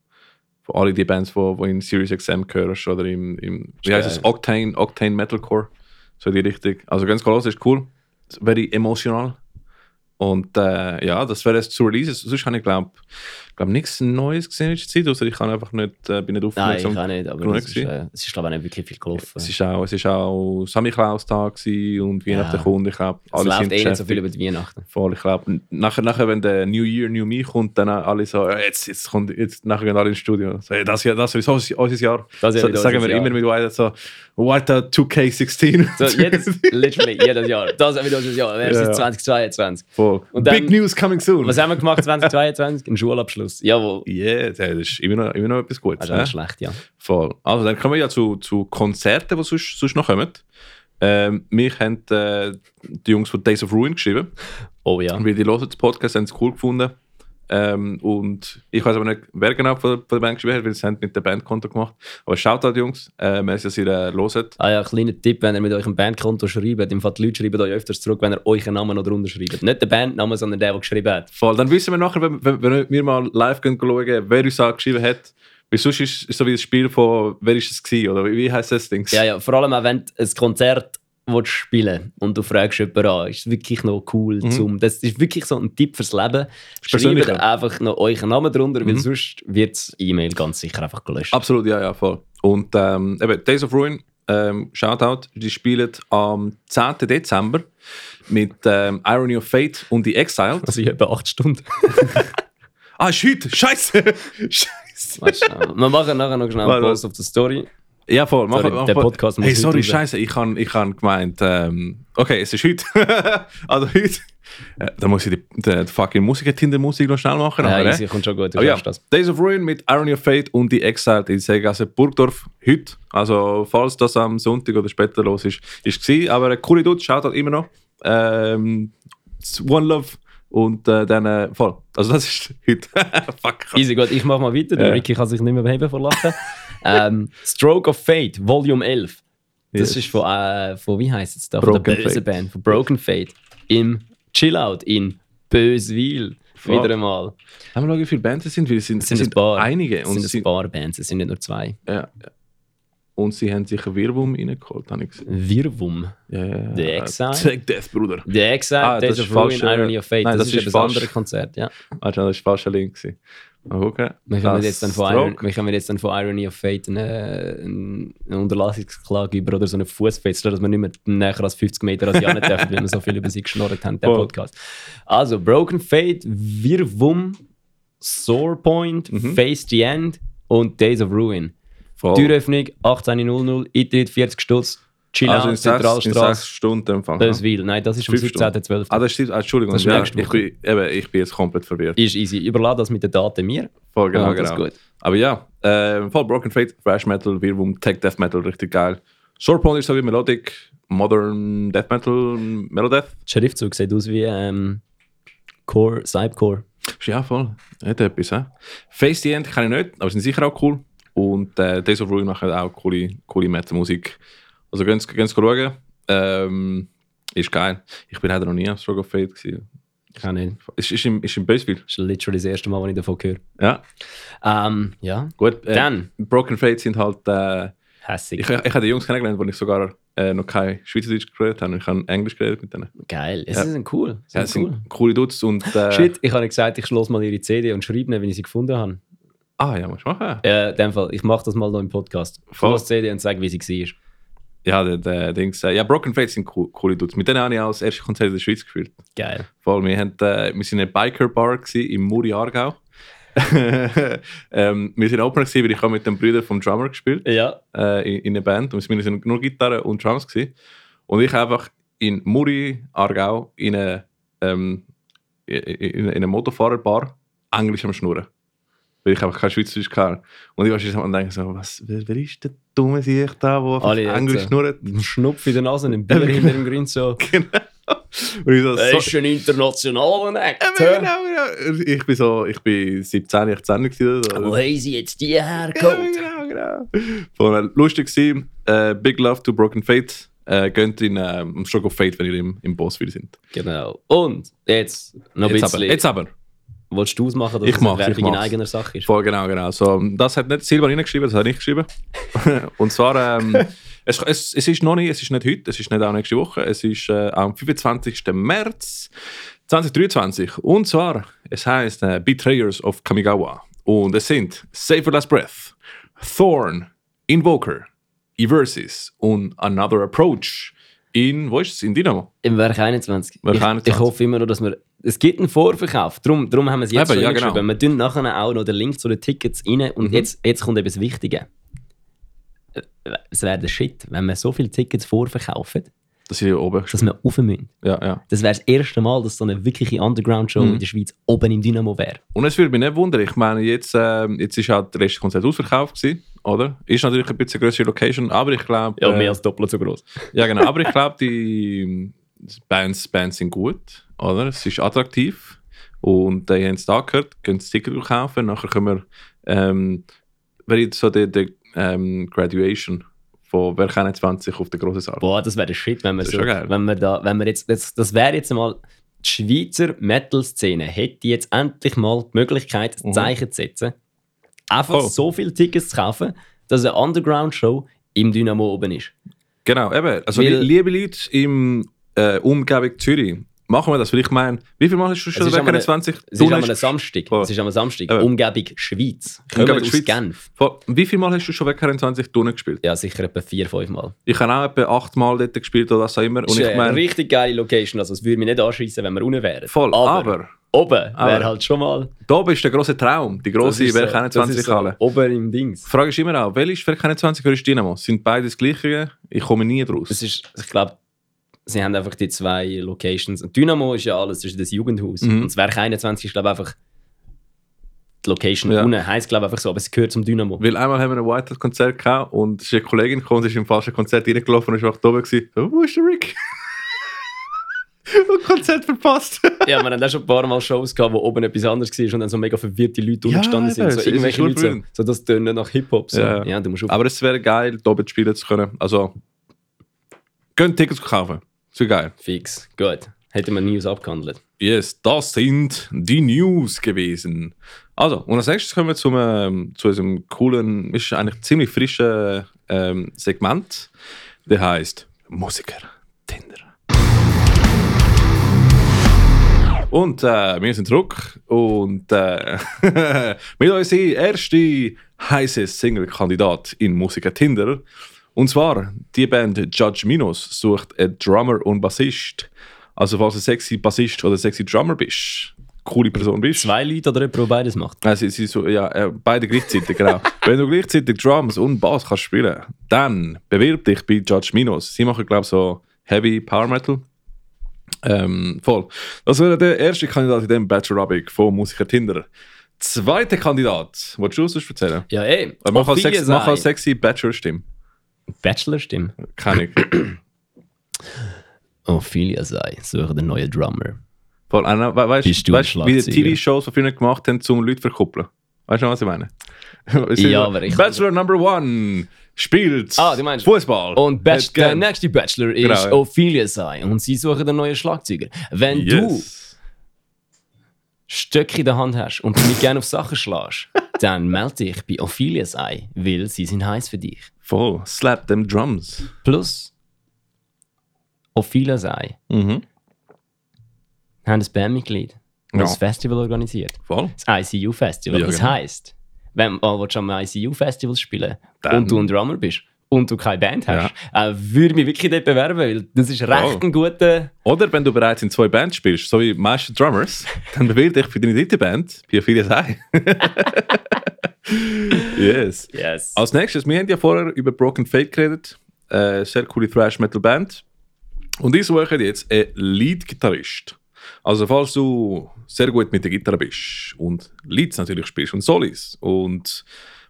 A: von all die Bands, wo, wo in Series XM gehörst oder im, im wie heißt es,
B: Geil.
A: Octane, Octane Metalcore. So in die Richtung. Also, ganz cool, ist cool. Very emotional. Und äh, ja, das wäre es zu release. Sonst habe ich, glaube glaub, nichts Neues gesehen in der Zeit, außer ich kann einfach nicht, äh, bin nicht
B: Nein,
A: aufmerksam
B: ich auch nicht, aber
A: genug
B: es ist,
A: gewesen.
B: äh, es ist, glaube ich, auch nicht wirklich viel gelaufen.
A: es ist auch, es ist auch Samichlaus-Tag gewesen und Weihnachten
B: Ja.
A: kommt. Ich glaube,
B: Es
A: alle
B: läuft
A: sind
B: eh nicht so
A: beschäftigt.
B: viel über die Weihnachten.
A: Voll, ich glaube, nachher, nachher, wenn der New Year, New Me kommt, dann alle so, äh, jetzt, jetzt kommt, jetzt, nachher gehen alle ins Studio. So, hey, das Jahr, das ist unser, unser Jahr.
B: Das Jahr
A: so,
B: wird
A: sagen
B: unser
A: wir
B: Jahr.
A: immer mit weiter so, what a 2K16.
B: So, jedes, literally, jedes Jahr. Das haben wir dieses Jahr. Wir
A: Ja,
B: sind
A: ja.
B: 2022.
A: Voll.
B: Und dann-
A: Big News coming soon.
B: Was haben wir gemacht 2022? Ein Schulabschluss. Jawohl.
A: Yeah, das ist immer noch, immer noch etwas Gutes.
B: Also auch
A: ne?
B: nicht schlecht, ja.
A: Voll. Also, dann kommen wir ja zu, zu Konzerten, die sonst, sonst noch kommen. Ähm, mich haben äh, die Jungs von Days of Ruin geschrieben,
B: Oh ja.
A: weil die hören den Podcast, haben es cool gefunden. Ähm, und ich weiß aber nicht, wer genau von, von der Band geschrieben hat, weil sie haben mit der Band Konto gemacht. Aber schaut an die Jungs, äh, merci, dass ihr äh, hört.
B: Ah ja, kleiner Tipp, wenn ihr mit eurem Bandkonto schreibt, im Fall die Leute schreiben euch öfters zurück, wenn ihr euren Namen noch drunter schreibt. Nicht den Bandnamen, sondern der, der geschrieben hat.
A: Voll. Dann wissen wir nachher, wenn, wenn, wenn wir mal live gehen schauen, wer uns angeschrieben hat. Weil sonst ist es so wie das Spiel von, wer ist es gewesen, oder wie, wie heißt das Ding?
B: Ja, ja, vor allem auch wenn du ein Konzert willst spielen und du fragst jemanden an, ist es wirklich noch cool
A: Mhm.
B: zum. Das ist wirklich so ein Tipp fürs Leben. Schreibt
A: persönlicher.
B: einfach noch euren Namen drunter,
A: Mhm.
B: weil sonst wird das E-Mail ganz sicher einfach gelöscht.
A: Absolut, ja, ja, voll. Und ähm, eben, Days of Ruin, ähm, Shoutout, die spielen am 10. Dezember mit ähm, Irony of Fate und die Exiled.
B: Also ich etwa acht Stunden.
A: Ah, ist heute! Scheiße! Scheiße!
B: Weißt du, äh, wir machen nachher noch schnell einen
A: Warte.
B: Post auf die Story.
A: Ja, voll. Mach,
B: Sorry,
A: mach,
B: der
A: mach-
B: Podcast muss
A: Hey,
B: heute
A: sorry,
B: raus.
A: Scheiße, ich habe ich han gemeint, ähm, okay, es ist heute. also heute. Äh, da muss ich die, die, die fucking Musiker Tinder-Musik noch schnell machen.
B: Ja,
A: aber, ne?
B: easy, kommt schon gut, du
A: Aber ja,
B: schaffst das.
A: Days of Ruin mit Irony of Fate und die Exiled in Seegasse Burgdorf heute. Also, falls das am Sonntag oder später los ist, ist es Aber eine coole Dude, schaut halt immer noch. Ähm, it's One Love und äh, dann äh, voll. Also, das ist heute. Fuck.
B: Easy, gut, ich mach mal weiter, der
A: Ja.
B: Ricky kann sich nicht mehr beheben vor Lachen. ähm, Stroke of Fate, Volume 11. Das
A: Yes.
B: ist von, äh, von wie heißt es da? von
A: Broken
B: der bösen
A: Fate.
B: Band, von Broken Fate. Im Chillout in Böswil.
A: Fuck.
B: Wieder einmal.
A: Haben wir noch, wie viele Bands es sind? Wir sind,
B: Es sind, ein paar.
A: einige.
B: Es
A: Und
B: sind,
A: es sind,
B: ein paar Bands, es sind nicht nur zwei.
A: ja. Und sie haben sich einen Wirbum reingeholt, habe ich gesehen.
B: Wirrwum.
A: Yeah.
B: The Exile?
A: Tech Death, Bruder.
B: The Exile,
A: Ah,
B: Days
A: das
B: of
A: ist
B: Ruin,
A: falsch, äh,
B: Irony of Fate.
A: nein, das
B: das, ist,
A: ist
B: eben ein
A: falsch.
B: anderes Konzert, ja.
A: Ah, das war falscher Link. gewesen. Mal gucken.
B: Wir können
A: Das
B: jetzt dann von, Iron,
A: Stroke.
B: wir können jetzt dann von Irony of Fate eine, eine Unterlassungsklage über oder so eine Fußfetzler, dass wir nicht mehr näher als 50 Meter als Jahren dürfen, weil wir so viel über sie geschnorrt haben, der
A: Voll.
B: Podcast. Also, Broken Fate, Wirrwum, Sore Point,
A: Mhm.
B: Face the End und Days of Ruin.
A: Voll.
B: Türöffnung 18.00, Eintritt 40 Stutz, Chillout,
A: also in sechs, in sechs
B: Zentralstraße,
A: Stunden empfangen.
B: Böswil. Nein, das ist am
A: Fünf Stunden.
B: 17.12.
A: Ah, das stimmt. Ah, Entschuldigung,
B: Das ist
A: ja, ich,
B: nächste Woche.
A: bin, eben, ich bin jetzt komplett verwirrt.
B: Ist easy. Überlass das mit den Daten mir.
A: Voll, genau,
B: Ja, das
A: genau.
B: ist gut.
A: Aber ja, äh, voll Broken Fate, Thrash Metal, Wirrwum, Tech Death Metal, richtig geil. Short Pond ist so wie Melodic, Modern Death Metal, Melodeath.
B: Der Schriftzug sieht aus wie ähm, Core, Cybecore.
A: Ja, voll. Hat etwas, hä? Face the End kann ich nicht, aber sind sicher auch cool. Und äh, Days of Ruin machen auch coole, coole Metal-Musik. Also gehen Sie schauen. Ähm, ist geil. Ich bin leider noch nie am Stroke of Fate. Gewesen.
B: Kann ich.
A: Ist, ist im, ist im Böswil.
B: Das ist literally das erste Mal, wenn ich davon höre.
A: Ja,
B: Ähm, ja,
A: gut. Äh,
B: Dann.
A: Broken Fate sind halt. Äh,
B: hässig.
A: ich ich habe die Jungs kennengelernt, wo ich sogar äh, noch kein Schweizerdeutsch geredet habe. Ich habe Englisch geredet mit denen.
B: Geil. Es
A: Ja.
B: sind cool. Es
A: Ja, das
B: sind cool.
A: sind coole Dudes und. Äh,
B: Shit, ich habe gesagt, ich schloss mal ihre CD und schreibe ihnen, wenn ich sie gefunden habe.
A: Ah, ja, musst du machen.
B: Äh, in dem Fall, ich mache das mal noch im Podcast. Ich
A: Voll.
B: schloss die CD und sage, wie sie war.
A: Ja, der, der Dings. Äh, ja, Broken Fate sind cool, coole Dudes. Mit denen habe ich auch das erste Konzert in der Schweiz gespielt.
B: Geil.
A: Voll, wir, haben, äh, wir sind in einer Biker-Bar gewesen im Muri Aargau. ähm, wir sind Opener, gewesen, weil ich habe mit den Brüdern vom Drummer gespielt
B: Ja.
A: äh, in, in einer Band. Und wir sind nur Gitarre und Drums. Gewesen. Und ich habe einfach in Muri Aargau in eine, ähm, in, in, in eine Motorfahrerbar Englisch am Schnurren. Weil ich einfach kein Schweizerisch kann. Und ich war schon so am denken, so, was, wer, wer ist der dumme Sieg da, der einfach
B: Alle jetzt,
A: Englisch
B: äh.
A: schnurrt?
B: Ein Schnupf in der Nase, ein Bier hinter dem Grin so.
A: Genau. Und ich so, so-
B: ein internationaler Act.
A: Eben, genau, genau. Ich bin so, ich bin 17, 18 gewesen. oder so.
B: haben sie jetzt die
A: Eben, genau, genau. Von äh, lustig gewesen. Äh, Big Love to Broken Fate. Äh, geht in äh, am Stroke of Fate, wenn ihr im, im Boss wieder sind.
B: Genau. Und jetzt noch ein
A: jetzt
B: bisschen.
A: aber, jetzt aber.
B: Wolltest du ausmachen, dass
A: Ich
B: es eine
A: mach's, ich
B: Werbung in
A: mach's.
B: eigener Sache ist?
A: Voll genau, genau. So, das hat nicht Silvan reingeschrieben, das hat ich geschrieben. Und zwar, ähm, es, es, es ist noch nicht, es ist nicht heute, es ist nicht auch nächste Woche, es ist äh, am 25. März 2023. Und zwar, es heißt äh, Betrayers of Kamigawa. Und es sind Safer Last Breath, Thorn, Invoker, Eversis und Another Approach in, wo ist es? In Dynamo.
B: Im Werk 21.
A: Werk
B: ich,
A: 21.
B: ich hoffe immer noch, dass wir. Es gibt einen Vorverkauf, darum, darum haben wir es jetzt
A: Eben,
B: schon
A: ja,
B: hingeschrieben.
A: genau.
B: Wir tun nachher auch noch den Link zu den Tickets rein und jetzt, jetzt kommt etwas Wichtiges. Äh, Es wäre der Shit, wenn wir so viele Tickets vorverkaufen,
A: Das ist hier oben.
B: dass wir rauf müssen.
A: Ja, ja.
B: Das wäre das erste Mal, dass so eine wirkliche Underground-Show in der Schweiz oben im Dynamo wäre.
A: Und es würde mich nicht wundern, ich meine, jetzt, ähm, jetzt ist halt der letzte Konzert ausverkauft gewesen, oder? Ist natürlich ein bisschen größere Location, aber ich glaube... äh,
B: als doppelt so groß.
A: ja, genau, aber ich glaube, die Bands, Bands sind gut, oder? Es ist attraktiv und äh, ihr habt es da gehört, könnt das Ticket kaufen, nachher können wir... Ähm, wenn ich so die, die ähm, Graduation von «Wer kann 20» auf der grossen Saal.
B: Boah, das wäre der Shit, wenn wir
A: Das
B: so,
A: ist schon geil.
B: wenn wir da, wenn wir jetzt, das, das wäre jetzt mal die Schweizer Metal-Szene hätte jetzt endlich mal die Möglichkeit, ein
A: Mhm.
B: Zeichen zu setzen, einfach
A: Oh.
B: so viele Tickets zu kaufen, dass eine Underground-Show im Dynamo oben ist.
A: Genau, eben. Also,
B: Weil-
A: li- liebe Leute im äh, Umgebung Zürich, machen wir das, weil ich meine, wie viel Mal hast du
B: Es
A: schon
B: ist
A: «Wer
B: am-
A: kann 20»?
B: Es
A: Du
B: ist am
A: hast-
B: Samstag.
A: Voll.
B: Es ist am Samstag.
A: Oh. Eben.
B: Umgebung Schweiz. Kommt
A: Umgebung
B: aus
A: Schweiz.
B: Genf.
A: Vor- Wie viel Mal hast du schon weg 21 Tonnen gespielt?
B: Ja, sicher etwa vier, fünf Mal.
A: Ich habe auch etwa 8 Mal dort gespielt oder was auch immer. Und
B: ist
A: ich
B: eine
A: meine,
B: richtig geile Location. Also es würde mich nicht anschießen, wenn wir unten wären.
A: voll.
B: aber,
A: Aber,
B: oben wäre
A: aber-
B: halt schon mal...
A: da ist der große Traum, die
B: das
A: große
B: ist so-
A: Werk
B: das ist
A: 21
B: so
A: Halle.
B: Oben im Dings.
A: Die Frage ist immer auch, welches Werk 21 oder ist Dynamo? Sind beides gleiche? Ich komme nie
B: Es
A: draus.
B: ist, ich glaube, sie haben einfach die zwei Locations. Und Dynamo ist ja alles, das ist das Jugendhaus.
A: Mhm.
B: Und das Werk 21 ist, glaube ich, einfach die Location
A: Ja.
B: unten. Heißt, glaube ich, einfach so, aber es gehört zum Dynamo.
A: Weil einmal haben wir ein Whitehead-Konzert gehabt und es ist eine Kollegin gekommen, sie ist im falschen Konzert reingelaufen und ist einfach da oben gewesen. So, Wo ist der Rick? und Konzert verpasst.
B: ja, wir haben auch schon ein paar Mal Shows gehabt, wo oben etwas anderes war und dann so mega verwirrte Leute
A: Ja,
B: rumgestanden sind.
A: eben,
B: So
A: es ist
B: irgendwelche
A: schon
B: Leute, so,
A: verwirrend.
B: so das tönen nach Hip-Hop. So. Ja.
A: Ja. Ah.
B: du musst
A: Aber es wäre geil, da oben spielen zu können. Also, könnt Tickets kaufen. Das wäre geil.
B: fix. Gut. Hätten wir News abgehandelt.
A: Yes, das sind die News gewesen. Also, und als nächstes kommen wir zum, ähm, zu unserem coolen, ist eigentlich ziemlich frischen ähm, Segment. Der heißt Musiker Tinder. Und äh, wir sind zurück und äh, mit unserer erste heiße Single-Kandidat in Musiker Tinder. Und zwar, die Band Judge Minos sucht einen Drummer und Bassist. Also falls du sexy Bassist oder sexy Drummer bist, coole Person bist.
B: Zwei Leute oder jemand, der beides macht.
A: Also, sie, so, ja, äh, beide gleichzeitig, genau. Wenn du gleichzeitig Drums und Bass kannst spielen, dann bewirb dich bei Judge Minos. Sie machen, glaube ich, so Heavy Power Metal. Ähm, voll. Das wäre der erste Kandidat in diesem Bachelorabend von Musiker Tinder. Zweiter Kandidat, willst du uns sonst erzählen?
B: Ja, ey.
A: Äh, Mach als sexy, mach als sexy Bachelor-Stimme.
B: Bachelor-Stimme.
A: Kann ich.
B: Ophelia sei, suche den neuen Drummer.
A: Voll, einer, we weißt
B: Bist
A: weißt
B: du
A: du,
B: ein
A: wie die
B: Schlagzeuger?
A: TV-Shows, die früher gemacht haben, zum Leute verkuppeln? Weißt du noch, was ich meine? Es ist
B: Ja,
A: so,
B: aber ich-
A: Bachelor Number One spielt
B: Ah, du meinst-
A: Fußball.
B: Und Bach-
A: Hat
B: der
A: gern.
B: nächste Bachelor ist
A: Genau, ja.
B: Ophelia sei und sie suchen den neuen Schlagzeuger. Wenn du
A: yes.
B: Stöcke in der Hand hast und damit gerne auf Sachen schlägst, dann melde dich bei Ophelia sei, weil sie sind heiß für dich.
A: Voll. Slap them drums.
B: Plus, Ophelia sei,
A: Mhm.
B: haben ein Bandmitglied,
A: Ja.
B: das ein Festival organisiert.
A: Voll.
B: Das ICU-Festival.
A: Ja,
B: das
A: genau.
B: heisst, wenn du willst am ICU-Festival spielen
A: Dann-
B: und du ein Drummer bist und du keine Band hast, äh, würde mich wirklich dort bewerben, weil das ist recht
A: Wow.
B: ein guter.
A: Oder wenn du bereits in zwei Bands spielst, so wie die meisten Drummers, dann bewirb dich für deine dritte Band, bei Ophelia Sei. yes.
B: Yes.
A: Als nächstes, wir haben ja vorher über Broken Fate geredet. Äh, sehr coole Thrash-Metal-Band. Und ich suche jetzt einen Lead-Gitarrist. Also falls du sehr gut mit der Gitarre bist und Leads natürlich spielst und Solis und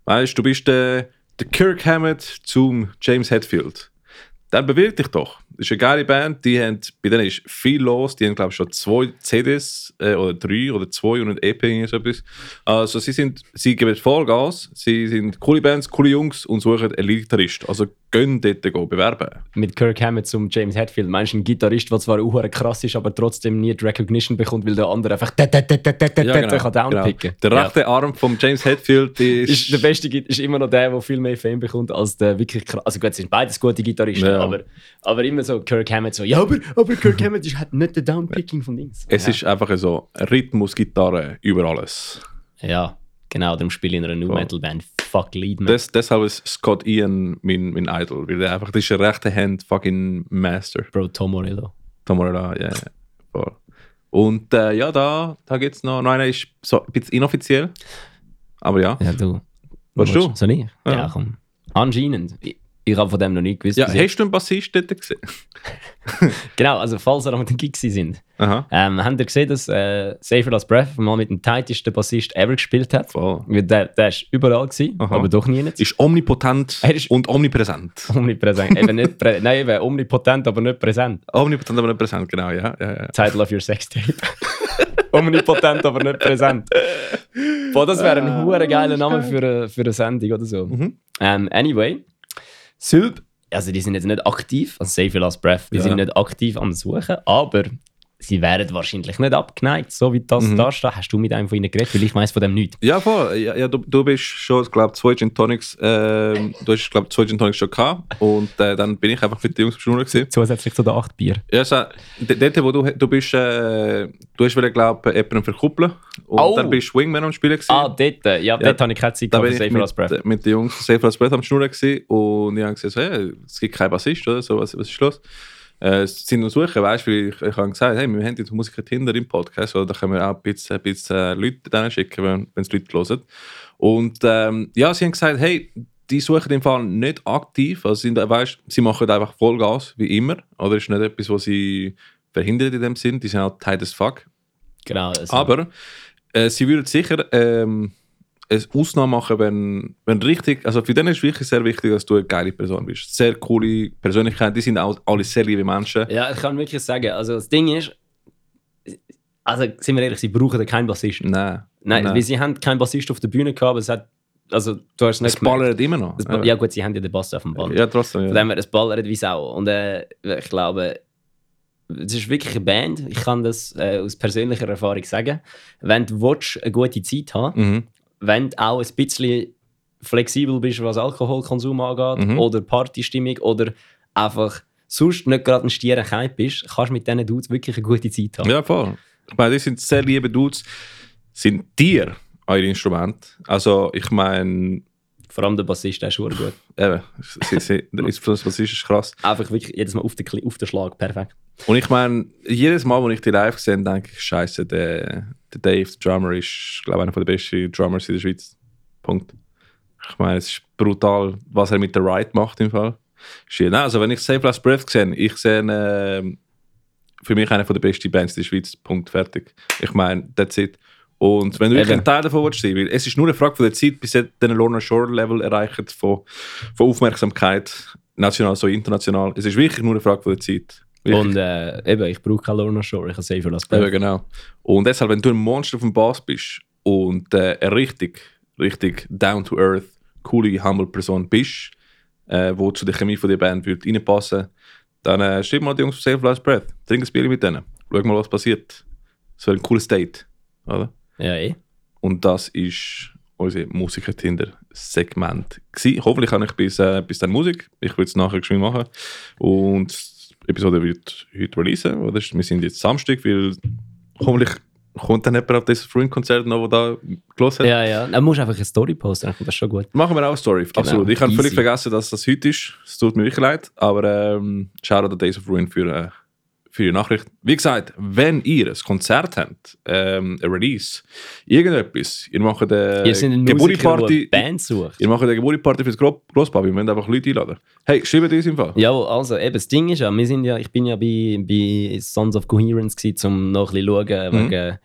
A: weißt, du bist der, der Kirk Hammett zum James Hetfield, dann bewirb dich doch. Das ist eine geile Band, die haben, bei denen ist viel los, die haben glaube ich schon zwei CDs äh, oder drei oder zwei und ein EP oder so etwas. Also sie sind, sie geben Vollgas, sie sind coole Bands, coole Jungs und suchen einen Lead-Gitarrist. Also gehen dort gehen, bewerben.
B: Mit Kirk Hammett zum James Hetfield. Meinst du, ein Gitarrist, der zwar auch krass ist, aber trotzdem nie die Recognition bekommt, weil der andere einfach ja, kann downpicken
A: genau. Der
B: Ja.
A: rechte Arm von James Hetfield ist,
B: ist der beste Git- ist immer noch der, der viel mehr Fame bekommt als der wirklich krass. Also gut, es sind beides gute Gitarristen,
A: Ja.
B: aber, aber immer so Kirk Hammett so, ja, aber, aber Kirk Hammett ist, hat nicht den Downpicking von Dings.
A: Es
B: ja.
A: ist einfach so Rhythmusgitarre über alles.
B: Ja, genau, darum spiele ich in einer New Metal Band. Fuck Lead Man.
A: Des, deshalb ist Scott Ian mein, mein Idol, weil er einfach das ist eine rechte Hand fucking Master.
B: Bro, Tom Morello.
A: Tomorrow, ja. ja, voll. Und äh, ja, da, da gibt es noch, noch einer, ist so ein bisschen inoffiziell. Aber ja.
B: Ja, du.
A: Warst du?
B: So nicht? Ja,
A: Ja.
B: komm. Anscheinend. Ich, ich habe von dem noch nie gewusst.
A: Ja,
B: bis jetzt.
A: hast du einen Bassist dort gesehen?
B: Genau, also falls ihr noch mit den Gig gewesen sind.
A: Aha.
B: Ähm, habt ihr gesehen, dass äh, Safer Last Breath mal mit dem tightesten Bassist ever gespielt hat?
A: Voll.
B: Weil Der, der ist überall, gewesen,
A: Aha.
B: aber doch nie.
A: Ist omnipotent
B: Er ist-
A: und omnipräsent.
B: Omnipräsent. eben nicht prä Nein, eben omnipotent, aber nicht präsent.
A: Omnipotent, aber nicht präsent, genau, ja. ja, ja.
B: Title of your Sextape. omnipotent, aber nicht präsent. Boah, Ah, das wäre ein hoher geiler Name für eine, für eine Sendung oder so. Ähm, anyway, Sylb, also die sind jetzt nicht aktiv, also Save Your Last Breath, die
A: Ja.
B: sind nicht aktiv am Suchen, aber sie wären wahrscheinlich nicht abgeneigt, so wie das da steht. Hast du mit einem von ihnen geredet? Weil ich weiß von dem nichts.
A: Ja, voll. Ja, ja, du, du bist schon, ich glaube, zwei Gin Tonics, ähm, du hast, glaube zwei Gin Tonics schon gehabt. Und äh, dann bin ich einfach mit den Jungs auf Schnur gewesen.
B: Zusätzlich zu den acht Bier.
A: Ja, so, d- dort, wo du, du bist, äh, du hast, glaube ich, jemanden verkuppeln. Und
B: Au.
A: dann bist du Wingman am Spielen gewesen.
B: Ah, dort, ja, dort habe ich keine Zeit
A: da
B: gehabt
A: bin
B: für
A: ich
B: Save Your Last Breath.
A: mit, mit den Jungs von Safe Last Breath am Schnurren gewesen. Und ich habe gesagt, so, hey, es gibt keinen Bassist, oder? So, was, was ist los? Äh, sie sind am Suchen, weißt du, weil ich, ich habe gesagt, hey, wir haben jetzt Musiker Tinder im Podcast, oder? da können wir auch ein bisschen, ein bisschen äh, Leute denen schicken, wenn wenn es Leute hören. Und ähm, ja, sie haben gesagt, hey, die suchen im Fall nicht aktiv, also sind, weißt, sie machen einfach Vollgas, wie immer, oder ist nicht etwas, was sie verhindert in dem Sinn, die sind auch tight as fuck.
B: Genau. Also,
A: Aber äh, sie würden sicher ähm, eine Ausnahme machen, wenn, wenn richtig. Also für den ist wirklich sehr wichtig, dass du eine geile Person bist. Sehr coole Persönlichkeit. Die sind auch alle sehr liebe Menschen.
B: Ja, ich kann wirklich sagen, also das Ding ist, also sind wir ehrlich, sie brauchen da keinen Bassisten.
A: Nein.
B: Nein,
A: Nein.
B: weil sie haben keinen Bassist auf der Bühne gehabt, aber es hat, also du
A: Es
B: hast es nicht gemerkt.
A: ballert immer noch.
B: Es ba- Ja gut, sie haben ja den Bass auf dem Ball.
A: ja trotzdem.
B: Von
A: Ja.
B: dem her, es ballert wie Sau. Und äh, ich glaube, es ist wirklich eine Band, ich kann das äh, aus persönlicher Erfahrung sagen, wenn du willst, eine gute Zeit haben
A: Mhm.
B: wenn du auch ein bisschen flexibel bist, was Alkoholkonsum angeht
A: Mhm.
B: oder Partystimmung oder einfach sonst nicht gerade ein Stierenkeit bist, kannst du mit diesen Dudes wirklich eine gute Zeit haben.
A: Ja, voll. Ich meine, die sind sehr liebe Dudes. Sind dir euer Instrument? Also, ich meine,
B: Vor allem der Bassist, der ist verdammt gut.
A: eben, sie, sie, der Influence, was ist, ist krass.
B: Einfach wirklich jedes Mal auf den, Kli- auf den Schlag, perfekt.
A: Und ich meine, jedes Mal, wenn ich die live sehe, denke ich, Scheiße, der, der Dave, der Drummer, ist, glaube ich, einer der besten Drummers in der Schweiz. Punkt. Ich meine, es ist brutal, was er mit der Ride macht im Fall. Shit. Nein, also, wenn ich Save Last Breath sehe, ich sehe ähm, für mich eine der besten Bands in der Schweiz. Punkt. Fertig. Ich meine, that's it. Und wenn du wirklich
B: Eben.
A: ein Teil davon willst, sein, weil es ist nur eine Frage von der Zeit, bis ihr den Lorna Shore Level erreicht von, von Aufmerksamkeit, national so international. Es ist wirklich nur eine Frage von der Zeit. Wirklich.
B: Und äh, eben, ich brauche keine Lorna Shore, ich habe Safer als
A: Ja, genau. Und deshalb, wenn du ein Monster auf dem Bass bist und äh, eine richtig, richtig down to earth, coole, humble Person bist, äh, wo zu der Chemie von der Band würde reinpassen, dann äh, schreib mal die Jungs von Save Last Breath, trink ein Bier mit denen, schau mal, was passiert. Das wäre ein cooles Date, oder?
B: Ja, eh.
A: Und das ist unser Musiker-Tinder-Segment. gewesen. Hoffentlich habe ich bis, äh, bis dann Musik. Ich will es nachher geschwind machen. Und die Episode wird heute releasen. Oder? Wir sind jetzt Samstag, weil hoffentlich kommt dann jemand auf das Spring-Konzert noch, der da gelesen hat.
B: Ja, ja. Dann musst du einfach eine Story posten, dann kommt das schon gut.
A: Machen wir auch eine Story. Absolut. Ich habe völlig
B: Genau. Easy.
A: vergessen, dass das heute ist. Es tut mir wirklich leid. Aber ähm, shout out to Days of Ruin für, äh, für Ihre Nachricht. Wie gesagt, wenn ihr ein Konzert habt, ähm, ein Release, irgendetwas, ihr macht eine
B: Ihr seid ein Musiker, der eine
A: Geburtstagsparty.
B: Band sucht.
A: Ihr macht eine Geburtstagsparty für das Gro- Grosspapi. Wir müssen einfach Leute einladen. Hey, schreibt uns im Fall.
B: Jawohl, also eben, das Ding ist ja, wir sind ja, ich bin ja bei, bei Sons of Coherence gewesen, um noch ein bisschen schauen wegen,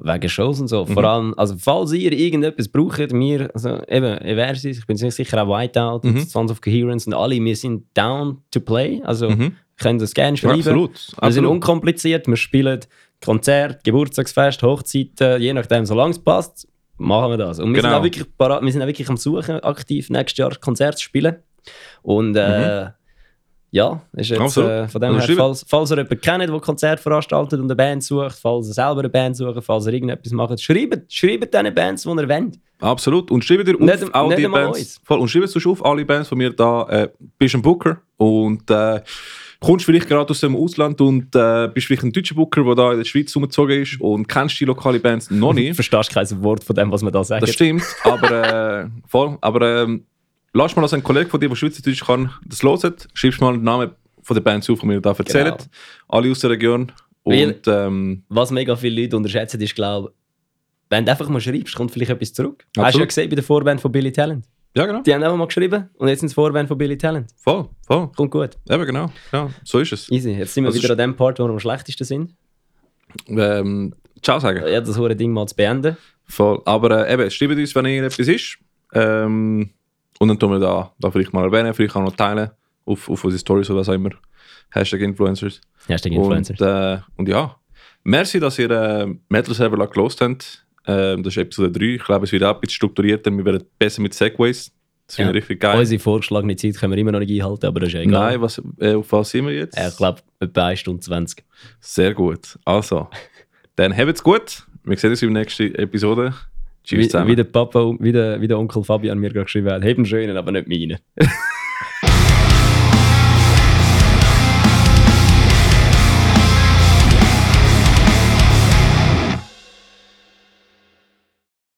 B: wegen Shows und so. Vor allem, also falls ihr irgendetwas braucht, wir, also eben, Eversis, ich bin ziemlich sicher auch Whiteout, und Sons of Coherence und alle, wir sind down to play, also könnt das gerne schreiben.
A: Mhm.
B: Also
A: Absolut,
B: Wir sind
A: absolut.
B: unkompliziert, wir spielen Konzert, Geburtstagsfest, Hochzeiten, je nachdem, solange es passt, machen wir das. Und wir,
A: Genau.
B: sind, auch wirklich parat, wir sind auch wirklich am Suchen, aktiv nächstes Jahr Konzerte zu spielen. Und äh, ja, ist jetzt,
A: Mhm. Absolut.
B: äh, von dem
A: Also
B: her,
A: schreiben.
B: falls, falls ihr jemanden kennt, der Konzert veranstaltet und eine Band sucht, falls ihr selber eine Band sucht, falls ihr irgendetwas macht, schreibt, schreibt diesen Bands, die ihr wollt.
A: Absolut. Und schreibt dir auf
B: Nicht-
A: all
B: nicht
A: die
B: einmal
A: Bands.
B: uns.
A: Voll. Und schreibt sonst auf alle Bands von mir da. Äh, bist ein Booker und äh, kommst vielleicht gerade aus dem Ausland und äh, bist vielleicht ein deutscher Booker, der da in der Schweiz umgezogen ist und kennst die lokale Bands noch
B: Du
A: nicht.
B: verstehst kein Wort von dem, was man da sagt.
A: Das stimmt, aber äh, voll. Aber ähm, lass mal, dass ein Kollege von dir, der Schweizerdeutsch kann, das loset. Schreibst mal den Namen von der Bands auf, die mir da erzählen.
B: Genau.
A: Alle aus der Region.
B: Weil-
A: Und ähm,
B: was mega viele Leute unterschätzen, ist, glaube wenn du einfach mal schreibst, kommt vielleicht etwas zurück. Hast du
A: Absolut.
B: ja gesehen bei der Vorband von Billy Talent.
A: ja, genau.
B: Die haben einfach mal geschrieben und jetzt sind es Vorband von Billy Talent.
A: Voll, voll.
B: Kommt gut.
A: Eben genau. Ja, so ist es.
B: Easy. Jetzt sind wir
A: Also
B: wieder
A: sch-
B: an dem Part, wo wir am schlechtesten sind.
A: Ähm, ciao sagen.
B: Ja, das hohe Ding mal zu beenden.
A: Voll. Aber äh, eben, schreibt uns, wenn irgendetwas ist. Ähm, und dann tun wir da, da vielleicht mal erwähnen, vielleicht auch noch teilen auf, auf unsere Stories oder was auch immer. Hashtag Influencers.
B: Hashtag Influencer.
A: Und, äh, und ja, merci, dass ihr äh, Metal Server gelost habt. Ähm, das ist Episode 3. Ich glaube, es wird auch ein bisschen strukturierter. Wir werden besser mit Segways. Das finde ich
B: Ja.
A: richtig geil.
B: äh, Unsere vorgeschlagene Zeit können wir immer noch nicht einhalten, aber das ist ja egal.
A: Nein, was, äh, auf was sind wir jetzt?
B: Äh, ich glaube, etwa 1 Stunde 20.
A: Sehr gut. Also, dann habt's gut. Wir sehen uns in der nächsten Episode. Tschüss
B: Wie,
A: zusammen.
B: wie der Papa, wie der, wie der Onkel Fabian mir gerade geschrieben hat. Heben schönen, aber nicht meinen.